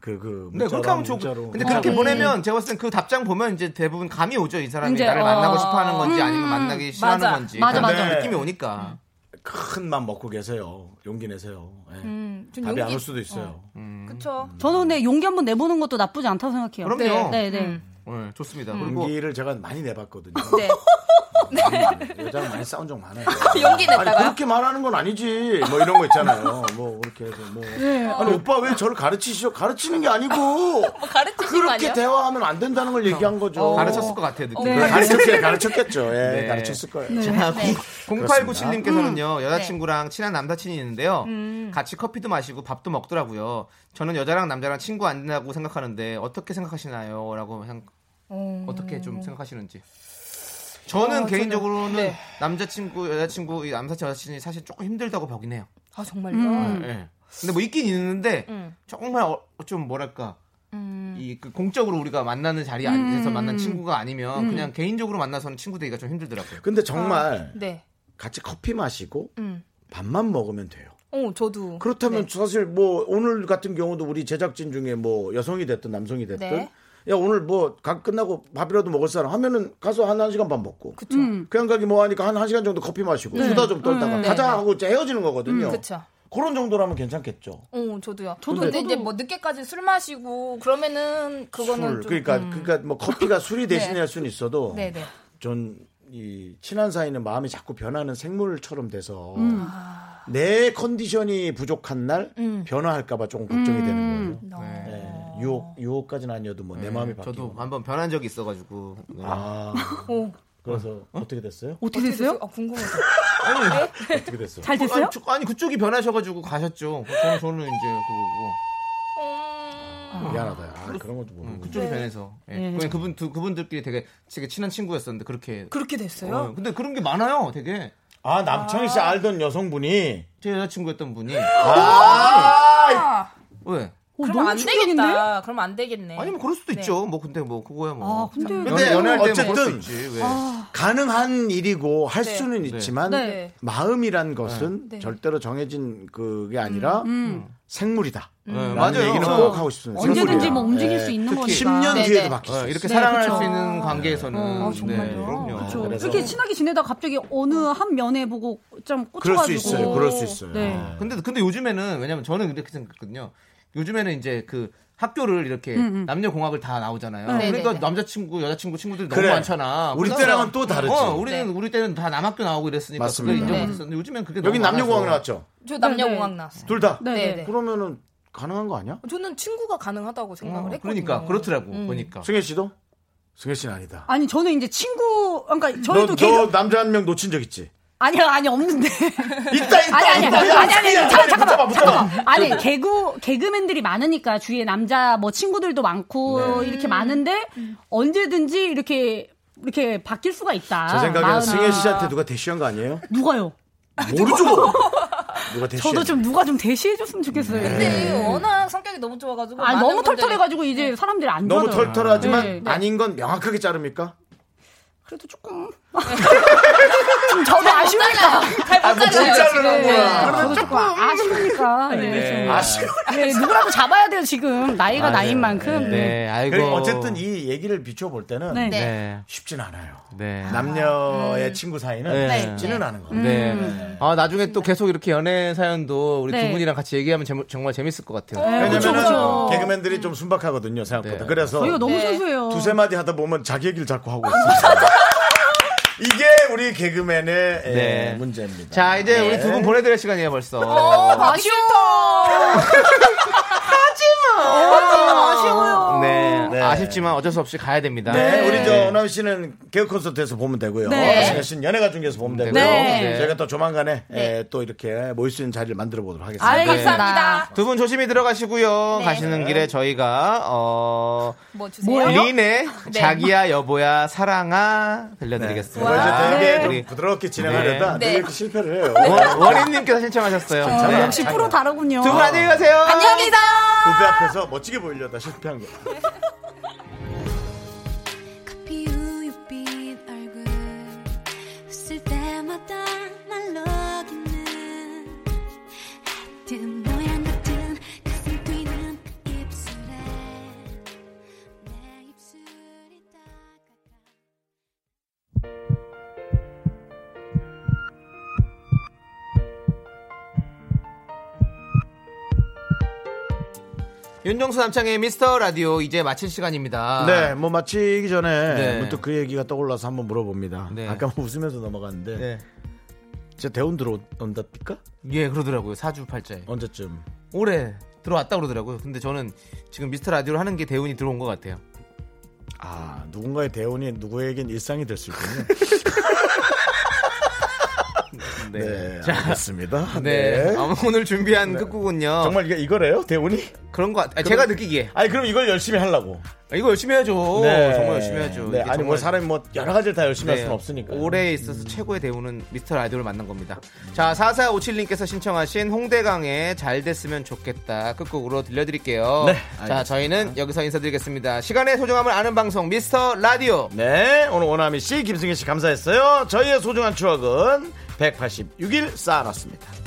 Speaker 1: 그, 그,
Speaker 2: 네, 그렇게 하면 좋고. 근데 그렇게
Speaker 1: 어.
Speaker 6: 어.
Speaker 2: 보내면 제가 봤을 땐 그 답장 보면 이제 대부분 감이 오죠. 이 사람이
Speaker 6: 이제,
Speaker 2: 나를
Speaker 6: 어.
Speaker 2: 만나고 싶어 하는 건지 아니면 만나기 싫어하는
Speaker 8: 맞아.
Speaker 2: 건지.
Speaker 6: 맞아,
Speaker 2: 그런
Speaker 1: 맞아.
Speaker 2: 느낌이 오니까.
Speaker 1: 큰맘 먹고 계세요. 용기 내세요. 예.
Speaker 8: 음, 좀
Speaker 1: 답이 안
Speaker 8: 용기-
Speaker 1: 올 수도 음. 있어요.
Speaker 6: 음.
Speaker 8: 그쵸.
Speaker 6: 저는 근데 용기 한번 내보는 것도 나쁘지 않다고 생각해요.
Speaker 2: 그럼요.
Speaker 6: 네, 네.
Speaker 8: 음.
Speaker 2: 네, 좋습니다. 그리고
Speaker 1: 용기를 제가 많이 내봤거든요.
Speaker 8: 네.
Speaker 1: 여자랑 많이 싸운 적 많아요.
Speaker 8: 용기
Speaker 1: 아니,
Speaker 8: 냈다가요?
Speaker 1: 그렇게 말하는 건 아니지. 뭐 이런 거 있잖아요. 뭐, 그렇게 해서 뭐.
Speaker 8: 네, 어.
Speaker 1: 아니, 오빠 왜 저를 가르치시죠? 가르치는 게 아니고.
Speaker 8: 가르치신 거
Speaker 1: 그렇게
Speaker 8: 아니에요? 어.
Speaker 1: 대화하면 안 된다는 걸 얘기한 거죠.
Speaker 2: 가르쳤을 것 같아요, 느낌.
Speaker 1: 네, 가르쳤겠, 가르쳤겠죠. 예,
Speaker 2: 네.
Speaker 1: 가르쳤을 거예요.
Speaker 2: 0897님께서는요 여자친구랑 친한 남사친이 있는데요 같이 커피도 마시고 밥도 먹더라고요 저는 여자랑 남자랑 친구 안 된다고 생각하는데 어떻게 생각하시나요? 라고 생- 어떻게 좀 생각하시는지 저는 개인적으로는
Speaker 8: 네.
Speaker 2: 남자친구 여자친구 이 남사친 여자친이 사실 조금 힘들다고 보긴 해요
Speaker 8: 아 정말요?
Speaker 6: 음,
Speaker 2: 예. 근데 뭐 있긴 있는데
Speaker 8: 음.
Speaker 2: 정말 어- 좀 뭐랄까
Speaker 8: 음.
Speaker 2: 이 그 공적으로 우리가 만나는 자리 안에서 만난 친구가 아니면 그냥 개인적으로 만나서는 친구 되기가 좀 힘들더라고요
Speaker 1: 근데 정말
Speaker 8: 네.
Speaker 1: 같이 커피 마시고
Speaker 8: 음.
Speaker 1: 밥만 먹으면 돼요.
Speaker 8: 어, 저도.
Speaker 1: 그렇다면
Speaker 8: 네.
Speaker 1: 사실 뭐 오늘 같은 경우도 우리 제작진 중에 뭐 여성이 됐든 남성이 됐든
Speaker 8: 네.
Speaker 1: 야 오늘 뭐 각 끝나고 밥이라도 먹을 사람 하면은 가서 한 1시간 반 먹고
Speaker 8: 그쵸.
Speaker 6: 음.
Speaker 1: 그냥 가기 뭐 하니까 한 1시간 정도 커피 마시고 수다 좀 떨다가
Speaker 8: 네. 음,
Speaker 1: 가자 하고 이제 헤어지는 거거든요.
Speaker 8: 그쵸.
Speaker 1: 그런 정도라면 괜찮겠죠.
Speaker 8: 어, 저도요.
Speaker 1: 저도,
Speaker 8: 근데
Speaker 1: 저도.
Speaker 8: 이제 뭐 늦게까지 술 마시고 그러면은
Speaker 1: 술.
Speaker 8: 그거는 좀
Speaker 1: 그러니까
Speaker 8: 음.
Speaker 1: 그러니까 뭐 커피가 술이 대신할 수는 있어도
Speaker 8: 네, 네.
Speaker 1: 전 이 친한 사이는 마음이 자꾸 변하는 생물처럼 돼서
Speaker 8: 음.
Speaker 1: 아. 내 컨디션이 부족한 날
Speaker 8: 음.
Speaker 1: 변화할까봐 조금 걱정이 되는 거예요.
Speaker 8: 네.
Speaker 1: 네. 유혹 유혹까지는 아니어도 뭐 내 마음이 바뀌고.
Speaker 2: 네, 저도 한번 변한 적이 있어가지고. 네.
Speaker 1: 아
Speaker 8: 오,
Speaker 1: 그래서 어떻게 됐어요?
Speaker 6: 어떻게 됐어요?
Speaker 8: 아, 궁금해서. 네.
Speaker 1: 어떻게 됐어요?
Speaker 6: 잘 됐어요?
Speaker 2: 아니, 저- 아니, 그쪽이 변하셔가지고 가셨죠. 저는, 저는 이제 그거고.
Speaker 1: 미안하다. 아, 그런 것도
Speaker 2: 음,
Speaker 1: 모르고.
Speaker 2: 그쪽이 변해서. 예.
Speaker 6: 네.
Speaker 2: 그냥 그분 두 그분들끼리 되게 되게 친한 친구였었는데 그렇게.
Speaker 8: 그렇게
Speaker 2: 어,
Speaker 8: 됐어요?
Speaker 2: 근데 그런 게 많아요. 되게
Speaker 1: 아 남창희 씨 알던 여성분이
Speaker 2: 제 여자친구였던 분이
Speaker 1: 아,
Speaker 2: 왜?
Speaker 6: 어,
Speaker 8: 그럼
Speaker 6: 너무
Speaker 8: 안
Speaker 6: 충격인데?
Speaker 8: 되겠다. 그럼 안 되겠네.
Speaker 2: 아니면 그럴 수도 있죠. 뭐 근데 뭐 그거야 뭐.
Speaker 6: 아, 근데
Speaker 2: 연-
Speaker 1: 근데
Speaker 2: 연애할 때뭐
Speaker 1: 어쨌든-
Speaker 2: 그럴 수 있지. 왜?
Speaker 1: 가능한 일이고 할
Speaker 8: 네.
Speaker 1: 수는 있지만
Speaker 8: 네.
Speaker 1: 마음이란 것은
Speaker 8: 네.
Speaker 1: 절대로 정해진 그게 아니라
Speaker 6: 음,
Speaker 1: 생물이다.
Speaker 2: 네,
Speaker 1: 음. 맞아요.
Speaker 2: 맞아요.
Speaker 1: 얘기는 꼭 하고 싶습니다.
Speaker 6: 언제든지
Speaker 1: 생물이야.
Speaker 6: 뭐 움직일
Speaker 1: 예.
Speaker 6: 수 있는 거니까.
Speaker 2: 특히
Speaker 1: 10년
Speaker 8: 네,
Speaker 1: 뒤에도
Speaker 8: 네.
Speaker 1: 바뀔
Speaker 2: 어,
Speaker 1: 수
Speaker 2: 이렇게
Speaker 1: 있어요.
Speaker 2: 사랑할
Speaker 6: 그쵸.
Speaker 2: 수 있는 관계에서는 네, 그럼요.
Speaker 6: 그렇죠.
Speaker 1: 그래서-
Speaker 6: 이렇게 친하게 지내다 갑자기 어느 한 면에 보고 좀
Speaker 1: 그럴 수
Speaker 6: 꽂혀가지고.
Speaker 1: 있어요. 그럴 수 있어요.
Speaker 6: 네.
Speaker 1: 어.
Speaker 2: 근데 근데 요즘에는 왜냐면 저는 이렇게 생각했거든요. 요즘에는 이제 그 학교를 이렇게 남녀 공학을 다 나오잖아요.
Speaker 8: 네,
Speaker 2: 그러니까
Speaker 8: 네, 네.
Speaker 2: 남자친구, 여자친구 친구들이
Speaker 1: 그래.
Speaker 2: 너무 많잖아.
Speaker 1: 우리
Speaker 2: 그래서-
Speaker 1: 때랑은 또 다르지. 네.
Speaker 2: 어, 우리는 우리 때는 다 남학교 나오고 이랬으니까 그걸
Speaker 1: 맞습니다.
Speaker 2: 인정했었는데 요즘엔 그게
Speaker 1: 여기
Speaker 2: 너무
Speaker 1: 남녀공학
Speaker 2: 많아서.
Speaker 1: 나왔죠.
Speaker 8: 저 남녀공학
Speaker 6: 네.
Speaker 8: 나왔어요.
Speaker 1: 둘 다.
Speaker 6: 네.
Speaker 8: 네.
Speaker 1: 그러면은 가능한 거 아니야?
Speaker 8: 저는 친구가 가능하다고
Speaker 2: 어,
Speaker 8: 생각을 했거든요.
Speaker 2: 그러니까 그렇더라고 보니까.
Speaker 1: 승혜 씨도? 승혜 씨는 아니다.
Speaker 6: 아니 저는 이제 친구 그러니까
Speaker 1: 너,
Speaker 6: 저희도
Speaker 1: 너
Speaker 6: 계속
Speaker 1: 남자 한 명 놓친 적 있지?
Speaker 6: 아니요 아니 없는데
Speaker 1: 있다 있다.
Speaker 6: 아니 아니
Speaker 1: 있다.
Speaker 6: 아니
Speaker 1: 야,
Speaker 6: 아니 아니
Speaker 1: 승혜야, 승혜야, 붙잡아,
Speaker 6: 잠깐 잠깐만
Speaker 1: 붙잡아.
Speaker 6: 잠깐만 아니 개그 개그맨들이 많으니까 주위에 남자 뭐 친구들도 많고
Speaker 1: 네.
Speaker 6: 이렇게 많은데 언제든지 이렇게 이렇게 바뀔 수가 있다
Speaker 1: 제 생각에는
Speaker 6: 아, 마음이.
Speaker 1: 승혜 씨한테 누가 대시한 거 아니에요?
Speaker 6: 누가요
Speaker 1: 모르죠. 누가 대시?
Speaker 6: 저도 좀 누가 좀 대시해줬으면 좋겠어요
Speaker 1: 네.
Speaker 6: 네.
Speaker 8: 근데 워낙 성격이 너무 좋아가지고
Speaker 6: 아
Speaker 8: 많은
Speaker 6: 너무
Speaker 8: 분들이-
Speaker 6: 털털해가지고 이제 사람들이 안
Speaker 1: 너무
Speaker 6: 좋아요
Speaker 1: 털털하지만
Speaker 6: 네, 네.
Speaker 1: 아닌 건 명확하게 자릅니까?
Speaker 6: 그래도 조금 좀 저도 아쉬우니까
Speaker 8: 잘못 잘라요 지금.
Speaker 6: 네, 저도 조금 아쉬우니까 네, 좀.
Speaker 1: 아쉬워.
Speaker 6: 네, 누구라도 잡아야 돼요 지금 나이가
Speaker 2: 아, 네.
Speaker 6: 나인 만큼
Speaker 2: 네, 아이고.
Speaker 1: 그리고 어쨌든 이 얘기를 비춰볼 때는
Speaker 6: 네.
Speaker 8: 네.
Speaker 2: 네.
Speaker 1: 쉽진 않아요.
Speaker 2: 네.
Speaker 1: 남녀의 친구 사이는
Speaker 2: 네.
Speaker 1: 쉽지는 않은
Speaker 6: 음.
Speaker 1: 거예요.
Speaker 2: 네. 아, 나중에 또 계속 이렇게 연애 사연도 우리
Speaker 6: 네.
Speaker 2: 두 분이랑 같이 얘기하면 제- 정말 재밌을 것 같아요.
Speaker 1: 어.
Speaker 6: 네, 그쵸, 그쵸.
Speaker 1: 왜냐면은 개그맨들이 좀 순박하거든요 생각보다.
Speaker 2: 네.
Speaker 1: 그래서
Speaker 6: 저희가 너무 아,
Speaker 8: 네.
Speaker 6: 순수해요.
Speaker 1: 두세 마디 하다 보면 자기 얘기를 자꾸 하고 있어요. 이게 우리 개그맨의 에,
Speaker 2: 네.
Speaker 1: 문제입니다.
Speaker 2: 자, 이제
Speaker 1: 네.
Speaker 2: 우리 두 분 보내드릴 시간이에요, 벌써.
Speaker 6: 어, 아,
Speaker 2: 아,
Speaker 8: 아쉬워.
Speaker 2: 네.
Speaker 1: 네.
Speaker 2: 아쉽지만 어쩔 수 없이 가야 됩니다.
Speaker 1: 네, 우리 저 오남 씨는 개그 콘서트에서 보면 되고요.
Speaker 6: 네.
Speaker 1: 승현 씨는 연예가 중에서 보면 되고요.
Speaker 6: 네.
Speaker 2: 네.
Speaker 1: 저희가 또 조만간에 에, 또 이렇게 모일 수 있는 자리를 만들어 보도록 하겠습니다.
Speaker 6: 네. 알겠습니다.
Speaker 2: 두 분 조심히 들어가시고요.
Speaker 1: 네.
Speaker 2: 가시는 길에 저희가 어
Speaker 8: 뭐 주세요?
Speaker 1: 네.
Speaker 2: 린의 자기야 여보야 사랑아
Speaker 1: 네. 그걸 이제
Speaker 2: 들려드리겠습니다.
Speaker 1: 되게
Speaker 2: 우리 뭐?
Speaker 1: 좀 부드럽게 진행하려다
Speaker 8: 네.
Speaker 1: 되게
Speaker 8: 네.
Speaker 1: 이렇게 실패를 해요.
Speaker 2: 원- 원인님께서 신청하셨어요.
Speaker 6: 아,
Speaker 2: 네.
Speaker 6: 역시 프로 다르군요.
Speaker 2: 두분 안녕히 가세요.
Speaker 8: 안녕히 계세요.
Speaker 1: 무대 앞에서 멋지게 보이려다 실패한 거.
Speaker 4: 비우유빛 얼굴 웃을 때마다 말록이는 하여튼 모양 같은 가슴 뛰는 그 입술에 내 입술이 다가가
Speaker 2: 윤종수 남창의 미스터 라디오 이제 마칠 시간입니다.
Speaker 1: 네, 뭐 마치기 전에
Speaker 2: 아. 네.
Speaker 1: 문득 그 얘기가 떠올라서 한번 물어봅니다.
Speaker 2: 네.
Speaker 1: 아까 뭐 웃으면서 넘어갔는데
Speaker 2: 네.
Speaker 1: 진짜 대운 들어온답니까?
Speaker 2: 예, 그러더라고요. 사주팔자에.
Speaker 1: 언제쯤?
Speaker 2: 올해 들어왔다 그러더라고요. 근데 저는 지금 미스터 라디오를 하는 게 대운이 들어온 것 같아요.
Speaker 1: 아, 누군가의 대운이 누구에겐 일상이 될 수 있군요. 네, 알겠습니다.
Speaker 2: 네.
Speaker 1: 네.
Speaker 2: 아무- 오늘 준비한 끝곡은요.
Speaker 1: 정말 이게 이거래요? 대운이?
Speaker 2: 그런 거, 같- 아니, 제가 느끼기에.
Speaker 1: 아니 그럼 이걸 열심히 하려고.
Speaker 2: 아, 이거 열심히 해야죠. 정말 열심히 해야죠.
Speaker 1: 네,
Speaker 2: 이게
Speaker 1: 아니
Speaker 2: 정말-
Speaker 1: 뭐 사람이 뭐 여러 가지를 다 열심히
Speaker 2: 네,
Speaker 1: 할 수는 음. 없으니까.
Speaker 2: 올해에 있어서 최고의 대우는 미스터 라디오를 만난 겁니다. 자, 4457님께서 신청하신 홍대강의 잘 됐으면 좋겠다. 끝곡으로 들려드릴게요.
Speaker 1: 네,
Speaker 2: 자, 저희는 여기서 인사드리겠습니다. 시간의 소중함을 아는 방송 미스터 라디오.
Speaker 1: 네, 오늘 오나미 씨, 김승희 씨 감사했어요. 저희의 소중한 추억은 186일 쌓아놨습니다.